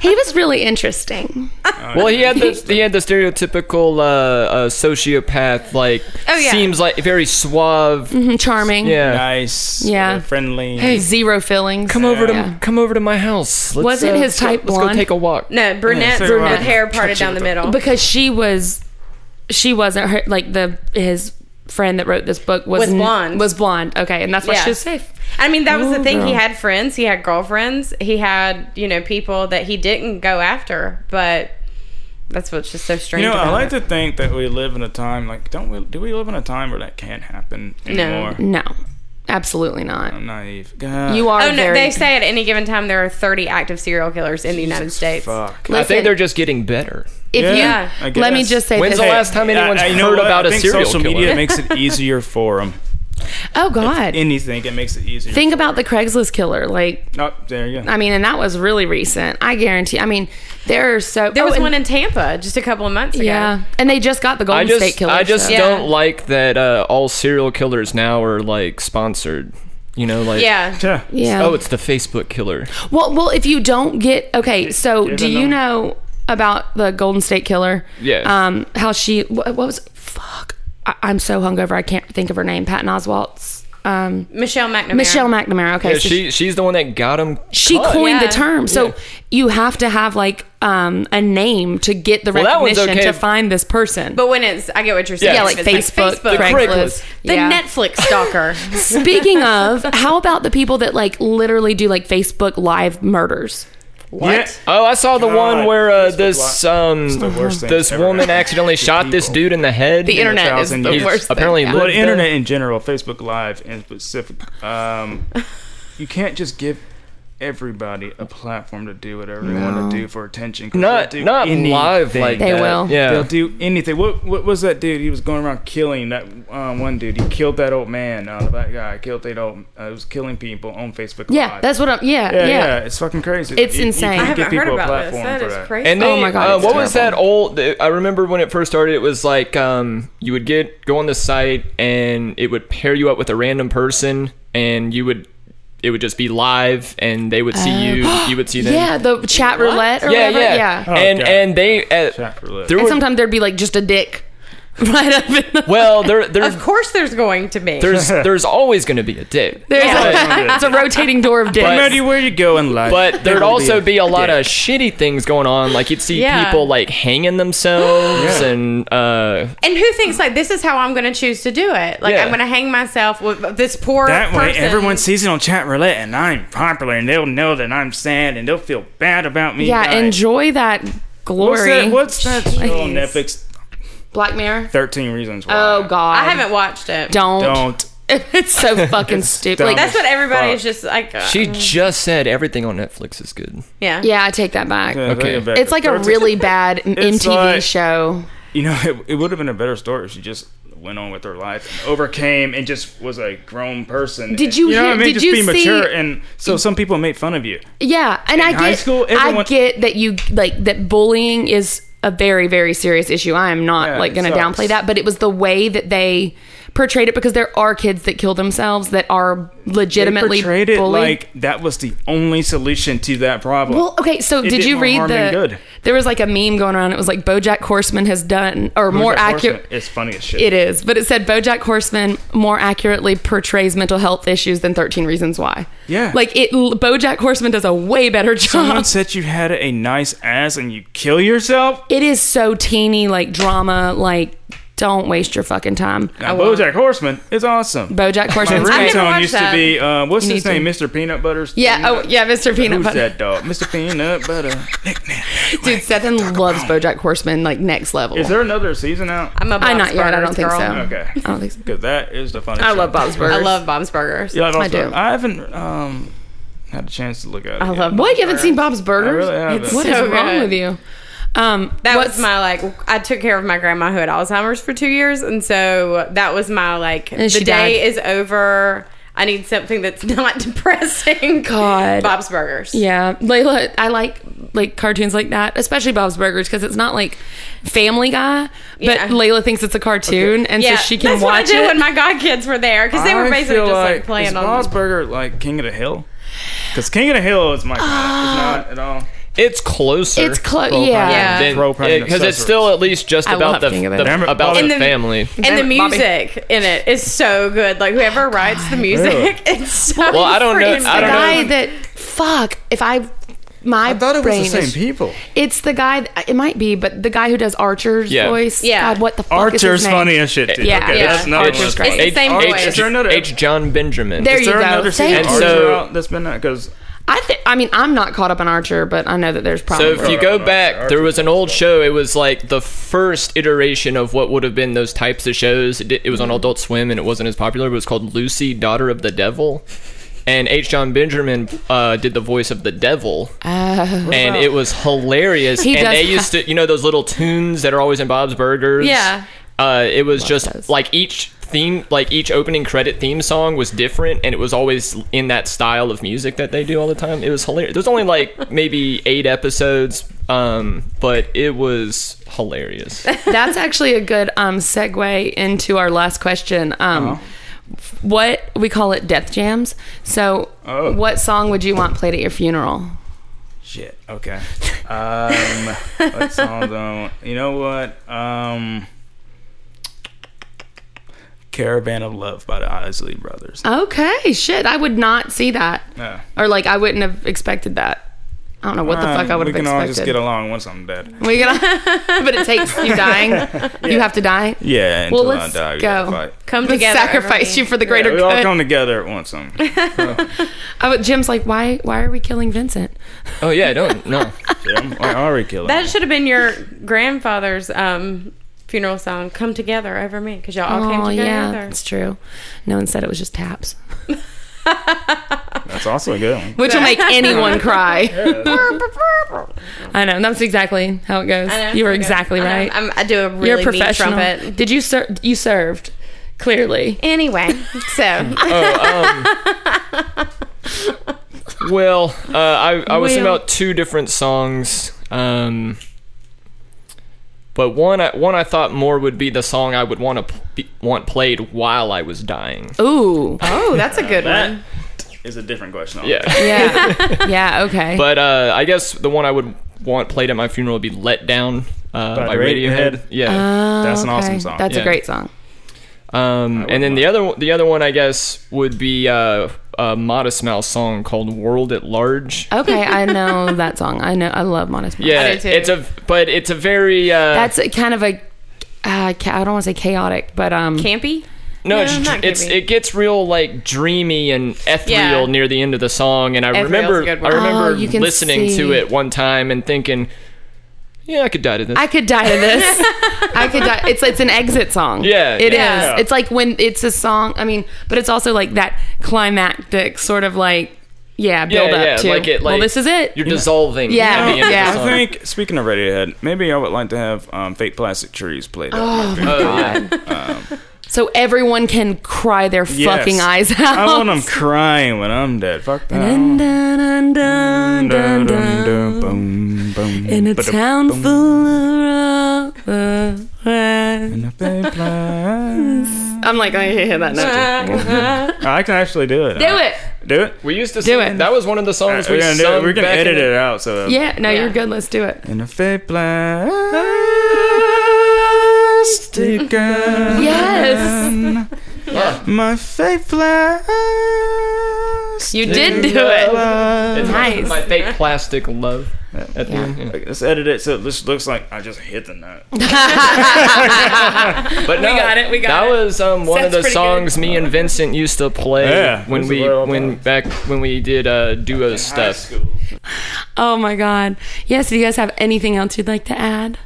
Speaker 1: He was really interesting.
Speaker 4: Oh,
Speaker 3: Well, he had the he had the stereotypical uh, uh, sociopath, like
Speaker 2: Oh, yeah.
Speaker 3: seems like very suave.
Speaker 1: Mhm, Charming.
Speaker 3: Yeah,
Speaker 4: Nice.
Speaker 1: Yeah.
Speaker 4: uh, friendly.
Speaker 1: Hey, zero feelings.
Speaker 3: come over to
Speaker 1: Yeah.
Speaker 3: come over to my house. Let's,
Speaker 1: Wasn't his
Speaker 3: let's go-
Speaker 1: type
Speaker 3: Let's
Speaker 1: blonde?
Speaker 3: go take a walk.
Speaker 2: No, brunette
Speaker 4: Yeah, so
Speaker 2: with
Speaker 4: I-
Speaker 2: hair parted down the middle.
Speaker 1: because she was, she wasn't her like the his friend that wrote this book was,
Speaker 2: Was
Speaker 1: n-
Speaker 2: blonde.
Speaker 1: Was blonde. Okay, and that's why
Speaker 2: Yeah.
Speaker 1: she was safe.
Speaker 2: I mean, that was the thing. He
Speaker 1: no.
Speaker 2: had friends. He had girlfriends. He had you know people that he didn't go after. But that's what's just so strange.
Speaker 4: You know, I
Speaker 2: about
Speaker 4: like
Speaker 2: it.
Speaker 4: to think that we live in a time like don't we? Do we live in a time where that can't happen anymore?
Speaker 1: No, absolutely not.
Speaker 4: I'm naive. God,
Speaker 1: You are.
Speaker 2: Oh no!
Speaker 1: very-
Speaker 2: They say at any given time there are 30 active serial killers in the United States.
Speaker 4: Fuck.
Speaker 3: I
Speaker 1: Listen.
Speaker 3: think they're just getting better.
Speaker 1: if
Speaker 4: Yeah,
Speaker 2: Yeah.
Speaker 1: you
Speaker 4: I guess.
Speaker 1: let me just say
Speaker 3: When's
Speaker 1: this.
Speaker 3: the last time anyone's
Speaker 4: I- I- you know
Speaker 3: heard
Speaker 4: what?
Speaker 3: about
Speaker 4: I
Speaker 3: a
Speaker 4: think
Speaker 3: serial
Speaker 4: social
Speaker 3: killer?
Speaker 4: media makes it easier for them.
Speaker 1: oh God.
Speaker 4: Anything, it makes it easier.
Speaker 1: Think
Speaker 4: for
Speaker 1: about the Craigslist killer. Like,
Speaker 4: Oh, there you go.
Speaker 1: I mean, and that was really recent. I guarantee. I mean, there are so
Speaker 2: There
Speaker 1: oh,
Speaker 2: was
Speaker 1: and-
Speaker 2: one in Tampa just a couple of months ago.
Speaker 1: yeah, and they just got the
Speaker 3: I
Speaker 1: Golden State
Speaker 3: just,
Speaker 1: killer.
Speaker 3: I just
Speaker 1: so-
Speaker 2: Yeah.
Speaker 3: don't like that uh, all serial killers now are like sponsored. You know, like
Speaker 2: Yeah.
Speaker 4: yeah.
Speaker 1: yeah. Oh,
Speaker 3: Oh, it's the Facebook killer.
Speaker 1: Well, well, if you don't get okay, so
Speaker 4: Give
Speaker 1: do
Speaker 4: a
Speaker 1: you
Speaker 4: number.
Speaker 1: know about the Golden State Killer?
Speaker 3: Yes.
Speaker 1: Um, how she what, what was fuck? I, I'm so hungover. I can't think of her name. Patton Oswalt's. Um,
Speaker 2: Michelle McNamara.
Speaker 1: Michelle McNamara. Okay,
Speaker 3: Yeah,
Speaker 1: so
Speaker 3: she, she's the one that got him.
Speaker 1: she
Speaker 3: caught.
Speaker 1: coined
Speaker 2: Yeah.
Speaker 1: the term. So you have to have like um a name to get the
Speaker 3: Well, that one's
Speaker 1: recognition
Speaker 3: okay
Speaker 1: to
Speaker 3: if-
Speaker 1: find this person.
Speaker 2: But when it's, I get what you're saying.
Speaker 1: yeah,
Speaker 2: If
Speaker 1: like
Speaker 2: it's
Speaker 1: Facebook,
Speaker 3: Craigslist.
Speaker 1: Craigslist,
Speaker 2: the
Speaker 1: yeah.
Speaker 2: Netflix stalker.
Speaker 1: Speaking of, how about the people that like literally do like Facebook live murders?
Speaker 4: What?
Speaker 3: Oh, I saw the
Speaker 4: God,
Speaker 3: one where uh,
Speaker 4: Facebook
Speaker 3: this
Speaker 4: Live.
Speaker 3: um
Speaker 4: the worst thing
Speaker 3: this
Speaker 4: that's ever
Speaker 3: woman
Speaker 4: happened
Speaker 3: accidentally
Speaker 4: to
Speaker 3: shot this
Speaker 4: people.
Speaker 3: dude in the head.
Speaker 2: The internet is
Speaker 4: thousand
Speaker 2: the
Speaker 4: years.
Speaker 2: worst.
Speaker 3: Apparently
Speaker 2: thing
Speaker 3: lived
Speaker 2: ever.
Speaker 4: Well, the
Speaker 3: there.
Speaker 4: internet in general, Facebook Live in specific, um, you can't just give everybody a platform to do whatever they want to do for attention. 'cause
Speaker 3: Not
Speaker 4: they'll do
Speaker 3: not live
Speaker 4: anything.
Speaker 3: like
Speaker 1: They
Speaker 3: that.
Speaker 1: will.
Speaker 3: Yeah.
Speaker 4: They'll do anything. What what was that dude? He was going around killing that uh, one dude. He killed that old man. Uh, that guy killed that old. Uh, he was killing people on Facebook.
Speaker 1: Yeah,
Speaker 4: Live.
Speaker 1: that's what I'm. Yeah,
Speaker 4: yeah,
Speaker 1: yeah.
Speaker 4: yeah, It's fucking crazy.
Speaker 1: It's
Speaker 4: You- you
Speaker 1: insane.
Speaker 4: can't
Speaker 1: I
Speaker 2: I haven't
Speaker 4: give
Speaker 2: heard
Speaker 4: people a
Speaker 2: about this.
Speaker 4: platform
Speaker 2: That
Speaker 4: for
Speaker 2: is
Speaker 4: that.
Speaker 2: crazy.
Speaker 3: And they,
Speaker 1: Oh my God,
Speaker 3: uh,
Speaker 1: it's
Speaker 3: what was that
Speaker 1: terrible.
Speaker 3: old? I remember when it first started. It was like um, you would get go on the site and it would pair you up with a random person, and you would it would just be live, and they would see you, you would see them.
Speaker 1: Oh. Yeah, the chat roulette or
Speaker 3: yeah,
Speaker 1: whatever.
Speaker 3: yeah,
Speaker 1: Yeah.
Speaker 4: Oh,
Speaker 3: and
Speaker 4: God.
Speaker 3: and they uh,
Speaker 4: Chat roulette.
Speaker 3: there
Speaker 1: And
Speaker 3: were,
Speaker 1: sometimes there'd be like just a dick right up in the.
Speaker 3: well there there's
Speaker 2: Of course, there's going to be.
Speaker 3: there's there's always going to be a dick.
Speaker 1: There's
Speaker 4: Yeah.
Speaker 1: a, it's a rotating door of dicks.
Speaker 4: No matter where you go in life,
Speaker 3: But
Speaker 4: there
Speaker 3: there'd
Speaker 4: will
Speaker 3: also be a lot
Speaker 4: dick.
Speaker 3: of shitty things going on. Like you'd see
Speaker 2: Yeah.
Speaker 3: people like hanging themselves,
Speaker 4: Yeah.
Speaker 3: and uh,
Speaker 2: and who thinks like this is how I'm going to choose to do it? Like
Speaker 3: Yeah.
Speaker 2: I'm going to hang myself with this poor
Speaker 4: That way,
Speaker 2: person.
Speaker 4: everyone sees it on chat roulette, and I'm popular, and they'll know that I'm sad, and they'll feel bad about me.
Speaker 1: yeah,
Speaker 4: dying.
Speaker 1: enjoy that
Speaker 4: What's
Speaker 1: glory.
Speaker 4: that? What's that show on
Speaker 1: Jeez.
Speaker 4: Netflix?
Speaker 1: Black Mirror?
Speaker 4: Thirteen Reasons Why.
Speaker 1: Oh God,
Speaker 2: I haven't watched it.
Speaker 1: Don't.
Speaker 4: Don't.
Speaker 1: It's so fucking stupid. Like,
Speaker 4: dumb.
Speaker 2: That's what everybody
Speaker 4: Fuck.
Speaker 2: is just like. uh,
Speaker 3: she just said everything on Netflix is good.
Speaker 2: yeah.
Speaker 1: yeah, I take that back.
Speaker 4: Yeah,
Speaker 3: Okay.
Speaker 4: take it back.
Speaker 1: It's like a
Speaker 4: 13
Speaker 1: really bad MTV
Speaker 4: like-
Speaker 1: show.
Speaker 4: You know, it, it would have been a better story if she just went on with her life, and overcame, and just was a grown person.
Speaker 1: Did
Speaker 4: And-
Speaker 1: you
Speaker 4: know what
Speaker 1: hear-
Speaker 4: I mean?
Speaker 1: did
Speaker 4: just
Speaker 1: you
Speaker 4: be
Speaker 1: see-
Speaker 4: mature, and so some people made fun of you.
Speaker 1: Yeah, and I get
Speaker 4: high school,
Speaker 1: I
Speaker 4: everyone-
Speaker 1: get that you like that bullying is a very very serious issue. I am not
Speaker 4: Yeah,
Speaker 1: like
Speaker 4: it
Speaker 1: going to
Speaker 4: sucks.
Speaker 1: downplay that, but it was the way that they portrayed it because there are kids that kill themselves that are
Speaker 4: They
Speaker 1: legitimately
Speaker 4: portrayed it
Speaker 1: bullied.
Speaker 4: like that was the only solution to that problem.
Speaker 1: well, okay, so did
Speaker 4: It did
Speaker 1: you
Speaker 4: more
Speaker 1: read
Speaker 4: harm
Speaker 1: the
Speaker 4: than good.
Speaker 1: There was like a meme going around. It was like BoJack Horseman has done or
Speaker 4: Who's
Speaker 1: more
Speaker 4: that person?
Speaker 1: accurate
Speaker 4: It's funny as shit.
Speaker 1: it is, but it said BoJack Horseman more accurately portrays mental health issues than 13 Reasons Why.
Speaker 4: Yeah.
Speaker 1: Like it BoJack Horseman does a way better job.
Speaker 2: Uh-huh.
Speaker 4: Someone said you had a nice ass and you kill yourself?
Speaker 1: it is so teeny like drama like don't waste your fucking time
Speaker 4: Now, Bojack Horseman is awesome.
Speaker 1: bojack horseman's
Speaker 2: I've
Speaker 1: great
Speaker 2: never
Speaker 4: Ringtone
Speaker 2: watched
Speaker 4: used
Speaker 2: that.
Speaker 4: to be, uh, what's
Speaker 1: You
Speaker 4: his
Speaker 1: need
Speaker 4: name?
Speaker 1: to.
Speaker 4: Mr. Peanut Butter?
Speaker 1: yeah oh yeah mr peanut
Speaker 4: Who's
Speaker 1: butter
Speaker 4: that dog? Mr. Peanut Butter. Nick, Nick.
Speaker 1: dude Seth loves bojack horseman like next level
Speaker 4: Is there another season out?
Speaker 2: I'm a Bob's
Speaker 1: i'm not yet i don't
Speaker 2: Burgers
Speaker 1: think
Speaker 2: girl.
Speaker 1: so
Speaker 4: Okay.
Speaker 1: i don't think so
Speaker 4: Because that is the funny
Speaker 1: i love bob's burgers
Speaker 2: I love Bob's Burgers.
Speaker 4: Yeah, I,
Speaker 1: I do.
Speaker 4: I haven't um, had a chance to look at it.
Speaker 2: I
Speaker 4: yet.
Speaker 2: love
Speaker 1: what you haven't seen bob's burgers
Speaker 4: really haven't.
Speaker 1: It's- What is
Speaker 2: So
Speaker 1: wrong
Speaker 2: good.
Speaker 1: with you um
Speaker 2: That
Speaker 1: what's
Speaker 2: was my like. I took care of my grandma who had Alzheimer's for two years, and so that was my like. the
Speaker 1: she
Speaker 2: day
Speaker 1: died.
Speaker 2: is over. I need something that's not depressing.
Speaker 1: God.
Speaker 2: Bob's Burgers.
Speaker 1: yeah layla i like like cartoons like that especially bob's burgers because it's not like family guy but
Speaker 2: Yeah.
Speaker 1: layla thinks it's a cartoon and
Speaker 2: Yeah,
Speaker 1: so she can
Speaker 2: that's what I
Speaker 1: watch
Speaker 2: did
Speaker 1: it
Speaker 2: when my godkids were there because they were
Speaker 4: I
Speaker 2: basically
Speaker 4: feel
Speaker 2: just like,
Speaker 4: is
Speaker 2: playing on.
Speaker 4: Bob's Burger like King of the Hill? Because King of the Hill is my
Speaker 2: Uh,
Speaker 4: kind. It's not at all.
Speaker 3: It's closer.
Speaker 1: it's close yeah
Speaker 2: Oh, Yeah.
Speaker 4: Propane
Speaker 3: because it's still at least just
Speaker 1: I
Speaker 3: about
Speaker 1: love
Speaker 3: the,
Speaker 1: King of
Speaker 3: the-
Speaker 1: the
Speaker 4: Hill.
Speaker 3: about
Speaker 4: And
Speaker 3: the
Speaker 2: Oh, the-
Speaker 3: family.
Speaker 2: and the
Speaker 1: Damn it, Bobby.
Speaker 2: music in it is so good. Like whoever writes the music,
Speaker 4: Really?
Speaker 2: it's so.
Speaker 3: Well, I don't know-
Speaker 2: freaking
Speaker 3: I
Speaker 1: the
Speaker 3: don't
Speaker 2: good.
Speaker 1: guy
Speaker 3: know.
Speaker 1: that fuck if i my
Speaker 4: I thought it was
Speaker 1: brain
Speaker 4: the same
Speaker 1: is-
Speaker 4: people.
Speaker 1: it's the guy that, it might be but the guy who does archer's
Speaker 3: Yeah.
Speaker 1: voice
Speaker 2: Yeah.
Speaker 1: god what the fuck is his
Speaker 4: Archer's
Speaker 1: name?
Speaker 4: funny as shit. Dude.
Speaker 1: Yeah,
Speaker 4: okay,
Speaker 2: yeah.
Speaker 4: That's not
Speaker 1: Archer's
Speaker 4: one of
Speaker 1: great.
Speaker 2: It's the same
Speaker 3: H,
Speaker 2: voice.
Speaker 3: H,
Speaker 4: Is there another-
Speaker 3: H. John Benjamin.
Speaker 1: There
Speaker 4: Is
Speaker 1: you
Speaker 4: there
Speaker 1: go.
Speaker 4: another
Speaker 1: Thank
Speaker 4: season
Speaker 1: you.
Speaker 4: of
Speaker 3: And
Speaker 4: Archer
Speaker 3: so-
Speaker 4: out that's been out? Because
Speaker 1: i think i mean i'm not caught up on archer but i know that there's
Speaker 3: so
Speaker 1: probably
Speaker 3: if you go back, there was an old show. It was like the first iteration of what would have been those
Speaker 1: Mm-hmm.
Speaker 3: types of shows. It, di- it was on Adult Swim and it wasn't as popular. But it was called Lucy, Daughter of the Devil, and H. John Benjamin uh, did the voice of the devil,
Speaker 1: Uh,
Speaker 3: and it was hilarious.
Speaker 1: He
Speaker 3: and
Speaker 1: does
Speaker 3: they
Speaker 1: have-
Speaker 3: used to, you know, those little tunes that are always in Bob's Burgers.
Speaker 2: Yeah.
Speaker 3: uh, it was just
Speaker 1: those.
Speaker 3: like each theme, like each opening credit theme song was different, and it was always in that style of music that they do all the time. It was hilarious. There's only like maybe eight episodes, um, but it was hilarious.
Speaker 1: that's actually a good um, segue into our last question. Um,
Speaker 4: Uh-huh.
Speaker 1: What we call it death jams. So,
Speaker 4: Oh.
Speaker 1: what song would you want played at your funeral?
Speaker 4: Shit. Okay. Um, what songs on? You know what? Um, Caravan of Love by the Isley Brothers.
Speaker 1: Uh, Okay, shit. I would not see that,
Speaker 4: Yeah.
Speaker 1: or like I wouldn't have expected that. I don't know what the fuck I would
Speaker 4: Uh, We
Speaker 1: have
Speaker 4: can all just
Speaker 1: expected.
Speaker 4: get along once I'm dead.
Speaker 1: We can all- but it takes you dying. You have to die.
Speaker 4: Yeah.
Speaker 1: Well,
Speaker 4: Until
Speaker 1: let's
Speaker 4: I die, we gotta
Speaker 1: go.
Speaker 4: fight.
Speaker 2: Come
Speaker 1: Let's
Speaker 2: together.
Speaker 1: sacrifice
Speaker 2: everybody.
Speaker 1: you for the
Speaker 4: Yeah,
Speaker 1: greater
Speaker 4: we all
Speaker 1: good.
Speaker 4: come together at once. I'm,
Speaker 1: I would, Oh, Jim's like, why? Why are we killing Vincent?
Speaker 3: oh yeah, don't no.
Speaker 4: yeah, I'm I already killing.
Speaker 2: That should have been your grandfather's um, funeral song. Come together over me, because y'all all
Speaker 1: oh
Speaker 2: came
Speaker 1: yeah,
Speaker 2: together.
Speaker 1: that's true. No one said it was just taps,
Speaker 4: That's also a good one.
Speaker 1: which will make anyone cry. I know. That's exactly how it goes.
Speaker 2: I know,
Speaker 1: you were
Speaker 2: okay.
Speaker 1: exactly
Speaker 2: I know.
Speaker 1: right.
Speaker 2: I'm, I do a really
Speaker 1: You're a
Speaker 2: mean
Speaker 1: professional.
Speaker 2: trumpet.
Speaker 1: Did you serve? You served. Clearly.
Speaker 2: Anyway, so
Speaker 3: Oh, um, well, uh, I, I was thinking
Speaker 1: Well.
Speaker 3: about two different songs, um, but one I, one I thought more would be the song I would want to p- want played while I was dying.
Speaker 1: Ooh.
Speaker 2: oh, that's a good
Speaker 4: That
Speaker 2: one.
Speaker 4: is a different question.
Speaker 3: Yeah,
Speaker 1: Yeah. yeah. Okay.
Speaker 3: but uh, I guess the one I would want played at my funeral would be "Let Down" uh,
Speaker 4: By
Speaker 3: by,
Speaker 4: Radiohead?
Speaker 3: Radiohead. Yeah,
Speaker 1: Oh,
Speaker 4: That's an awesome
Speaker 1: okay.
Speaker 4: song.
Speaker 1: That's a
Speaker 3: Yeah.
Speaker 1: great song.
Speaker 3: um, and then the other one- the other one I guess would be uh, a Modest Mouse song called "World at Large."
Speaker 1: Okay, I know that song. I know. Oh, I love Modest Mouse.
Speaker 3: Yeah,
Speaker 2: do too.
Speaker 3: it's a but it's a very uh,
Speaker 1: That's a, kind of a. Uh, ca- I don't want to say chaotic, but um.
Speaker 2: Campy.
Speaker 3: No,
Speaker 2: No,
Speaker 3: it's,
Speaker 2: not
Speaker 3: it's
Speaker 2: creepy.
Speaker 3: it gets real like dreamy and ethereal
Speaker 2: Yeah.
Speaker 3: near the end of the song, and I
Speaker 2: Ethereal's
Speaker 3: remember
Speaker 2: a good
Speaker 3: I
Speaker 2: word.
Speaker 3: remember
Speaker 1: Oh, you can
Speaker 3: listening
Speaker 1: see.
Speaker 3: to it one time and thinking, yeah, I could die to this.
Speaker 1: I could die to this. I could die. It's it's an exit song.
Speaker 3: Yeah,
Speaker 1: it is.
Speaker 2: yeah.
Speaker 1: It's like when it's a song. I mean, but it's also like that climactic sort of like yeah build up
Speaker 3: yeah,
Speaker 1: to
Speaker 3: like it-
Speaker 1: well
Speaker 3: like-
Speaker 1: this is it.
Speaker 3: You're dissolving.
Speaker 1: Yeah,
Speaker 3: at the end of the
Speaker 1: Oh, yeah.
Speaker 3: song.
Speaker 4: I think speaking of Radiohead, maybe I would like to have um, fake plastic trees played. Oh,
Speaker 3: Oh, yeah.
Speaker 1: so everyone can cry their fucking eyes out.
Speaker 4: I want them crying when I'm dead. Fuck that.
Speaker 1: Dun, dun, dun, dun, dun, dun. In a town full of roses. I'm like, I hear that
Speaker 2: Uh,
Speaker 1: now.
Speaker 4: I can actually do it.
Speaker 1: Do it.
Speaker 4: Do it.
Speaker 3: We used to
Speaker 1: Do
Speaker 3: sing,
Speaker 1: it.
Speaker 3: That was one of the songs
Speaker 4: we're
Speaker 3: we
Speaker 4: gonna, do it.
Speaker 3: sung
Speaker 4: We're gonna
Speaker 3: back
Speaker 4: edit
Speaker 3: in
Speaker 4: it
Speaker 3: the-
Speaker 4: out. So
Speaker 1: Yeah, no, you're
Speaker 2: Yeah.
Speaker 1: good. Let's do it.
Speaker 4: In a fake plastic gun.
Speaker 1: Yes.
Speaker 4: My fake plastic.
Speaker 1: You did do it.
Speaker 4: glove.
Speaker 1: Nice.
Speaker 3: My fake plastic love. At the
Speaker 1: Yeah.
Speaker 3: end. yeah.
Speaker 4: Okay, Let's edit it so this looks like I just hit the nut.
Speaker 3: But no,
Speaker 1: got it, we got
Speaker 3: that
Speaker 1: it.
Speaker 3: was um, one
Speaker 1: Sounds
Speaker 3: of the
Speaker 1: pretty
Speaker 3: songs me and Vincent used to play
Speaker 4: Yeah,
Speaker 3: when
Speaker 4: this is
Speaker 3: we
Speaker 4: where I'm
Speaker 3: when
Speaker 4: at.
Speaker 3: back when we did uh, duo
Speaker 4: High
Speaker 3: stuff.
Speaker 4: school.
Speaker 1: Oh my God. Yes, do you guys have anything else you'd like to add?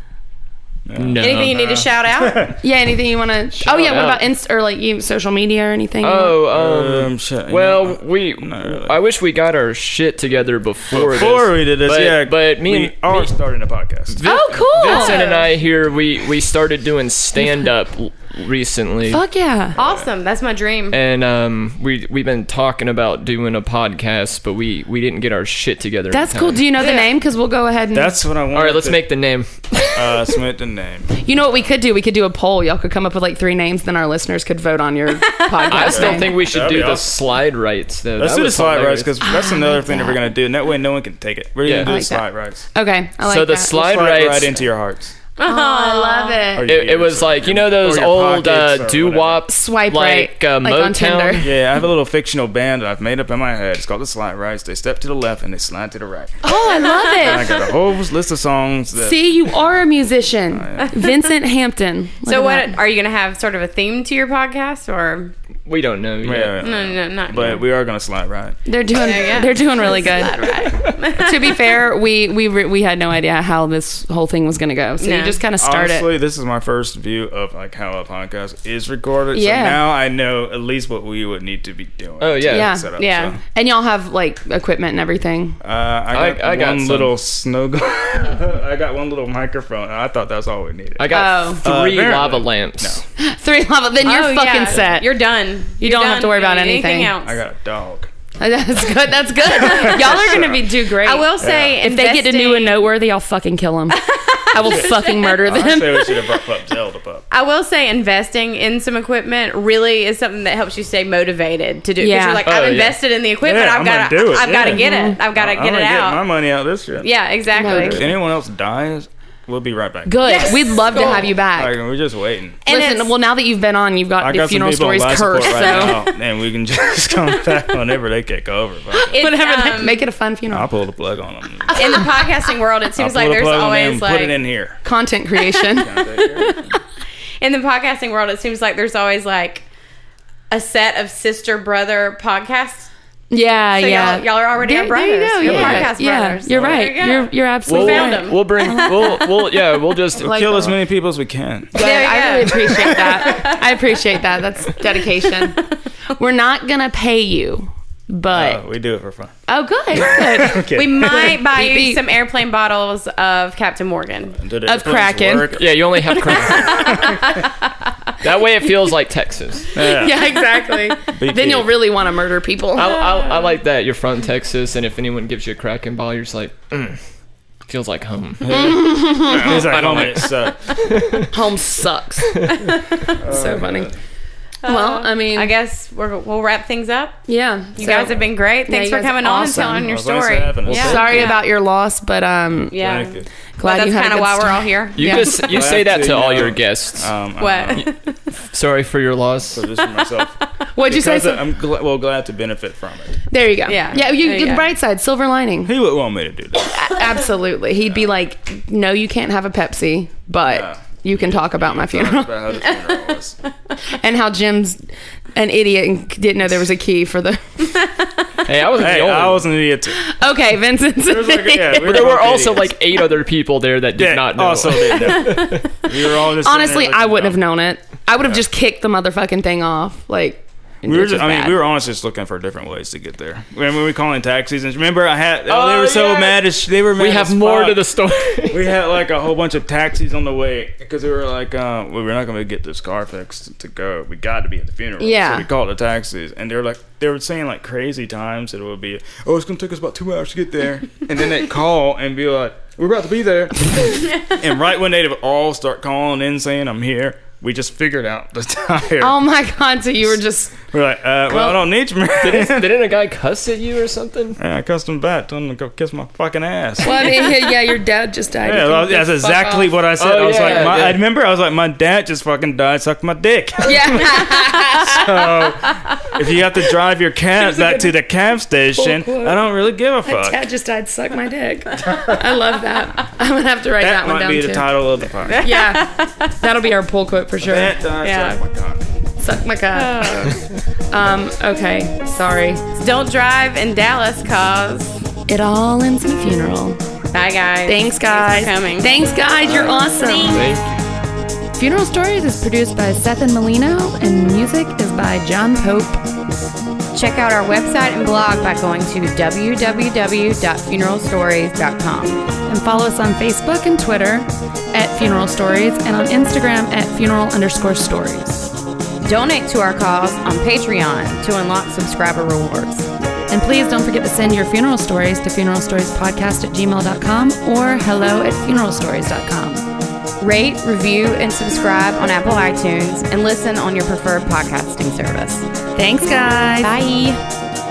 Speaker 3: Oh, No.
Speaker 2: Anything you need to shout out?
Speaker 1: Yeah, anything you want to? Oh, yeah, what
Speaker 3: out.
Speaker 1: about Insta or like you, social media or anything?
Speaker 3: Oh, um,
Speaker 4: Um, shit,
Speaker 3: Well,
Speaker 4: yeah.
Speaker 3: we.
Speaker 4: Not really.
Speaker 3: I wish we got our shit together before.
Speaker 4: before
Speaker 3: this.
Speaker 4: we did this,
Speaker 3: but,
Speaker 4: yeah.
Speaker 3: But me
Speaker 4: we
Speaker 3: and
Speaker 4: are
Speaker 3: me-
Speaker 4: starting a podcast.
Speaker 1: oh, cool.
Speaker 3: Vincent and I here we we started doing stand up recently.
Speaker 1: Fuck yeah.
Speaker 2: awesome. That's my dream.
Speaker 3: And um, we we've been talking about doing a podcast, but we we didn't get our shit together. in
Speaker 1: That's
Speaker 3: time.
Speaker 1: cool. Do you know the
Speaker 2: Yeah.
Speaker 1: name? Because we'll go ahead and.
Speaker 4: That's what I want.
Speaker 3: All right, let's make the name.
Speaker 4: uh, submit the name.
Speaker 1: you know what we could do? We could do a poll. Y'all could come up with like three names, then our listeners could vote on your podcast.
Speaker 3: I still
Speaker 1: name.
Speaker 3: think we should
Speaker 4: That'd
Speaker 3: do
Speaker 4: be
Speaker 3: the
Speaker 4: awesome.
Speaker 3: slide rights though.
Speaker 4: Let's
Speaker 3: That
Speaker 4: do the
Speaker 3: was
Speaker 4: slide rights
Speaker 3: hilarious.
Speaker 4: because that's another thing that we're gonna do, and that way no one can take it. We're gonna
Speaker 3: Yeah.
Speaker 4: do
Speaker 3: I
Speaker 4: the
Speaker 1: like
Speaker 4: slide
Speaker 1: that.
Speaker 4: rights.
Speaker 1: Okay, I like
Speaker 3: so the
Speaker 1: that.
Speaker 3: slide
Speaker 4: Slide
Speaker 3: rights
Speaker 4: right into your hearts.
Speaker 1: Oh, I love it.
Speaker 4: Or your
Speaker 3: It, it
Speaker 4: ears
Speaker 3: was
Speaker 4: or
Speaker 3: like
Speaker 4: your-
Speaker 3: you know those
Speaker 4: or your
Speaker 3: old
Speaker 4: pockets
Speaker 3: uh,
Speaker 4: or
Speaker 3: doo wop
Speaker 1: Swipe
Speaker 3: like
Speaker 1: right,
Speaker 3: uh,
Speaker 1: like on Tinder.
Speaker 3: Motown.
Speaker 4: Yeah, I have a little fictional band that I've made up in my head. It's called the Slide Rights. They step to the left and they slide to the right.
Speaker 1: Oh, I
Speaker 4: And I
Speaker 1: love it.
Speaker 4: got a whole list of songs that
Speaker 1: See, you are a musician,
Speaker 3: Oh,
Speaker 4: yeah.
Speaker 1: Vincent Hampton. Look
Speaker 2: so
Speaker 1: at
Speaker 2: what
Speaker 1: that.
Speaker 2: are you gonna have sort of a theme to your podcast or
Speaker 3: we don't know.
Speaker 4: Yeah,
Speaker 3: Yet.
Speaker 4: yeah,
Speaker 1: Mm.
Speaker 4: yeah.
Speaker 2: No, no, not.
Speaker 4: But we are gonna slide right.
Speaker 1: They're doing
Speaker 2: There you go.
Speaker 1: they're doing really good.
Speaker 2: Slide right.
Speaker 1: to be fair, we we re- we had no idea how this whole thing was going to go. So
Speaker 2: No.
Speaker 1: you just kind of start
Speaker 4: Honestly,
Speaker 1: it.
Speaker 4: this is my first view of like how a podcast is recorded.
Speaker 1: Yeah.
Speaker 4: So now I know at least what we would need to be doing.
Speaker 3: Oh, yeah.
Speaker 4: to
Speaker 1: Yeah.
Speaker 4: set up,
Speaker 2: Yeah.
Speaker 4: so.
Speaker 1: And y'all have like equipment and everything.
Speaker 4: Uh, I got
Speaker 3: I- I got
Speaker 4: one
Speaker 3: some.
Speaker 4: little snow. glo- I got one little microphone. I thought that's all we needed.
Speaker 3: I got
Speaker 1: Oh.
Speaker 3: three
Speaker 4: Uh, apparently.
Speaker 3: lava lamps.
Speaker 1: Three level. Then you're
Speaker 2: Oh,
Speaker 1: fucking
Speaker 2: yeah.
Speaker 1: set.
Speaker 2: You're done. You're
Speaker 1: don't have
Speaker 2: done
Speaker 1: to worry about
Speaker 2: doing
Speaker 1: anything.
Speaker 2: else.
Speaker 4: I got a dog.
Speaker 1: that's good. That's good. y'all are going to be do great.
Speaker 2: I will say,
Speaker 1: If they get to new and
Speaker 2: investing-
Speaker 1: noteworthy, I'll fucking kill them. I will fucking murder
Speaker 4: I
Speaker 1: them.
Speaker 4: say we should have brought up Zelda pup.
Speaker 2: I will say investing in some equipment really is something that helps you stay motivated to do. Because
Speaker 1: Yeah.
Speaker 2: you're like,
Speaker 3: Oh, yeah.
Speaker 2: I've invested in the equipment.
Speaker 4: Yeah,
Speaker 2: I've
Speaker 4: I'm
Speaker 2: got to.
Speaker 4: gonna do it,
Speaker 2: I've got to
Speaker 4: yeah. Mm-hmm.
Speaker 2: get it. I've got to
Speaker 4: I'm
Speaker 2: get
Speaker 4: gonna
Speaker 2: it
Speaker 4: get my
Speaker 2: out.
Speaker 4: money out this shit.
Speaker 2: yeah, exactly.
Speaker 4: If anyone else dies, we'll be right back.
Speaker 1: Good.
Speaker 2: Yes.
Speaker 1: We'd love to
Speaker 2: Cool.
Speaker 1: have you back.
Speaker 4: Like, we're just waiting.
Speaker 2: And
Speaker 1: Listen,
Speaker 2: it's-
Speaker 1: well, now that you've been on, you've got
Speaker 4: I
Speaker 1: the
Speaker 4: got some
Speaker 1: funeral
Speaker 4: people on
Speaker 1: stories
Speaker 4: life support
Speaker 1: cursed. so
Speaker 4: right now, and we can just come back whenever they kick over. But
Speaker 2: It's,
Speaker 1: whatever,
Speaker 2: um,
Speaker 1: make it a fun funeral.
Speaker 4: I'll pull the plug on them.
Speaker 2: in the podcasting world, it seems
Speaker 4: I'll
Speaker 2: like
Speaker 4: pull the
Speaker 2: there's
Speaker 4: plug on them
Speaker 2: always
Speaker 4: and
Speaker 2: like
Speaker 4: put it in here.
Speaker 1: Content creation.
Speaker 2: in the podcasting world, it seems like there's always like a set of sister brother podcasts.
Speaker 1: Yeah,
Speaker 2: So
Speaker 1: yeah.
Speaker 2: y'all, y'all are already
Speaker 1: there,
Speaker 2: our brothers.
Speaker 1: There you go.
Speaker 2: We're
Speaker 1: Yeah,
Speaker 2: podcast
Speaker 1: yeah.
Speaker 2: brothers.
Speaker 1: You're
Speaker 2: There
Speaker 1: right. You
Speaker 2: you go.
Speaker 1: are you're
Speaker 3: We'll,
Speaker 1: absolutely
Speaker 2: We
Speaker 1: right.
Speaker 2: found 'em.
Speaker 3: we'll bring. We'll, we'll. Yeah. We'll just.
Speaker 1: Like-
Speaker 4: Kill as many people as we can.
Speaker 1: Good.
Speaker 2: There you
Speaker 1: I
Speaker 2: go.
Speaker 1: really appreciate that. I appreciate that. That's dedication. We're not gonna pay you, but
Speaker 4: Uh, we do it for fun.
Speaker 1: oh, good. good.
Speaker 4: Okay.
Speaker 2: We might buy
Speaker 1: Beep,
Speaker 2: you
Speaker 1: beep.
Speaker 2: some airplane bottles of Captain Morgan.
Speaker 4: Did it
Speaker 1: Of
Speaker 4: please
Speaker 1: Kraken.
Speaker 4: work?
Speaker 3: yeah. You only have. Crack. that way, it feels like Texas.
Speaker 4: Yeah.
Speaker 1: yeah, exactly.
Speaker 4: Beep,
Speaker 1: then you'll
Speaker 4: beep.
Speaker 1: really want to murder people.
Speaker 3: I, I, I like that you're from Texas, and if anyone gives you a Kraken bottle, you're just like, mm, feels like home.
Speaker 4: He's like,
Speaker 3: don't
Speaker 4: "Oh,
Speaker 3: like-
Speaker 4: it sucks."
Speaker 1: Home sucks. so funny. well, I mean,
Speaker 2: Uh, I guess we're, we'll wrap things up.
Speaker 1: yeah.
Speaker 2: You guys have been great. Thanks
Speaker 1: you
Speaker 2: for
Speaker 1: guys are
Speaker 2: coming on and
Speaker 1: awesome.
Speaker 2: telling your
Speaker 4: Well, thanks for
Speaker 2: story.
Speaker 4: having us.
Speaker 2: yeah.
Speaker 1: sorry
Speaker 2: Yeah.
Speaker 1: about your loss, but um,
Speaker 2: Yeah.
Speaker 4: Thank you.
Speaker 1: glad
Speaker 2: That's
Speaker 1: you had
Speaker 2: kind
Speaker 1: a
Speaker 2: of
Speaker 1: good
Speaker 2: why we're
Speaker 1: story.
Speaker 2: all here.
Speaker 3: You
Speaker 1: Yeah.
Speaker 3: just you
Speaker 4: Well,
Speaker 3: say that
Speaker 4: actually,
Speaker 3: to all
Speaker 4: no.
Speaker 3: your guests.
Speaker 4: Um,
Speaker 2: What?
Speaker 4: I'm,
Speaker 3: Sorry for your loss.
Speaker 4: i just for myself.
Speaker 1: What'd you say?
Speaker 4: Because I'm gl- well glad to benefit from it.
Speaker 1: there you go.
Speaker 2: Yeah.
Speaker 1: yeah. You,
Speaker 2: There you
Speaker 1: the
Speaker 2: go.
Speaker 1: bright side, silver lining.
Speaker 4: He would want me to do that.
Speaker 1: Absolutely. He'd be like, no, you can't have a Pepsi, but
Speaker 4: Yeah.
Speaker 1: you can talk about my funeral.
Speaker 4: About how the funeral was.
Speaker 1: and how Jim's an idiot and didn't know there was a key for the.
Speaker 3: Hey, I was
Speaker 4: Hey,
Speaker 3: the only.
Speaker 4: I
Speaker 3: one.
Speaker 4: was an idiot too.
Speaker 1: Okay, Vincent's.
Speaker 4: It was like, yeah, we
Speaker 3: But there were
Speaker 4: both
Speaker 3: also
Speaker 4: idiots.
Speaker 3: like eight other people there that did
Speaker 4: Yeah,
Speaker 3: not know.
Speaker 4: Also didn't know. we were all just sitting
Speaker 1: Honestly,
Speaker 4: there looking
Speaker 1: I wouldn't have
Speaker 4: dumb.
Speaker 1: known it. I would have just kicked the motherfucking thing off. Like,
Speaker 4: We were just, I mean, we were honestly just looking for different ways to get there. Remember, we were calling taxis, and remember, I had oh, they
Speaker 3: Oh,
Speaker 4: were so
Speaker 3: yeah.
Speaker 4: mad. As, they were mad
Speaker 3: we have
Speaker 4: as
Speaker 3: more
Speaker 4: fuck.
Speaker 3: to the story.
Speaker 4: We had like a whole bunch of taxis on the way because we were like, uh, well, we're not gonna get this car fixed to go. We got to be at the funeral.
Speaker 1: Yeah.
Speaker 4: So we called the taxis, and they were like, they were saying like crazy times that it would be. Oh, it's gonna take us about two hours to get there, and then they call and be like, we're about to be there, and right when they all start calling in saying I'm here, we just figured out the tire.
Speaker 1: Oh my god! So you were just
Speaker 4: we're like, uh, well, I don't need you, man.
Speaker 3: Didn't a guy cuss at you or something?
Speaker 4: And I cussed him back, told him to go kiss my fucking ass.
Speaker 1: well, I mean, yeah, your dad just died.
Speaker 4: Yeah, well, that's exactly what I said.
Speaker 3: Oh,
Speaker 4: I was
Speaker 3: yeah,
Speaker 4: like, my,
Speaker 3: yeah.
Speaker 4: I remember I was like, my dad just fucking died, sucked my dick.
Speaker 1: Yeah,
Speaker 4: so if you have to drive your cab back to the cab station,
Speaker 1: quote.
Speaker 4: I don't really give a fuck. That,
Speaker 1: dad just died. Suck my dick. I love that. I'm gonna have to write that, one
Speaker 4: might
Speaker 1: down
Speaker 4: be
Speaker 1: too.
Speaker 4: the title of the podcast.
Speaker 1: Yeah, that'll be our pull quote for sure.
Speaker 4: That died,
Speaker 2: Yeah.
Speaker 4: sucked
Speaker 1: Suck my
Speaker 4: my cock.
Speaker 1: cock.
Speaker 2: Oh.
Speaker 1: Um, okay, sorry.
Speaker 2: Don't drive in Dallas, cause
Speaker 1: It all ends in a funeral.
Speaker 2: bye guys.
Speaker 1: Thanks, guys.
Speaker 2: for coming.
Speaker 1: Thanks, guys. You're awesome.
Speaker 3: Thank
Speaker 5: Funeral Stories is produced by Seth and Molino, and music is by John Pope.
Speaker 2: Check out our website and blog by going to www.funeralstories.com.
Speaker 5: And follow us on Facebook and Twitter at Funeral Stories and on Instagram at funeral underscore stories.
Speaker 2: Donate to our cause on Patreon to unlock subscriber rewards.
Speaker 5: And please don't forget to send your funeral stories to funeralstoriespodcast at gmail.com or hello at funeralstories.com.
Speaker 2: Rate, review, and subscribe on Apple iTunes and listen on your preferred podcasting service.
Speaker 5: Thanks, guys.
Speaker 2: Bye.